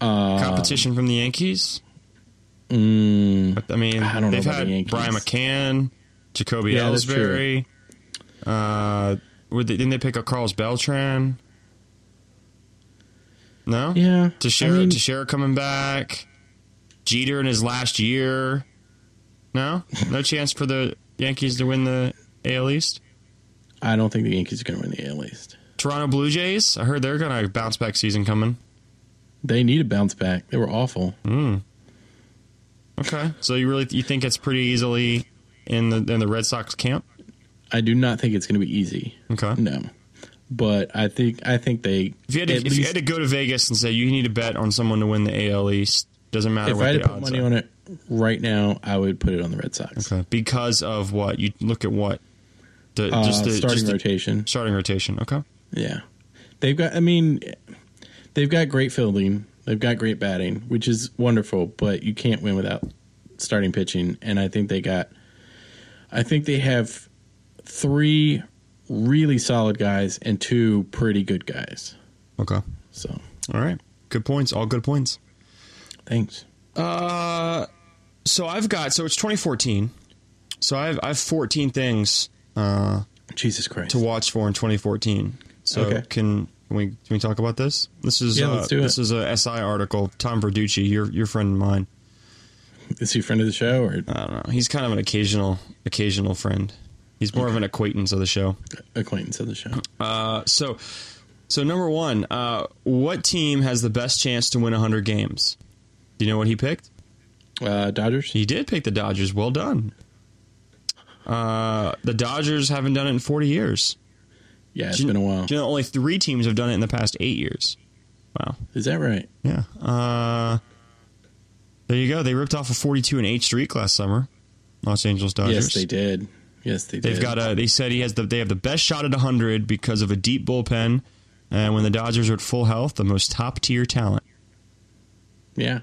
Speaker 3: Uh,
Speaker 1: Competition from the Yankees.
Speaker 3: mm,
Speaker 1: But, I mean,
Speaker 3: I don't know
Speaker 1: they've
Speaker 3: about
Speaker 1: had
Speaker 3: the Yankees.
Speaker 1: Brian McCann, Jacoby
Speaker 3: Yeah, that's
Speaker 1: Ellsbury. Uh, would they, didn't they pick up Carlos Beltran? No.
Speaker 3: yeah.
Speaker 1: Teixeira,
Speaker 3: I mean,
Speaker 1: Teixeira coming back. Jeter in his last year. No, no chance for the Yankees to win the AL East.
Speaker 3: I don't think the Yankees are going to win the AL East.
Speaker 1: Toronto Blue Jays. I heard they're gonna bounce back season coming. Hmm.
Speaker 3: They need a bounce back. They were awful.
Speaker 1: Okay, so you really you think it's pretty easily in the in the Red Sox camp?
Speaker 3: I do not think it's going to be easy.
Speaker 1: Okay.
Speaker 3: No, but I think I think they.
Speaker 1: If you, had to,
Speaker 3: at
Speaker 1: if you
Speaker 3: least-
Speaker 1: had to go to Vegas and say you need to bet on someone to win the AL East, doesn't matter
Speaker 3: if
Speaker 1: what
Speaker 3: I had
Speaker 1: the
Speaker 3: to put
Speaker 1: odds
Speaker 3: money
Speaker 1: are.
Speaker 3: on it right now, I would put it on the Red Sox.
Speaker 1: Okay. Because of what you look at what the
Speaker 3: Uh,
Speaker 1: just the
Speaker 3: starting
Speaker 1: just the
Speaker 3: rotation.
Speaker 1: starting rotation. Okay,
Speaker 3: Yeah, they've got. I mean, they've got great fielding. They've got great batting, which is wonderful. But you can't win without starting pitching. And I think they got. I think they have three really solid guys and two pretty good guys.
Speaker 1: okay,
Speaker 3: So
Speaker 1: all right, good points, all good points.
Speaker 3: thanks.
Speaker 1: Uh, so I've got so it's 2014, so I've I've 14 things uh
Speaker 3: Jesus Christ.
Speaker 1: to watch for in 2014. So
Speaker 3: Okay.
Speaker 1: can. Can we, can we talk about this? This is
Speaker 3: Yeah,
Speaker 1: uh,
Speaker 3: let's do it.
Speaker 1: this is a SI article. Tom Verducci, your your friend of mine.
Speaker 3: Is he a friend of the show or
Speaker 1: I don't know. He's kind of an occasional occasional friend. He's more of an acquaintance of the show.
Speaker 3: acquaintance of the show?
Speaker 1: Uh, so, so number one, uh, what team has the best chance to win 100 games? Do you know what he picked?
Speaker 3: Uh, Dodgers.
Speaker 1: He did pick the Dodgers. Well done. Uh, the Dodgers haven't done it in 40 years.
Speaker 3: Yeah, it's
Speaker 1: Do you-
Speaker 3: been a while.
Speaker 1: do you know only three teams have done it in the past eight years. Wow.
Speaker 3: Is that right?
Speaker 1: Yeah. Uh, there you go. They ripped off a 42 and 8 streak last summer. Los Angeles Dodgers.
Speaker 3: Yes, they did. Yes, they did.
Speaker 1: They've got a. They said he has the. They have the best shot at 100 because of a deep bullpen, and when the Dodgers are at full health, the most top tier talent.
Speaker 3: yeah,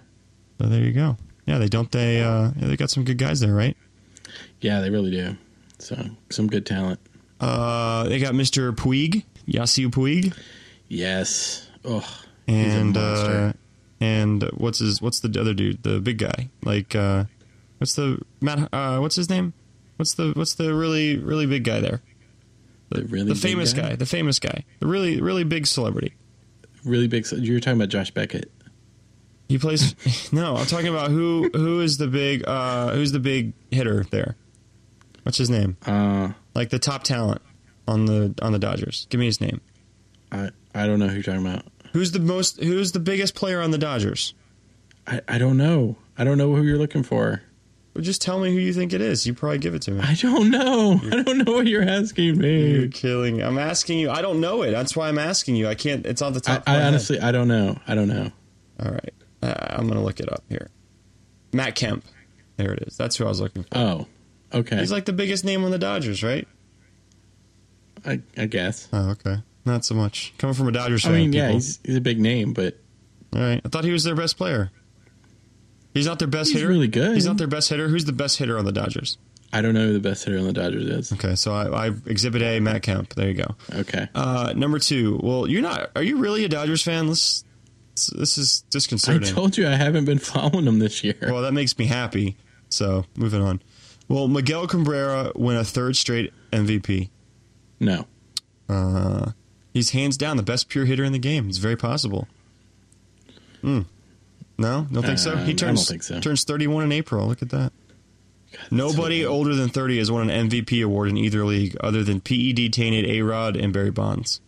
Speaker 1: So there you go. Yeah, they don't. They uh, yeah, they got some good guys there, right?
Speaker 3: yeah, they really do. So some good talent.
Speaker 1: Uh, they got Mr. Puig, Yasiu Puig,
Speaker 3: Yes. Oh, he's a
Speaker 1: and uh,
Speaker 3: monster.
Speaker 1: and what's his what's the other dude, the big guy? Like, uh, what's the Matt? Uh, what's his name? What's the what's the really really big guy there?
Speaker 3: the really
Speaker 1: The
Speaker 3: big
Speaker 1: famous guy. The famous guy. The really really big celebrity.
Speaker 3: really big. You were talking about Josh Beckett.
Speaker 1: He plays. no, I'm talking about who who is the big uh, who's the big hitter there. What's his name?
Speaker 3: Uh,
Speaker 1: Like the top talent on the on the Dodgers. Give me his name.
Speaker 3: I I don't know who you're talking about.
Speaker 1: Who's the most? Who's the biggest player on the Dodgers?
Speaker 3: I, I don't know. I don't know who you're looking for.
Speaker 1: Well, just tell me who you think it is. You probably give it to me.
Speaker 3: I don't know. I don't know what you're asking
Speaker 1: You're
Speaker 3: me.
Speaker 1: killing. I'm asking you. I don't know it. That's why I'm asking you. I can't. It's on the
Speaker 3: I,
Speaker 1: top. of
Speaker 3: I
Speaker 1: my
Speaker 3: honestly I don't know. I don't know.
Speaker 1: Head. All right. Uh, I'm gonna look it up here. Matt Kemp. There it is. That's who I was looking for.
Speaker 3: Oh, okay.
Speaker 1: He's like the biggest name on the Dodgers, right?
Speaker 3: I, I guess.
Speaker 1: Oh, okay. Not so much. Coming from a Dodgers
Speaker 3: I
Speaker 1: fan.
Speaker 3: mean, yeah,
Speaker 1: people.
Speaker 3: he's, he's a big name, but
Speaker 1: All right. I thought he was their best player. He's not their best
Speaker 3: he's
Speaker 1: hitter.
Speaker 3: really good.
Speaker 1: He's not their best hitter. Who's the best hitter on the Dodgers?
Speaker 3: I don't know who the best hitter on the Dodgers is.
Speaker 1: Okay, so I, I exhibit A, Matt Kemp. There you go.
Speaker 3: Okay.
Speaker 1: Uh, number two. Well, you're not. Are you really a Dodgers fan? This this is
Speaker 3: I
Speaker 1: disconcerting.
Speaker 3: told you I haven't been following him this year.
Speaker 1: well, that makes me happy. So moving on. Well, Miguel Cabrera won a third straight MVP.
Speaker 3: no.
Speaker 1: Uh, he's hands down the best pure hitter in the game. It's very possible. Hmm. No, don't think so.
Speaker 3: Um, I
Speaker 1: He
Speaker 3: don't
Speaker 1: turns
Speaker 3: think so.
Speaker 1: turns thirty one in April. Look at that.
Speaker 3: God,
Speaker 1: Nobody
Speaker 3: that's-
Speaker 1: older than thirty has won an MVP award in either league, other than E PED tainted A Rod and Barry Bonds.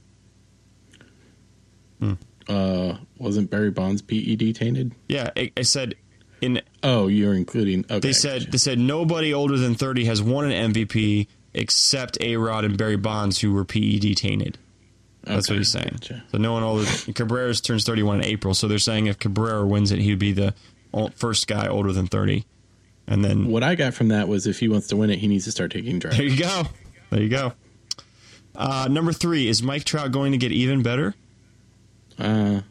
Speaker 3: Uh, wasn't Barry Bonds PED tainted?
Speaker 1: Yeah, I, I said in
Speaker 3: Oh, you're including. Okay.
Speaker 1: They said they said nobody older than thirty has won an MVP except A Rod and Barry Bonds, who were E PED tainted. That's what he's saying.
Speaker 3: Gotcha.
Speaker 1: So no one older. Cabrera's turns thirty-one in April, so they're saying if Cabrera wins it, he'd be the o- first guy older than thirty. And then
Speaker 3: What I got from that was if he wants to win it, he needs to start taking
Speaker 1: there
Speaker 3: drugs.
Speaker 1: you go, there you go. Uh, number three is Mike Trout going to get even better?
Speaker 3: Uh,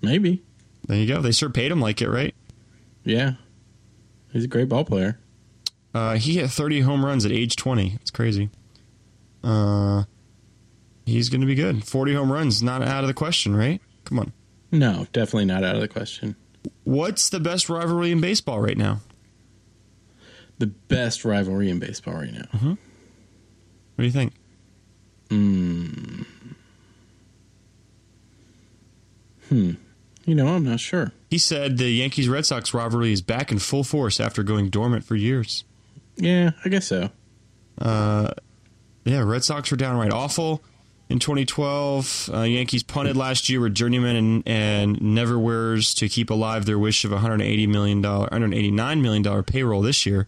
Speaker 3: maybe.
Speaker 1: There you go. They sure paid him like it, right?
Speaker 3: Yeah. He's a great ball player.
Speaker 1: Uh, he hit 30 home runs at age 20. It's crazy. Uh, he's going to be good. 40 home runs, not out of the question, right? Come on.
Speaker 3: No, definitely not out of the question.
Speaker 1: What's the best rivalry in baseball right now?
Speaker 3: The best rivalry in baseball right now.
Speaker 1: What do you think?
Speaker 3: Mm. Hmm. You know, I'm not sure.
Speaker 1: He said the Yankees Red Sox rivalry is back in full force after going dormant for years.
Speaker 3: Yeah, I guess so.
Speaker 1: Uh, yeah, Red Sox were downright awful in 2012. Uh, Yankees punted last year with journeyman and, and never wearers to keep alive their wish of 180 million dollar, 189 million dollar payroll this year.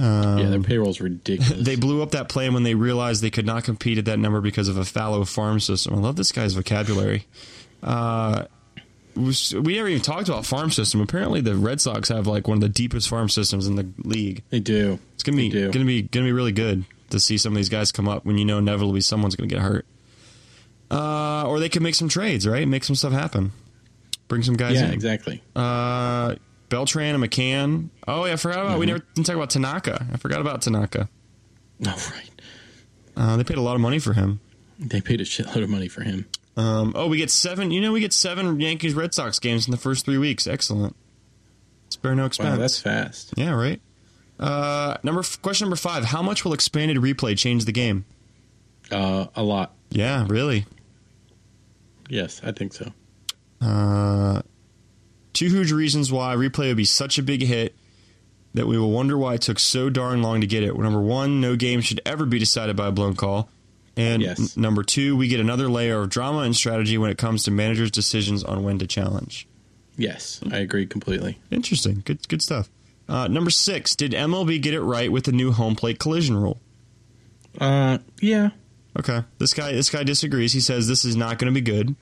Speaker 1: Um,
Speaker 3: yeah, their payroll's ridiculous.
Speaker 1: they blew up that plan when they realized they could not compete at that number because of a fallow farm system. I love this guy's vocabulary. Uh, we- we never even talked about farm system. Apparently, the Red Sox have like one of the deepest farm systems in the league.
Speaker 3: They do.
Speaker 1: It's gonna be
Speaker 3: They do.
Speaker 1: gonna be gonna be really good to see some of these guys come up when you know inevitably someone's gonna get hurt. Uh, or they could make some trades, right? Make some stuff happen. Bring some guys
Speaker 3: yeah,
Speaker 1: in.
Speaker 3: exactly.
Speaker 1: Uh, Beltran and McCann. Oh, yeah, I forgot about. We
Speaker 3: Mm-hmm.
Speaker 1: never didn't talk about Tanaka. I forgot about Tanaka.
Speaker 3: oh, right.
Speaker 1: Uh, they paid a lot of money for him.
Speaker 3: They paid a shitload of money for him.
Speaker 1: Um, oh, we get seven. You know, we get seven Yankees Red Sox games in the first three weeks. Excellent. Spare no expense.
Speaker 3: Wow, that's fast.
Speaker 1: yeah, right. Uh, number f- question number five: How much will expanded replay change the game?
Speaker 3: Uh, a lot.
Speaker 1: Yeah, really.
Speaker 3: Yes, I think so.
Speaker 1: Uh, two huge reasons why replay would be such a big hit that we will wonder why it took so darn long to get it. Number one, no game should ever be decided by a blown call. And
Speaker 3: Yes.
Speaker 1: n- number two, we get another layer of drama and strategy when it comes to managers' decisions on when to challenge.
Speaker 3: Yes, I agree completely.
Speaker 1: Interesting. Good good stuff. Uh, number six, did MLB get it right with the new home plate collision rule?
Speaker 3: Uh, yeah.
Speaker 1: Okay. This guy this guy disagrees. He says this is not going to be good.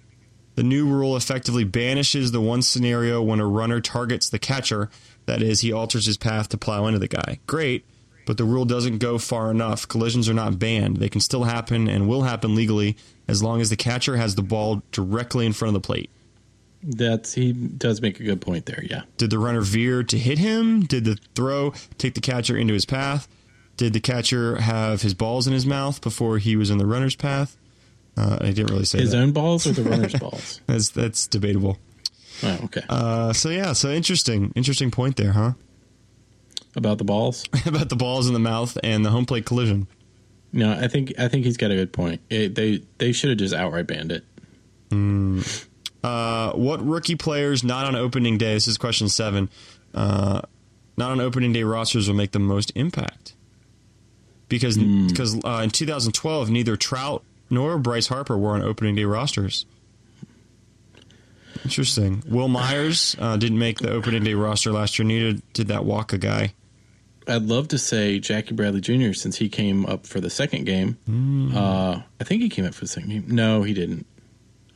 Speaker 1: The new rule effectively banishes the one scenario when a runner targets the catcher, that is, he alters his path to plow into the guy. Great, but the rule doesn't go far enough. Collisions are not banned. They can still happen and will happen legally as long as the catcher has the ball directly in front of the plate.
Speaker 3: That's he does make a good point there. Yeah.
Speaker 1: Did the runner veer to hit him? Did the throw take the catcher into his path? Did the catcher have his balls in his mouth before he was in the runner's path? Uh, I didn't really say
Speaker 3: His
Speaker 1: that.
Speaker 3: own balls or the runner's balls?
Speaker 1: That's that's debatable.
Speaker 3: Oh, okay.
Speaker 1: Uh, so yeah, so interesting, interesting point there, huh?
Speaker 3: About the balls?
Speaker 1: About the balls in the mouth and the home plate collision.
Speaker 3: No, I think I think he's got a good point. It, they they should have just outright banned it.
Speaker 1: Uh, what rookie players not on opening day? This is question seven. Uh, not on opening day rosters will make the most impact because
Speaker 3: Hmm.
Speaker 1: because uh, in 2012 neither Trout nor Bryce Harper were on opening day rosters. Interesting. Will Myers uh, didn't make the opening day roster last year. Neither did that Waka guy.
Speaker 3: I'd love to say Jackie Bradley Jr. since he came up for the second game.
Speaker 1: Hmm.
Speaker 3: Uh, I think he came up for the second game. No, he didn't.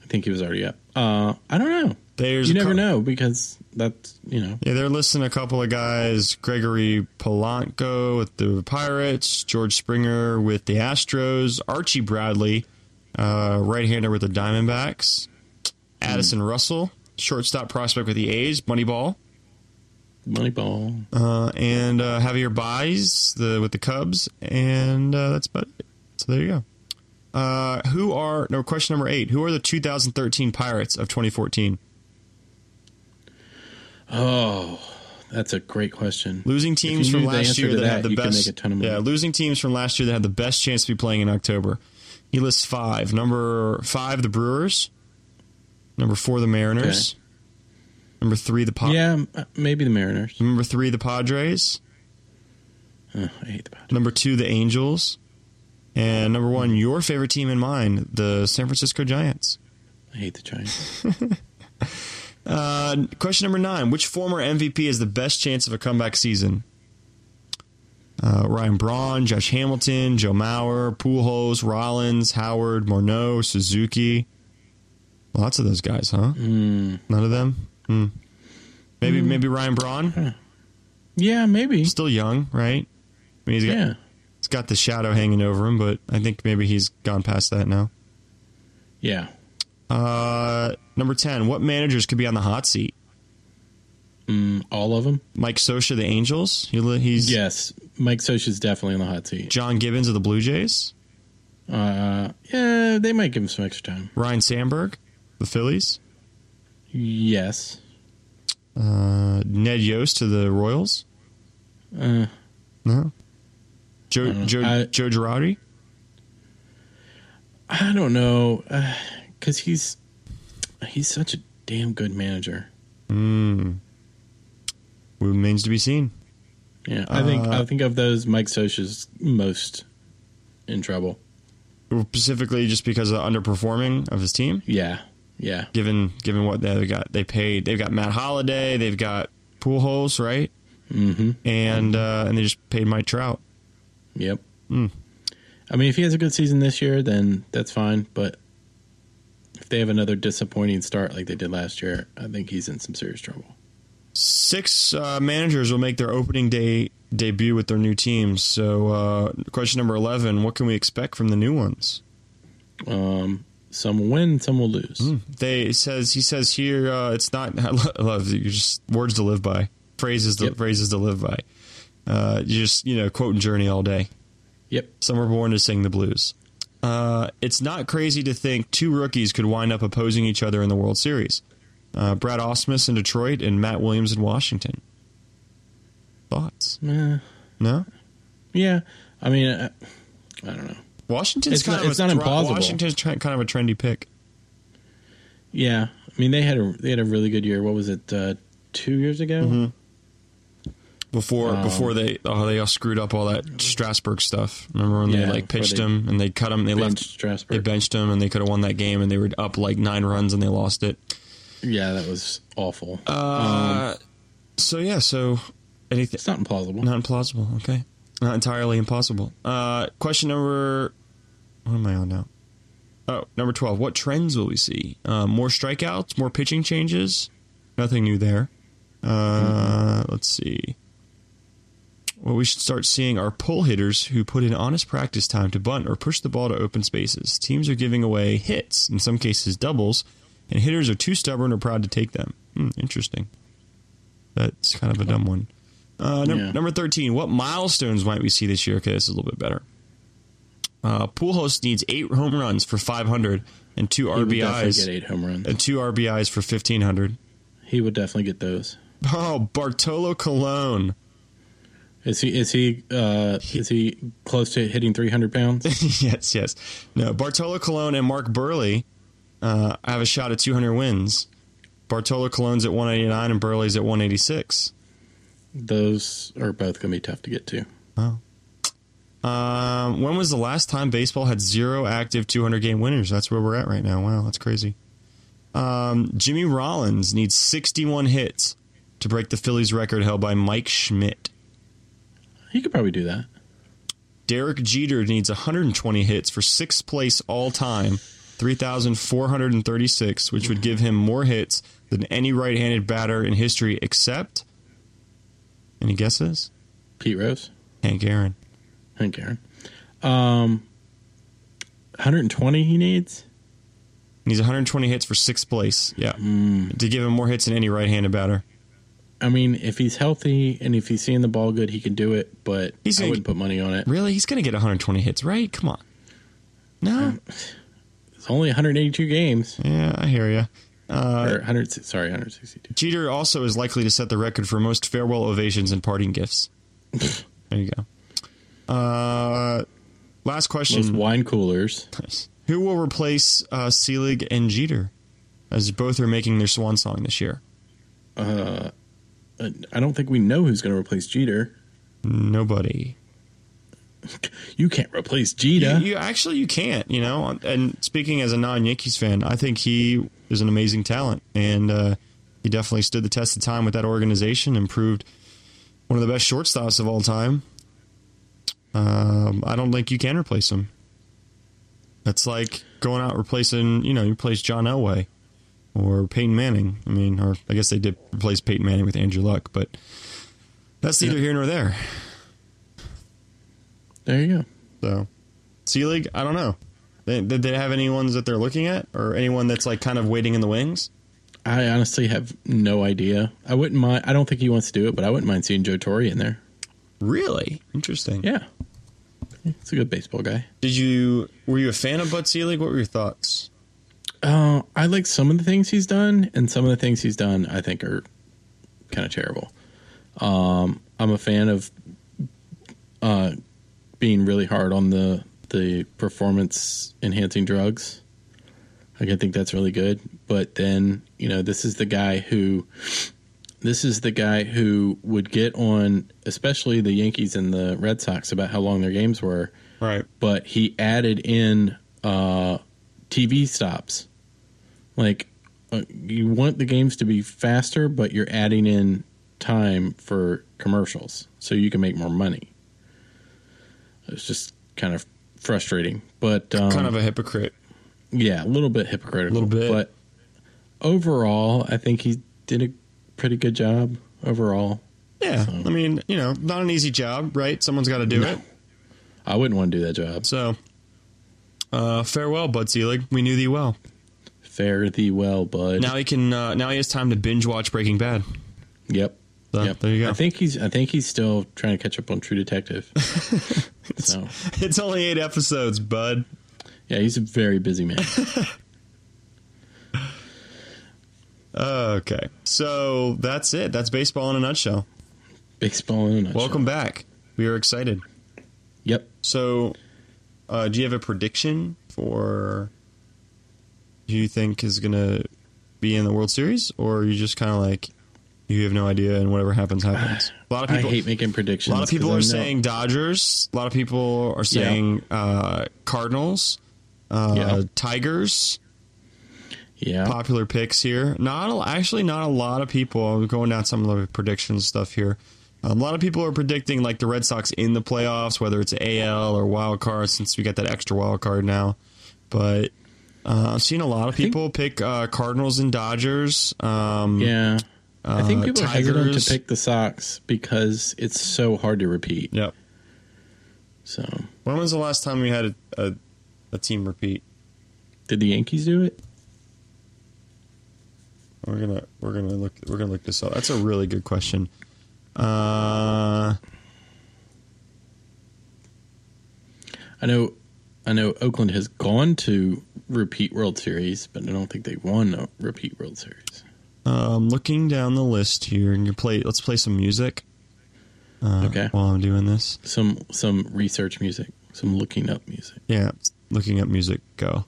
Speaker 3: I think he was already up. Uh, I don't know.
Speaker 1: There's
Speaker 3: you
Speaker 1: a
Speaker 3: never
Speaker 1: cou-
Speaker 3: know because that's you know
Speaker 1: Yeah, they're listing a couple of guys: Gregory Polanco with the Pirates, George Springer with the Astros, Archie Bradley, uh, right-hander with the Diamondbacks, Addison Russell, shortstop prospect with the A's, Moneyball,
Speaker 3: Moneyball.
Speaker 1: uh, and uh, Javier Baez the, with the Cubs, and uh, that's about it. So there you go. Uh, who are no question number eight? Who are the 2013 Pirates of 2014?
Speaker 3: Oh, that's a great question.
Speaker 1: Losing teams
Speaker 3: you
Speaker 1: from
Speaker 3: knew the
Speaker 1: last
Speaker 3: answer
Speaker 1: year
Speaker 3: to
Speaker 1: that,
Speaker 3: that,
Speaker 1: had the
Speaker 3: you could
Speaker 1: best
Speaker 3: make a ton of money.
Speaker 1: Yeah, losing teams from last year that had the best chance to be playing in October. He lists five. Number five, the Brewers. Number four, the Mariners. Number three, the Padres.
Speaker 3: Yeah, m- uh, maybe the Mariners.
Speaker 1: Number three, the Padres.
Speaker 3: Uh, I hate the Padres.
Speaker 1: Number two, the Angels. And number one, your favorite team and mine, the San Francisco Giants.
Speaker 3: I hate the Giants.
Speaker 1: Uh, question number nine: Which former MVP has the best chance of a comeback season? Uh, Ryan Braun, Josh Hamilton, Joe Mauer, Pujols, Rollins, Howard, Morneau, Suzuki. Lots of those guys, huh?
Speaker 3: Mm,
Speaker 1: None of them. Hmm. Maybe maybe Ryan Braun,
Speaker 3: Yeah, maybe.
Speaker 1: still young, right? I mean, he's got
Speaker 3: Yeah,
Speaker 1: he's got the shadow hanging over him, but I think maybe he's gone past that now.
Speaker 3: yeah.
Speaker 1: Uh, number ten: What managers could be on the hot seat?
Speaker 3: Mm, all of them.
Speaker 1: Mike Sosha, the Angels. He, li- he's
Speaker 3: Yes, Mike Sosha's definitely on the hot seat.
Speaker 1: John Gibbons of the Blue Jays,
Speaker 3: Uh, yeah, they might give him some extra time.
Speaker 1: Ryan Sandberg, the Phillies,
Speaker 3: Yes.
Speaker 1: uh, Ned Yost to the Royals,
Speaker 3: Uh,
Speaker 1: no,
Speaker 3: I
Speaker 1: Joe
Speaker 3: don't know.
Speaker 1: Joe
Speaker 3: I-
Speaker 1: Joe Girardi,
Speaker 3: I don't know, because he's he's such a damn good manager.
Speaker 1: mm. remains to be seen.
Speaker 3: Yeah, I think
Speaker 1: Uh,
Speaker 3: I think of those Mike Sosha's most in trouble.
Speaker 1: Specifically, just because of the underperforming of his team,
Speaker 3: Yeah, yeah,
Speaker 1: given given what they got, they paid. They've got Matt Holiday, they've got Pujols, right,
Speaker 3: mm-hmm.
Speaker 1: and uh, and they just paid Mike Trout.
Speaker 3: yep.
Speaker 1: Mm.
Speaker 3: I mean, if he has a good season this year, then that's fine. But if they have another disappointing start like they did last year, I think he's in some serious trouble.
Speaker 1: six uh, managers will make their opening day debut with their new teams. So, uh, question number eleven: What can we expect from the new ones?
Speaker 3: Um, some will win, some will lose.
Speaker 1: Hmm. They it says he says here uh, it's not. I lo- I love you. Just words to live by, phrases to,
Speaker 3: Yep.
Speaker 1: phrases to live by. Uh, you just you know quoting Journey all day.
Speaker 3: Yep.
Speaker 1: Some were born to sing the blues. Uh, it's not crazy to think two rookies could wind up opposing each other in the World Series. Uh, Brad Osmus in Detroit and Matt Williams in Washington. Thoughts?
Speaker 3: Eh,
Speaker 1: No.
Speaker 3: yeah. I mean, I, I don't know.
Speaker 1: Washington's
Speaker 3: It's
Speaker 1: kind
Speaker 3: not-
Speaker 1: of
Speaker 3: it's
Speaker 1: a
Speaker 3: not
Speaker 1: thro-
Speaker 3: implausible.
Speaker 1: Washington's tr- kind of a trendy pick.
Speaker 3: Yeah, I mean they had a they had a really good year. What was it? Uh, two years ago.
Speaker 1: Mm-hmm. Before
Speaker 3: Um,
Speaker 1: before they oh they all screwed up all that Strasburg stuff. Remember when they
Speaker 3: Yeah,
Speaker 1: like
Speaker 3: before
Speaker 1: pitched
Speaker 3: they
Speaker 1: him and they cut him, they
Speaker 3: Benched
Speaker 1: left, they
Speaker 3: Strasburg.
Speaker 1: benched him, and they could have won that game, and they were up like nine runs and they lost it.
Speaker 3: yeah, that was awful.
Speaker 1: Uh,
Speaker 3: Um,
Speaker 1: so yeah, so anything
Speaker 3: it's not implausible.
Speaker 1: not implausible, okay, not entirely impossible. Uh, question number, what am I on now? Oh, number twelve. What trends will we see? Uh, more strikeouts, more pitching changes. Nothing new there. Uh,
Speaker 3: Mm-hmm.
Speaker 1: Let's see. What we should start seeing are pull hitters who put in honest practice time to bunt or push the ball to open spaces. Teams are giving away hits, in some cases doubles, and hitters are too stubborn or proud to take them. Hmm, interesting. That's kind of a dumb one. Uh, num-
Speaker 3: Yeah.
Speaker 1: Number 13. What milestones might we see this year? Okay, this is a little bit better. Uh, Pujols needs eight home runs for 500 and two
Speaker 3: He would definitely
Speaker 1: RBIs
Speaker 3: get eight home runs.
Speaker 1: and two RBIs for 1500.
Speaker 3: He would definitely get those.
Speaker 1: Oh, Bartolo Colon.
Speaker 3: Is he is he uh, is he close to hitting three hundred pounds?
Speaker 1: yes, yes. No, Bartolo Colon and Mark Burley uh, I have a shot at 200 wins. Bartolo Colon's at 189 and Burley's at 186.
Speaker 3: Those are both going to be tough to get to.
Speaker 1: Um, when was the last time baseball had zero active 200 game winners? That's where we're at right now. Wow, that's crazy. Um, Jimmy Rollins needs 61 hits to break the Phillies record held by Mike Schmidt.
Speaker 3: He could probably do that.
Speaker 1: Derek Jeter needs 120 hits for sixth place all time, 3,436, which would give him more hits than any right handed batter in history except. Any guesses?
Speaker 3: Pete Rose
Speaker 1: Hank Aaron.
Speaker 3: and Karen. Um, 120 he needs.
Speaker 1: Needs 120 hits for sixth place. Yeah. To give him more hits than any right handed batter.
Speaker 3: Hmm. I mean, if he's healthy and if he's seeing the ball good, he can do it. But
Speaker 1: He's
Speaker 3: I
Speaker 1: gonna-
Speaker 3: wouldn't put money on it.
Speaker 1: Really? He's going to get 120 hits, right? Come on. No?
Speaker 3: It's only 182 games
Speaker 1: Yeah, I hear you. Uh,
Speaker 3: or 100. Sorry, 162.
Speaker 1: Jeter also is likely to set the record for most farewell ovations and parting gifts. there you go. Uh, last question.
Speaker 3: Most wine coolers.
Speaker 1: Who will replace uh, Selig and Jeter, as both are making their swan song this year?
Speaker 3: Uh, I don't think we know who's going to replace Jeter.
Speaker 1: Nobody.
Speaker 3: You can't replace Jeter.
Speaker 1: You, you actually you can't. You know. And speaking as a non-Yankees fan, I think he is an amazing talent, and uh, he definitely stood the test of time with that organization and proved one of the best shortstops of all time. Um, I don't think you can replace him. That's like going out replacing, you know, you replace John Elway or Peyton Manning. I mean, or I guess they did replace Peyton Manning with Andrew Luck, but that's neither here nor there.
Speaker 3: there you go.
Speaker 1: So, C League, I don't know. They, did they have any ones that they're looking at, or anyone that's like kind of waiting in the wings?
Speaker 3: I honestly have no idea. I wouldn't mind. I don't think he wants to do it, but I wouldn't mind seeing Joe Torre in there.
Speaker 1: Really interesting.
Speaker 3: Yeah, it's a good baseball guy.
Speaker 1: Did you were you a fan of Bud Selig? What were your thoughts?
Speaker 3: Uh, I like some of the things he's done, and some of the things he's done I think are kind of terrible. Um, I'm a fan of uh, being really hard on the the performance enhancing drugs. Like I think that's really good, but then you know this is the guy who this is the guy who would get on, especially the Yankees and the Red Sox about how long their games were
Speaker 1: Right.
Speaker 3: but he added in uh, TV stops. Like uh, you want the games to be faster, but you're adding in time for commercials so you can make more money. It's just kind of frustrating, but um,
Speaker 1: kind of a hypocrite.
Speaker 3: yeah, a little bit hypocritical.
Speaker 1: Little bit.
Speaker 3: but overall, I think he did a pretty good job overall.
Speaker 1: Yeah. I mean, you know, not an easy job, right? Someone's got to do it.
Speaker 3: I wouldn't want to do that job.
Speaker 1: So, uh, farewell, Bud Selig. We knew thee well.
Speaker 3: Fare thee well, bud.
Speaker 1: Now he can. Uh, now he has time to binge watch Breaking Bad.
Speaker 3: Yep.
Speaker 1: So, there you go.
Speaker 3: I think he's. I think he's still trying to catch up on True Detective. so
Speaker 1: It's only eight episodes, Bud.
Speaker 3: yeah, he's a very busy man.
Speaker 1: Okay. So that's it. That's baseball in a nutshell.
Speaker 3: Baseball in a nutshell.
Speaker 1: Welcome back. We are excited.
Speaker 3: Yep.
Speaker 1: So, uh, do you have a prediction for who you think is going to be in the World Series, or are you just kind of like you have no idea and whatever happens happens? A lot of
Speaker 3: I
Speaker 1: people.
Speaker 3: hate making
Speaker 1: a
Speaker 3: predictions.
Speaker 1: lot of people
Speaker 3: 'cause I
Speaker 1: are
Speaker 3: know-
Speaker 1: saying Dodgers. A lot of people are saying uh, Cardinals. Uh,
Speaker 3: Yeah.
Speaker 1: Tigers.
Speaker 3: Yeah.
Speaker 1: popular picks here. Not a, actually not a lot of people. I'm going down some of the prediction stuff here. Um, a lot of people are predicting like the Red Sox in the playoffs, whether it's AL or wild card, since we got that extra wild card now. But uh, I've seen a lot of
Speaker 3: think-
Speaker 1: people pick uh, Cardinals and Dodgers. Um,
Speaker 3: yeah. I think
Speaker 1: uh,
Speaker 3: people are hesitant
Speaker 1: Tigers.
Speaker 3: to pick the Sox because it's so hard to repeat.
Speaker 1: Yep.
Speaker 3: So
Speaker 1: When was the last time we had a, a, a team repeat?
Speaker 3: did the Yankees do it?
Speaker 1: We're gonna we're gonna look we're gonna look this up. That's a really good question. Uh,
Speaker 3: I know. I know Oakland has gone to repeat World Series, but I don't think they won a repeat World Series.
Speaker 1: Um, looking down the list here, and you play. Let's play some music. Uh,
Speaker 3: Okay.
Speaker 1: While I'm doing this,
Speaker 3: Some some research music, some looking up music.
Speaker 1: yeah, looking up music. Go.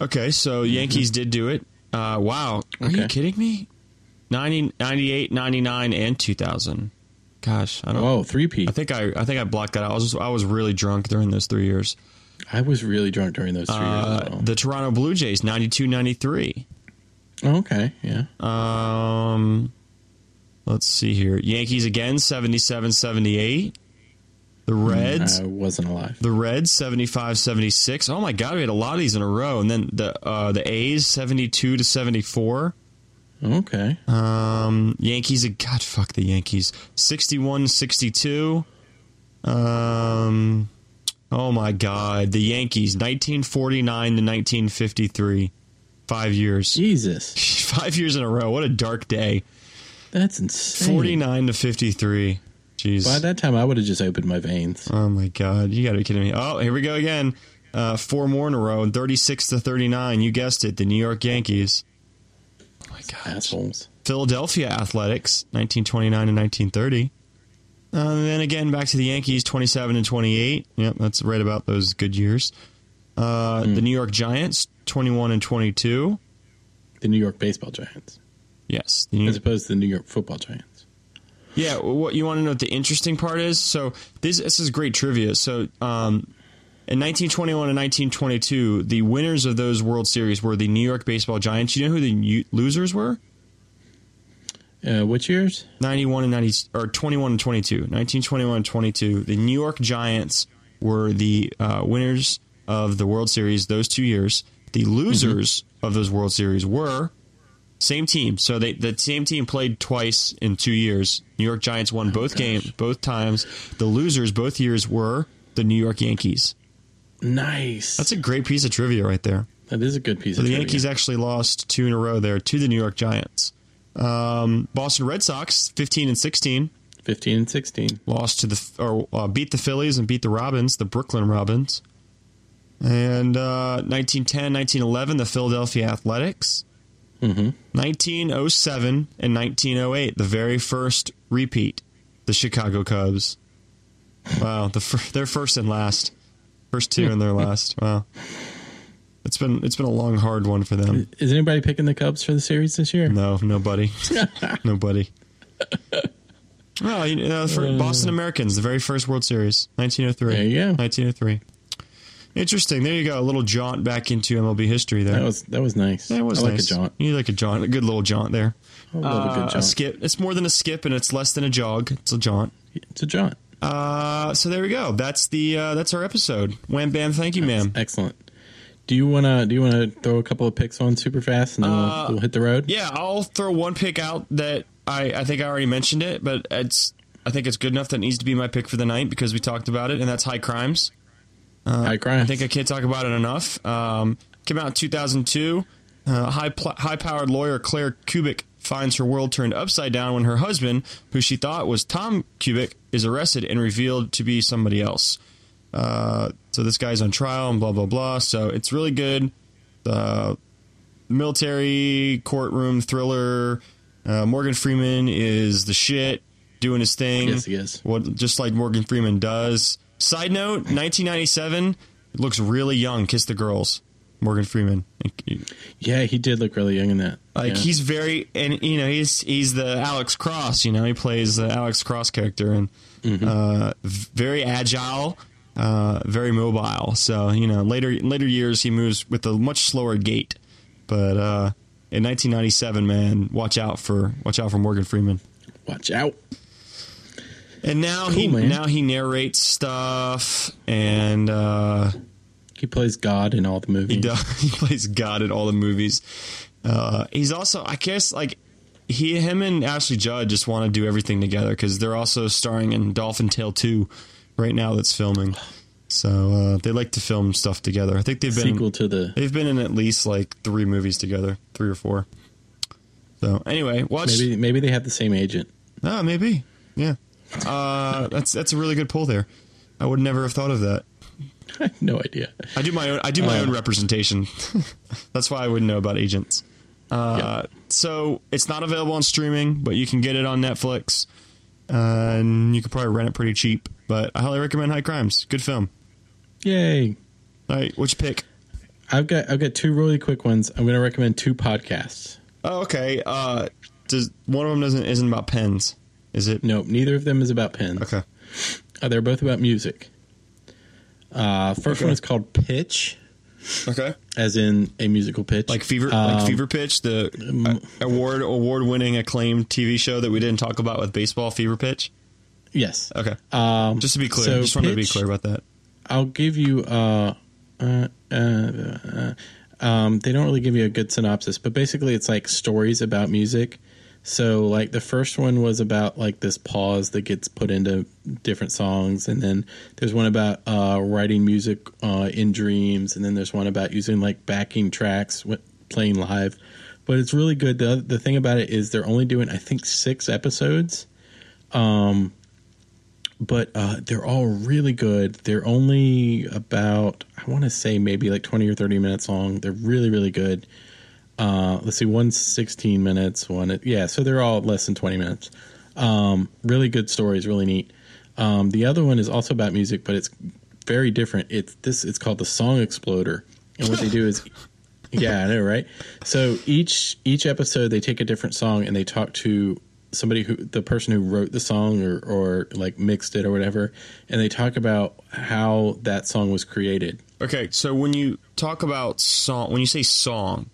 Speaker 1: Okay, so Yankees did do it. Uh, wow. Are you
Speaker 3: Okay.
Speaker 1: kidding me? 90, 98, 99, and 2000. Gosh, I don't
Speaker 3: Oh, three P.
Speaker 1: I think I I think I blocked that out. I was just, I was really drunk during those 3 years.
Speaker 3: I was really drunk during those three
Speaker 1: Uh,
Speaker 3: years. though.
Speaker 1: the Toronto Blue Jays 92-93.
Speaker 3: Oh, okay, yeah.
Speaker 1: Um let's see here. Yankees again 77-78. The Reds
Speaker 3: Mm, I wasn't alive.
Speaker 1: The Reds 75 76. Oh my god, we had a lot of these in a row. And then the uh, the A's 72 to 74.
Speaker 3: Okay.
Speaker 1: Um Yankees god fuck the Yankees 61 62. Um oh my god, the Yankees 1949 to 1953. 5 years.
Speaker 3: Jesus,
Speaker 1: 5 years in a row. What a dark day.
Speaker 3: that's insane.
Speaker 1: 49 to 53. Jeez.
Speaker 3: By that time, I would have just opened my veins.
Speaker 1: Oh my god, you gotta be kidding me. Oh, here we go again. Uh, four more in a row, and 36 to 39. You guessed it, the New York Yankees. Oh my god.
Speaker 3: Assholes.
Speaker 1: Philadelphia Athletics, 1929 and 1930. Uh, and then again, back to the Yankees, 27 and 28. Yep, that's right about those good years. Uh, The New York Giants, 21 and 22.
Speaker 3: The New York baseball giants,
Speaker 1: Yes. the New-
Speaker 3: as opposed to the New York football giants.
Speaker 1: Yeah, well, what you want to know what the interesting part is? So this this is great trivia. So um, in 1921 and 1922, the winners of those World Series were the New York Baseball Giants. You know who the u- losers were?
Speaker 3: Uh, which years?
Speaker 1: 91 and 90 or 21 and 22. 1921 and 22. The New York Giants were the uh, winners of the World Series those two years. The losers of those World Series were same team. So they the same team played twice in two years. New York Giants won both games both times. The losers both years were the New York Yankees.
Speaker 3: Nice.
Speaker 1: That's a great piece of trivia right there.
Speaker 3: that is a good piece
Speaker 1: So
Speaker 3: of
Speaker 1: the
Speaker 3: trivia.
Speaker 1: Yankees actually lost two in a row there to the New York Giants. Um, Boston Red Sox 15 and 16
Speaker 3: Fifteen and sixteen.
Speaker 1: lost to the or uh, beat the Phillies and beat the Robins, the Brooklyn Robins. And uh, 1910, 1911, the Philadelphia Athletics.
Speaker 3: Mm-hmm.
Speaker 1: 1907 and 1908, the very first repeat, the Chicago Cubs. Wow, the fir- they're first and last, first two and their last. Wow, it's been it's been a long, hard one for them.
Speaker 3: Is anybody picking the Cubs for the series this year?
Speaker 1: No, nobody. nobody. Well, you know, for Boston Americans, the very first World Series, 1903.
Speaker 3: Uh. There you go.
Speaker 1: 1903. Interesting. There you go. A little jaunt back into MLB history there.
Speaker 3: That was that was nice.
Speaker 1: That was
Speaker 3: I like
Speaker 1: nice.
Speaker 3: a jaunt.
Speaker 1: You like a jaunt. A good little jaunt there.
Speaker 3: I love a
Speaker 1: Uh,
Speaker 3: good jaunt.
Speaker 1: skip. It's more than a skip, and it's less than a jog. It's a jaunt.
Speaker 3: It's a jaunt.
Speaker 1: Uh, so there we go. That's the uh, that's our episode. Wham bam. Thank you, ma'am.
Speaker 3: Excellent. Do you wanna do you wanna throw a couple of picks on super fast and then
Speaker 1: Uh,
Speaker 3: we'll, we'll hit the road?
Speaker 1: Yeah, I'll throw one pick out that I, I think I already mentioned it, but it's I think it's good enough that it needs to be my pick for the night because we talked about it, and that's High Crimes.
Speaker 3: High crime.
Speaker 1: I think I can't talk about it enough. Um, came out in 2002. Uh, high pl- high powered lawyer Claire Kubik finds her world turned upside down when her husband, who she thought was Tom Kubik, is arrested and revealed to be somebody else. Uh, so this guy's on trial and blah blah blah. So it's really good. The uh, military courtroom thriller. Uh, Morgan Freeman is the shit, doing his thing.
Speaker 3: Yes, he is.
Speaker 1: What just like Morgan Freeman does. Side note: 1997 it looks really young. Kiss the girls, Morgan Freeman.
Speaker 3: yeah, he did look really young in that.
Speaker 1: Like
Speaker 3: yeah.
Speaker 1: he's very, and you know he's he's the Alex Cross. You know he plays the Alex Cross character and
Speaker 3: Mm-hmm.
Speaker 1: uh, v- very agile, uh, very mobile. So you know later later years he moves with a much slower gait, but uh, in 1997, man, watch out for watch out for Morgan Freeman.
Speaker 3: watch out.
Speaker 1: And now he
Speaker 3: Cool, man.
Speaker 1: now he narrates stuff and uh,
Speaker 3: He plays God in all the movies.
Speaker 1: he does, he plays God in all the movies. Uh, he's also I guess like he him and Ashley Judd just want to do everything together because they're also starring in Dolphin Tale Two right now that's filming. So uh, they like to film stuff together. I think they've been
Speaker 3: Sequel to the
Speaker 1: they've been in at least like three movies together, three or four. So anyway, watch.
Speaker 3: maybe maybe they have the same agent.
Speaker 1: Ah, maybe. Yeah. Uh, that's that's a really good pull there. I would never have thought of that.
Speaker 3: I have no idea.
Speaker 1: I do my own. I do my
Speaker 3: Uh.
Speaker 1: own representation. that's why I wouldn't know about agents. Uh, So it's not available on streaming, but you can get it on Netflix, uh, and you can probably rent it pretty cheap. But I highly recommend High Crimes. Good film.
Speaker 3: Yay.
Speaker 1: All right, which pick?
Speaker 3: I've got I've got two really quick ones. I'm going to recommend two podcasts.
Speaker 1: Oh, okay. Uh, does one of them doesn't isn't about pens? Is it?
Speaker 3: Nope, neither of them is about pens.
Speaker 1: Okay.
Speaker 3: Uh, they're both about music. Uh, first
Speaker 1: Okay.
Speaker 3: one is called Pitch,
Speaker 1: Okay.
Speaker 3: as in a musical pitch,
Speaker 1: Like fever,
Speaker 3: Um,
Speaker 1: like fever pitch, the uh, award award winning acclaimed TV show that we didn't talk about with baseball, fever pitch.
Speaker 3: Yes.
Speaker 1: Okay.
Speaker 3: Um,
Speaker 1: Just to be clear,
Speaker 3: so
Speaker 1: just wanted to be
Speaker 3: pitch-
Speaker 1: clear about that.
Speaker 3: I'll give you. Uh, uh, uh, uh, um, they don't really give you a good synopsis, but basically, it's like stories about music. So, like the first one was about like this pause that gets put into different songs, and then there's one about uh, writing music uh, in dreams, and then there's one about using like backing tracks when playing live. But it's really good. the The thing about it is they're only doing I think six episodes but uh, they're all really good. They're only about, I want to say maybe like 20 or 30 minutes long. They're really, really good. Uh, let's see, one's 16 minutes, one, yeah, so they're all less than 20 minutes. Um, really good stories, really neat. Um, the other one is also about music, but it's very different. It's this, it's called the Song Exploder. And what they do is, yeah, I know, right? So each each episode, they take a different song and they talk to somebody who the person who wrote the song or or like mixed it or whatever, and they talk about how that song was created.
Speaker 1: Okay, so when you talk about song, when you say song,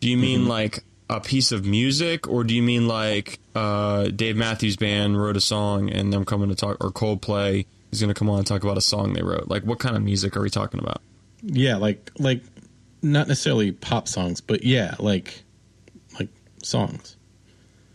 Speaker 1: do you
Speaker 3: Mm-hmm.
Speaker 1: mean like a piece of music, or do you mean like uh, Dave Matthews Band wrote a song and I'm coming to talk, or Coldplay is going to come on and talk about a song they wrote? Like, what kind of music are we talking about?
Speaker 3: Yeah, like like not necessarily pop songs, but yeah, like like songs.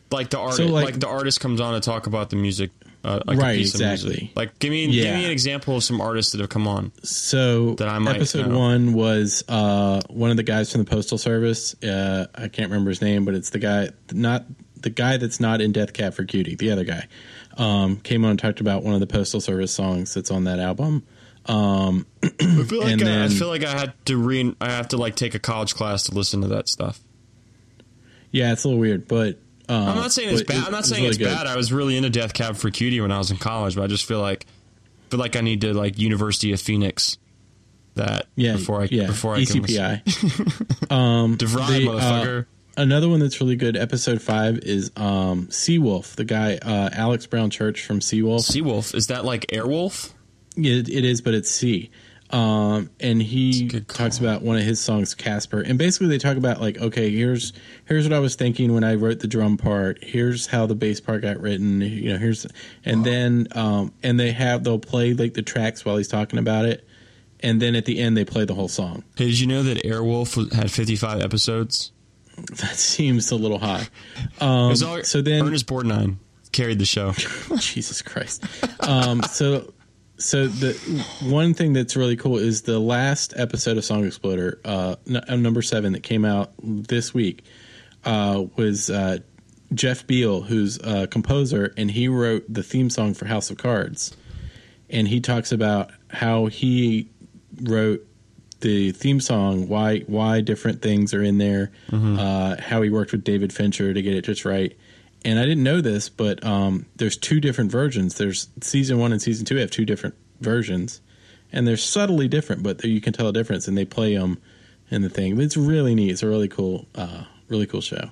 Speaker 1: Like the artist,
Speaker 3: So,
Speaker 1: like,
Speaker 3: like-
Speaker 1: the artist comes on to talk about the music, uh, like a
Speaker 3: Right,
Speaker 1: piece of music.
Speaker 3: exactly.
Speaker 1: Like, give me give
Speaker 3: Yeah.
Speaker 1: me an example of some artists that have come on.
Speaker 3: So
Speaker 1: That I might
Speaker 3: episode
Speaker 1: know.
Speaker 3: one was uh, one of the guys from the postal service. Uh, I can't remember his name, but it's the guy not the guy that's not in Death Cab for Cutie. The other guy um, came on and talked about one of the postal service songs that's on that album.
Speaker 1: I feel like
Speaker 3: Mm-hmm. And
Speaker 1: I, I
Speaker 3: then-
Speaker 1: feel like I had to re, I have to like take a college class to listen to that stuff.
Speaker 3: Yeah, it's a little weird, but uh,
Speaker 1: I'm not saying it's
Speaker 3: but
Speaker 1: bad.
Speaker 3: it-
Speaker 1: I'm not
Speaker 3: it's
Speaker 1: saying
Speaker 3: really
Speaker 1: it's
Speaker 3: good.
Speaker 1: bad. I was really into Death Cab for Cutie when I was in college, but I just feel like feel like I need to like University of Phoenix that
Speaker 3: Yeah,
Speaker 1: before I
Speaker 3: yeah, E
Speaker 1: before I can
Speaker 3: ECPI.
Speaker 1: listen. DeVry,
Speaker 3: They, uh,
Speaker 1: motherfucker.
Speaker 3: another one that's really good. Episode five is um, Seawolf, the guy uh, Alex Brown Church from Seawolf.
Speaker 1: Seawolf is that like Airwolf?
Speaker 3: It, it is, but it's C. Um, and he
Speaker 1: It's a good
Speaker 3: talks about one of his songs, Casper, and basically they talk about like, okay, here's here's what I was thinking when I wrote the drum part. Here's how the bass part got written. You know, here's and then um, and they have they'll play like the tracks while he's talking about it, and then at the end they play the whole song.
Speaker 1: Hey, did you know that Airwolf was- had 55 episodes?
Speaker 3: That seems a little high.
Speaker 1: It
Speaker 3: Um,
Speaker 1: was all-
Speaker 3: so then
Speaker 1: Ernest Borgnine carried the show.
Speaker 3: Jesus Christ. Um, so, so the one thing that's really cool is the last episode of Song Exploder, uh, n- uh, number seven, that came out this week, uh, was uh, Jeff Beal, who's a composer, and he wrote the theme song for House of Cards, and he talks about how he wrote the theme song, why why different things are in there, uh, how he worked with David Fincher to get it just right. And I didn't know this, but um, there's two different versions. There's season one and season two have two different versions, and they're subtly different, but you can tell a difference. And they play them in the thing. It's really neat. It's a really cool, uh, really cool show.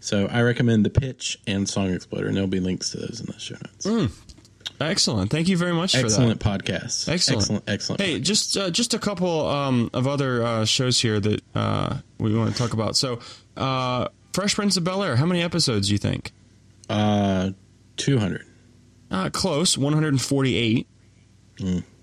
Speaker 3: So I recommend the Pitch and Song Exploder, and there'll be links to those in the show notes.
Speaker 1: Excellent. Thank you very much for Mm, that.
Speaker 3: excellent podcast.
Speaker 1: Excellent.
Speaker 3: excellent, excellent.
Speaker 1: Hey, just uh, just a couple um, of other uh, shows here that uh, we want to talk about. So, uh, Fresh Prince of Bel Air. How many episodes do you think?
Speaker 3: uh, two hundred.
Speaker 1: Uh, close, 148.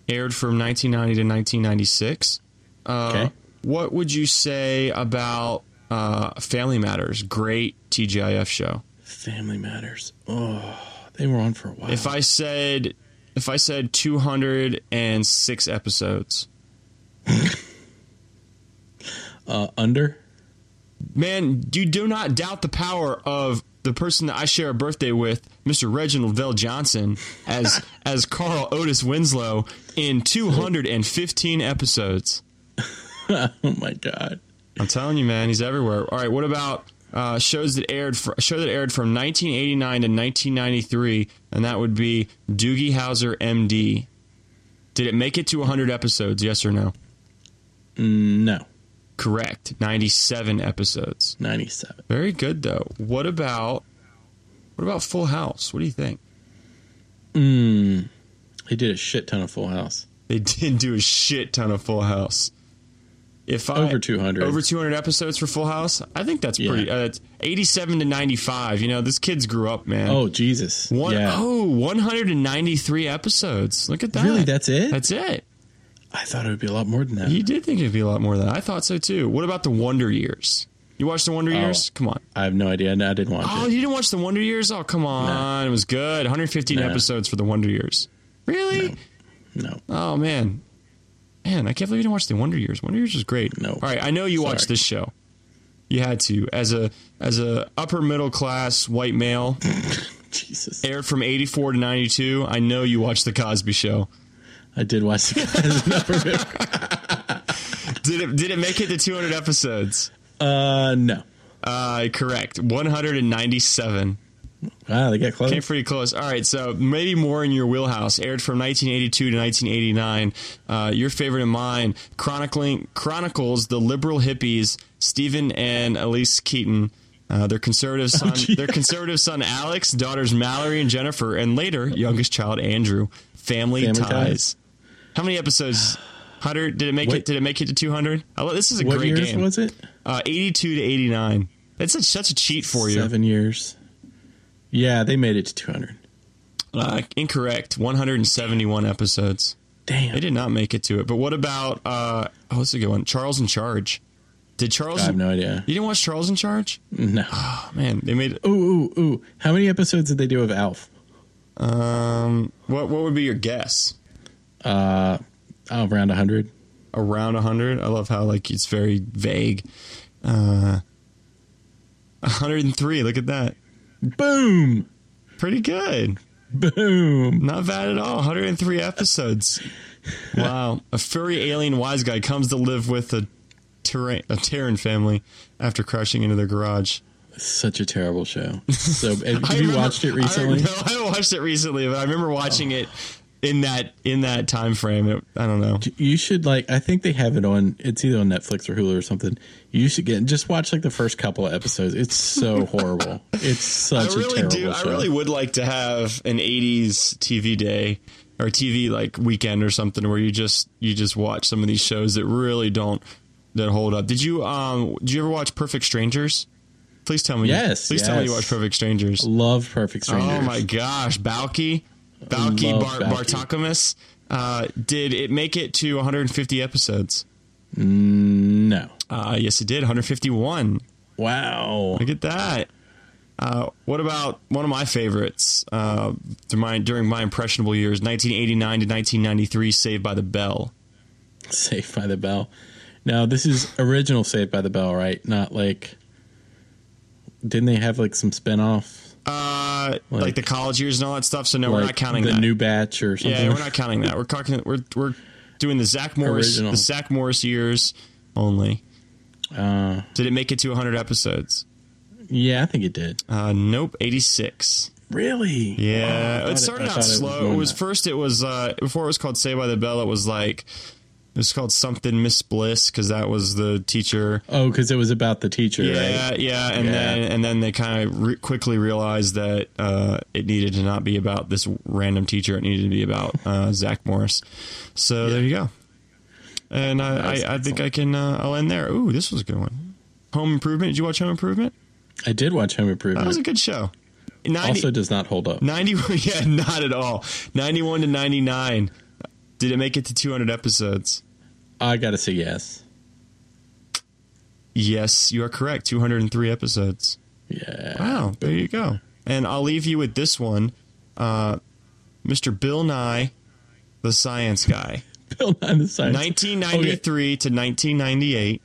Speaker 1: Aired from 1990 to 1996. Uh,
Speaker 3: Okay.
Speaker 1: What would you say about uh, Family Matters? Great TGIF show.
Speaker 3: Family Matters. Oh, they were on for a while.
Speaker 1: If I said if I said 206 episodes,
Speaker 3: uh, under,
Speaker 1: man, you do not doubt the power of the person that I share a birthday with, Mr. Reginald Vell Johnson, as as Carl Otis Winslow in 215 episodes.
Speaker 3: oh my god,
Speaker 1: I'm telling you, man, he's everywhere. All right, what about uh, shows that aired fr- a show that aired from 1989 to 1993, and that would be Doogie Howser, M.D. Did it make it to 100 episodes? Yes or no?
Speaker 3: Mm, No,
Speaker 1: Correct. 97 episodes.
Speaker 3: 97.
Speaker 1: Very good though. What about what about Full House? What do you think?
Speaker 3: Mm, he did a shit ton of Full House.
Speaker 1: They did do a shit ton of Full House. If I
Speaker 3: Over 200.
Speaker 1: over 200 episodes for Full House, I think that's
Speaker 3: Yeah.
Speaker 1: pretty. Uh, it's 87 to 95. You know, this kid's grew up, man.
Speaker 3: oh, Jesus.
Speaker 1: One,
Speaker 3: yeah.
Speaker 1: oh, 193 episodes. Look at that.
Speaker 3: Really, that's it?
Speaker 1: That's it.
Speaker 3: I thought it would be a lot more than that.
Speaker 1: You did think it'd be a lot more than that. I thought so too. What about the Wonder Years? You watched the Wonder Years? Come on.
Speaker 3: I have no idea. No, Oh. I didn't watch
Speaker 1: Oh,
Speaker 3: it.
Speaker 1: you didn't watch the Wonder Years? Oh, come on. It was good. 115
Speaker 3: No.
Speaker 1: episodes for the Wonder Years. Really?
Speaker 3: No.
Speaker 1: Oh man, man, I can't believe you didn't watch the Wonder Years. Wonder Years was great.
Speaker 3: No.
Speaker 1: all right, I know you
Speaker 3: Sorry.
Speaker 1: watched this show. You had to as a as a upper middle class white male
Speaker 3: Jesus.
Speaker 1: aired from eighty four to ninety two. I know you watched the Cosby Show.
Speaker 3: I did watch the guys number.
Speaker 1: Did it did it make it to two hundred episodes?
Speaker 3: Uh, no.
Speaker 1: Uh, correct, one hundred and ninety seven.
Speaker 3: Wow, they got close.
Speaker 1: Came pretty close. All right, so maybe more in your wheelhouse. Aired from 1982 to 1989. Uh, your favorite and mine, chronicling chronicles the liberal hippies Stephen and Elise Keaton. Uh, their conservative son,
Speaker 3: gee.
Speaker 1: their conservative son Alex, daughters Mallory and Jennifer, and later youngest child Andrew. Family,
Speaker 3: Family
Speaker 1: ties.
Speaker 3: Ties.
Speaker 1: How many episodes? Hundred? Did it make
Speaker 3: What-
Speaker 1: it? Did it make it to 200? Oh, this is a
Speaker 3: what
Speaker 1: great
Speaker 3: years
Speaker 1: game.
Speaker 3: was it?
Speaker 1: Uh, 82 to 89. That's such, such a cheat for you.
Speaker 3: Seven years. Yeah, they made it to 200.
Speaker 1: Uh, incorrect. 171 episodes.
Speaker 3: Damn.
Speaker 1: They did not make it to it. But what about uh oh what's a good one? Charles in Charge. Did Charles
Speaker 3: I have no idea.
Speaker 1: You didn't watch Charles in Charge?
Speaker 3: No.
Speaker 1: Oh man, they made
Speaker 3: Ooh, ooh, ooh. How many episodes did they do of Alf?
Speaker 1: um what what would be your guess?
Speaker 3: Uh, oh, around 100.
Speaker 1: Around hundred? I love how like it's very vague. Uh 103, look at that.
Speaker 3: Boom!
Speaker 1: Pretty good.
Speaker 3: Boom!
Speaker 1: Not bad at all. 103 episodes. Wow. A furry alien wise guy comes to live with a Terran, a Terran family after crashing into their garage.
Speaker 3: Such a terrible show. So, have you
Speaker 1: I remember-
Speaker 3: watched it
Speaker 1: I-
Speaker 3: recently? Oh.
Speaker 1: no, I haven't watched it recently, but I remember watching it in that in that time frame. It, I don't know.
Speaker 3: You should like. I think they have it on. It's either on Netflix or Hulu or something. You should get just watch like the first couple of episodes. It's so horrible. It's
Speaker 1: I
Speaker 3: such a
Speaker 1: really
Speaker 3: terrible
Speaker 1: do. I
Speaker 3: show.
Speaker 1: really would like to have an '80s TV day or TV like weekend or something where you just you just watch some of these shows that really don't that hold up. Did you um Did you ever watch Perfect Strangers? Please tell me.
Speaker 3: Yes,
Speaker 1: Please tell me you
Speaker 3: yes.
Speaker 1: watched Perfect Strangers.
Speaker 3: love Perfect Strangers.
Speaker 1: Oh my gosh, Balky, Balky
Speaker 3: love
Speaker 1: Bar-
Speaker 3: Balky.
Speaker 1: Bartokamus. Uh, did it make it to 150 episodes?
Speaker 3: No.
Speaker 1: Uh, yes, it did. 151.
Speaker 3: Wow.
Speaker 1: Look at that. Uh, what about one of my favorites uh, through my, during my impressionable years, 1989 to 1993, Saved by the Bell?
Speaker 3: Saved by the Bell. Now this is original Saved by the Bell, right? Not like. Didn't they have like some spinoff?
Speaker 1: Uh, like,
Speaker 3: Like-
Speaker 1: the college years and all that stuff. So no, we're
Speaker 3: like
Speaker 1: not counting
Speaker 3: the
Speaker 1: that.
Speaker 3: new batch or something.
Speaker 1: yeah, we're not counting that. We're talking. We're we're doing the Zach Morris
Speaker 3: Original.
Speaker 1: the Zach Morris years only.
Speaker 3: Uh,
Speaker 1: Did it make it to 100 episodes?
Speaker 3: yeah, I think it did.
Speaker 1: Uh, nope, 86.
Speaker 3: Really?
Speaker 1: Yeah, it
Speaker 3: Wow. I thought
Speaker 1: started
Speaker 3: I
Speaker 1: out
Speaker 3: thought was
Speaker 1: slow.
Speaker 3: more
Speaker 1: It
Speaker 3: than
Speaker 1: was
Speaker 3: that.
Speaker 1: first. It was uh, before it was called Say by the Bell. It was like it was called something Miss Bliss because that was the teacher.
Speaker 3: Oh, because it was about the teacher,
Speaker 1: Yeah,
Speaker 3: right?
Speaker 1: yeah, and
Speaker 3: Yeah.
Speaker 1: then and then they kind of re- quickly realized that uh, it needed to not be about this random teacher. It needed to be about uh, Zach Morris. So there you go. And I, I, I think I can. Uh, I'll end there. Ooh, this was a good one. Home Improvement. Did you watch Home Improvement?
Speaker 3: I did watch Home Improvement.
Speaker 1: That was a good show. 90
Speaker 3: also does not hold up.
Speaker 1: 91 yeah not at all 91 to 99 did it make it to 200 episodes
Speaker 3: I gotta say yes.
Speaker 1: yes you are correct 203 episodes
Speaker 3: Yeah.
Speaker 1: wow there you go and i'll leave you with this one uh, mr bill nye the science guy
Speaker 3: Bill Nye the Science.
Speaker 1: 1993 to 1998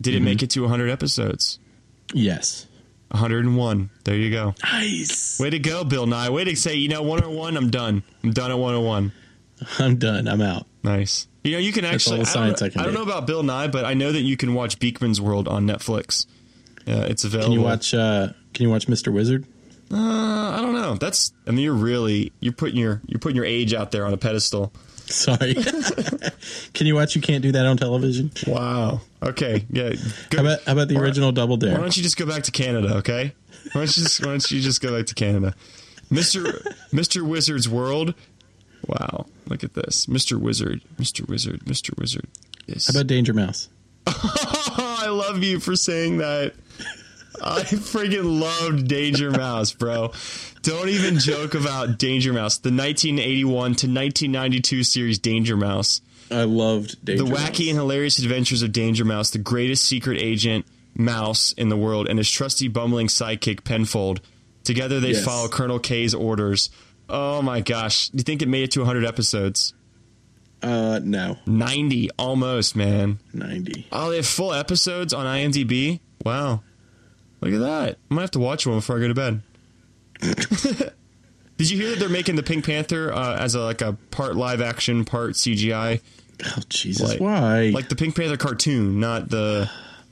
Speaker 1: did it make it to 100 episodes
Speaker 3: Yes.
Speaker 1: 101 there you go
Speaker 3: Nice.
Speaker 1: way to go bill nye way to say you know 101 i'm done i'm done at 101
Speaker 3: I'm done. I'm out.
Speaker 1: Nice. You know, you can actually.
Speaker 3: all the
Speaker 1: I,
Speaker 3: science
Speaker 1: don't,
Speaker 3: I can
Speaker 1: I don't
Speaker 3: do.
Speaker 1: know about Bill Nye, but I know that you can watch Beekman's World on Netflix. Uh, it's available.
Speaker 3: Can you watch? uh Can you watch Mr. Wizard?
Speaker 1: Uh, I don't know. That's. I mean, you're really you're putting your you're putting your age out there on a pedestal.
Speaker 3: Sorry. Can you watch You Can't Do That on Television?
Speaker 1: Wow. Okay. Yeah. Go-
Speaker 3: How about, how about the original Double
Speaker 1: why
Speaker 3: Dare?
Speaker 1: don't you just go back to Canada? Okay. Why don't you just Why don't you just go back to Canada, Mister Mister Wizard's World? Wow. Look at this, Mister Wizard, Mister Wizard, Mister Wizard. Yes.
Speaker 3: How about Danger Mouse?
Speaker 1: Oh, I love you for saying that. I freaking loved Danger Mouse, bro. Don't even joke about Danger Mouse, the 1981 to 1992 series Danger Mouse.
Speaker 3: I loved Danger
Speaker 1: The wacky and hilarious adventures of Danger Mouse, the greatest secret agent mouse in the world, and his trusty bumbling sidekick Penfold. Together they
Speaker 3: Yes.
Speaker 1: follow Colonel K's orders. Oh my gosh. Do you think it made it to 100 episodes?
Speaker 3: Uh, no.
Speaker 1: 90 almost, man.
Speaker 3: 90.
Speaker 1: Oh, they have full episodes on IMDb. Wow, look at that! I'm gonna have to watch one before I go to bed. Did you hear that they're making the Pink Panther uh, as a, like a part live action, part CGI,
Speaker 3: Oh, Jesus.
Speaker 1: Like-
Speaker 3: Why?
Speaker 1: like the Pink Panther cartoon, not the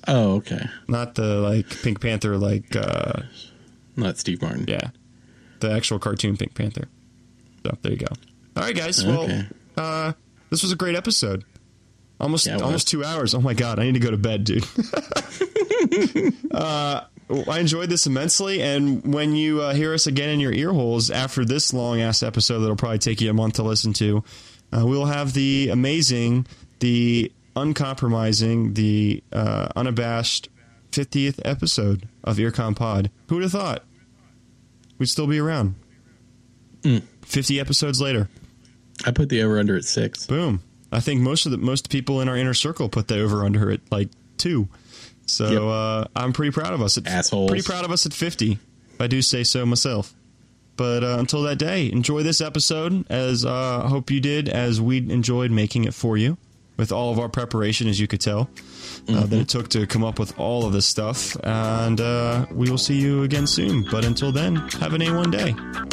Speaker 3: oh, okay.
Speaker 1: not the like Pink Panther like uh,
Speaker 3: Not Steve Martin.
Speaker 1: yeah, the actual cartoon Pink Panther. So there you go. All right, guys.
Speaker 3: Okay.
Speaker 1: Well, uh, this was a great episode. Almost
Speaker 3: Yeah, it was.
Speaker 1: almost two hours. Oh my god, I need to go to bed, dude. uh, I enjoyed this immensely, and when you uh, hear us again in your ear holes after this long ass episode, that'll probably take you a month to listen to. Uh, we'll have the amazing, the uncompromising, the uh, unabashed fiftieth episode of Earcom Pod. Who would have thought we'd still be around?
Speaker 3: Hmm.
Speaker 1: Fifty episodes later.
Speaker 3: I put the over under at six.
Speaker 1: Boom. I think most of the most people in our inner circle put the over under at like two. So
Speaker 3: Yep.
Speaker 1: uh, I'm pretty proud of us. At,
Speaker 3: Assholes.
Speaker 1: Pretty proud of us at 50. If I do say so myself. But uh, until that day, enjoy this episode as uh, I hope you did, as we enjoyed making it for you with all of our preparation, as you could tell, uh,
Speaker 3: Mm-hmm.
Speaker 1: that it took to come up with all of this stuff. And uh, we will see you again soon. But until then, have an A1 day.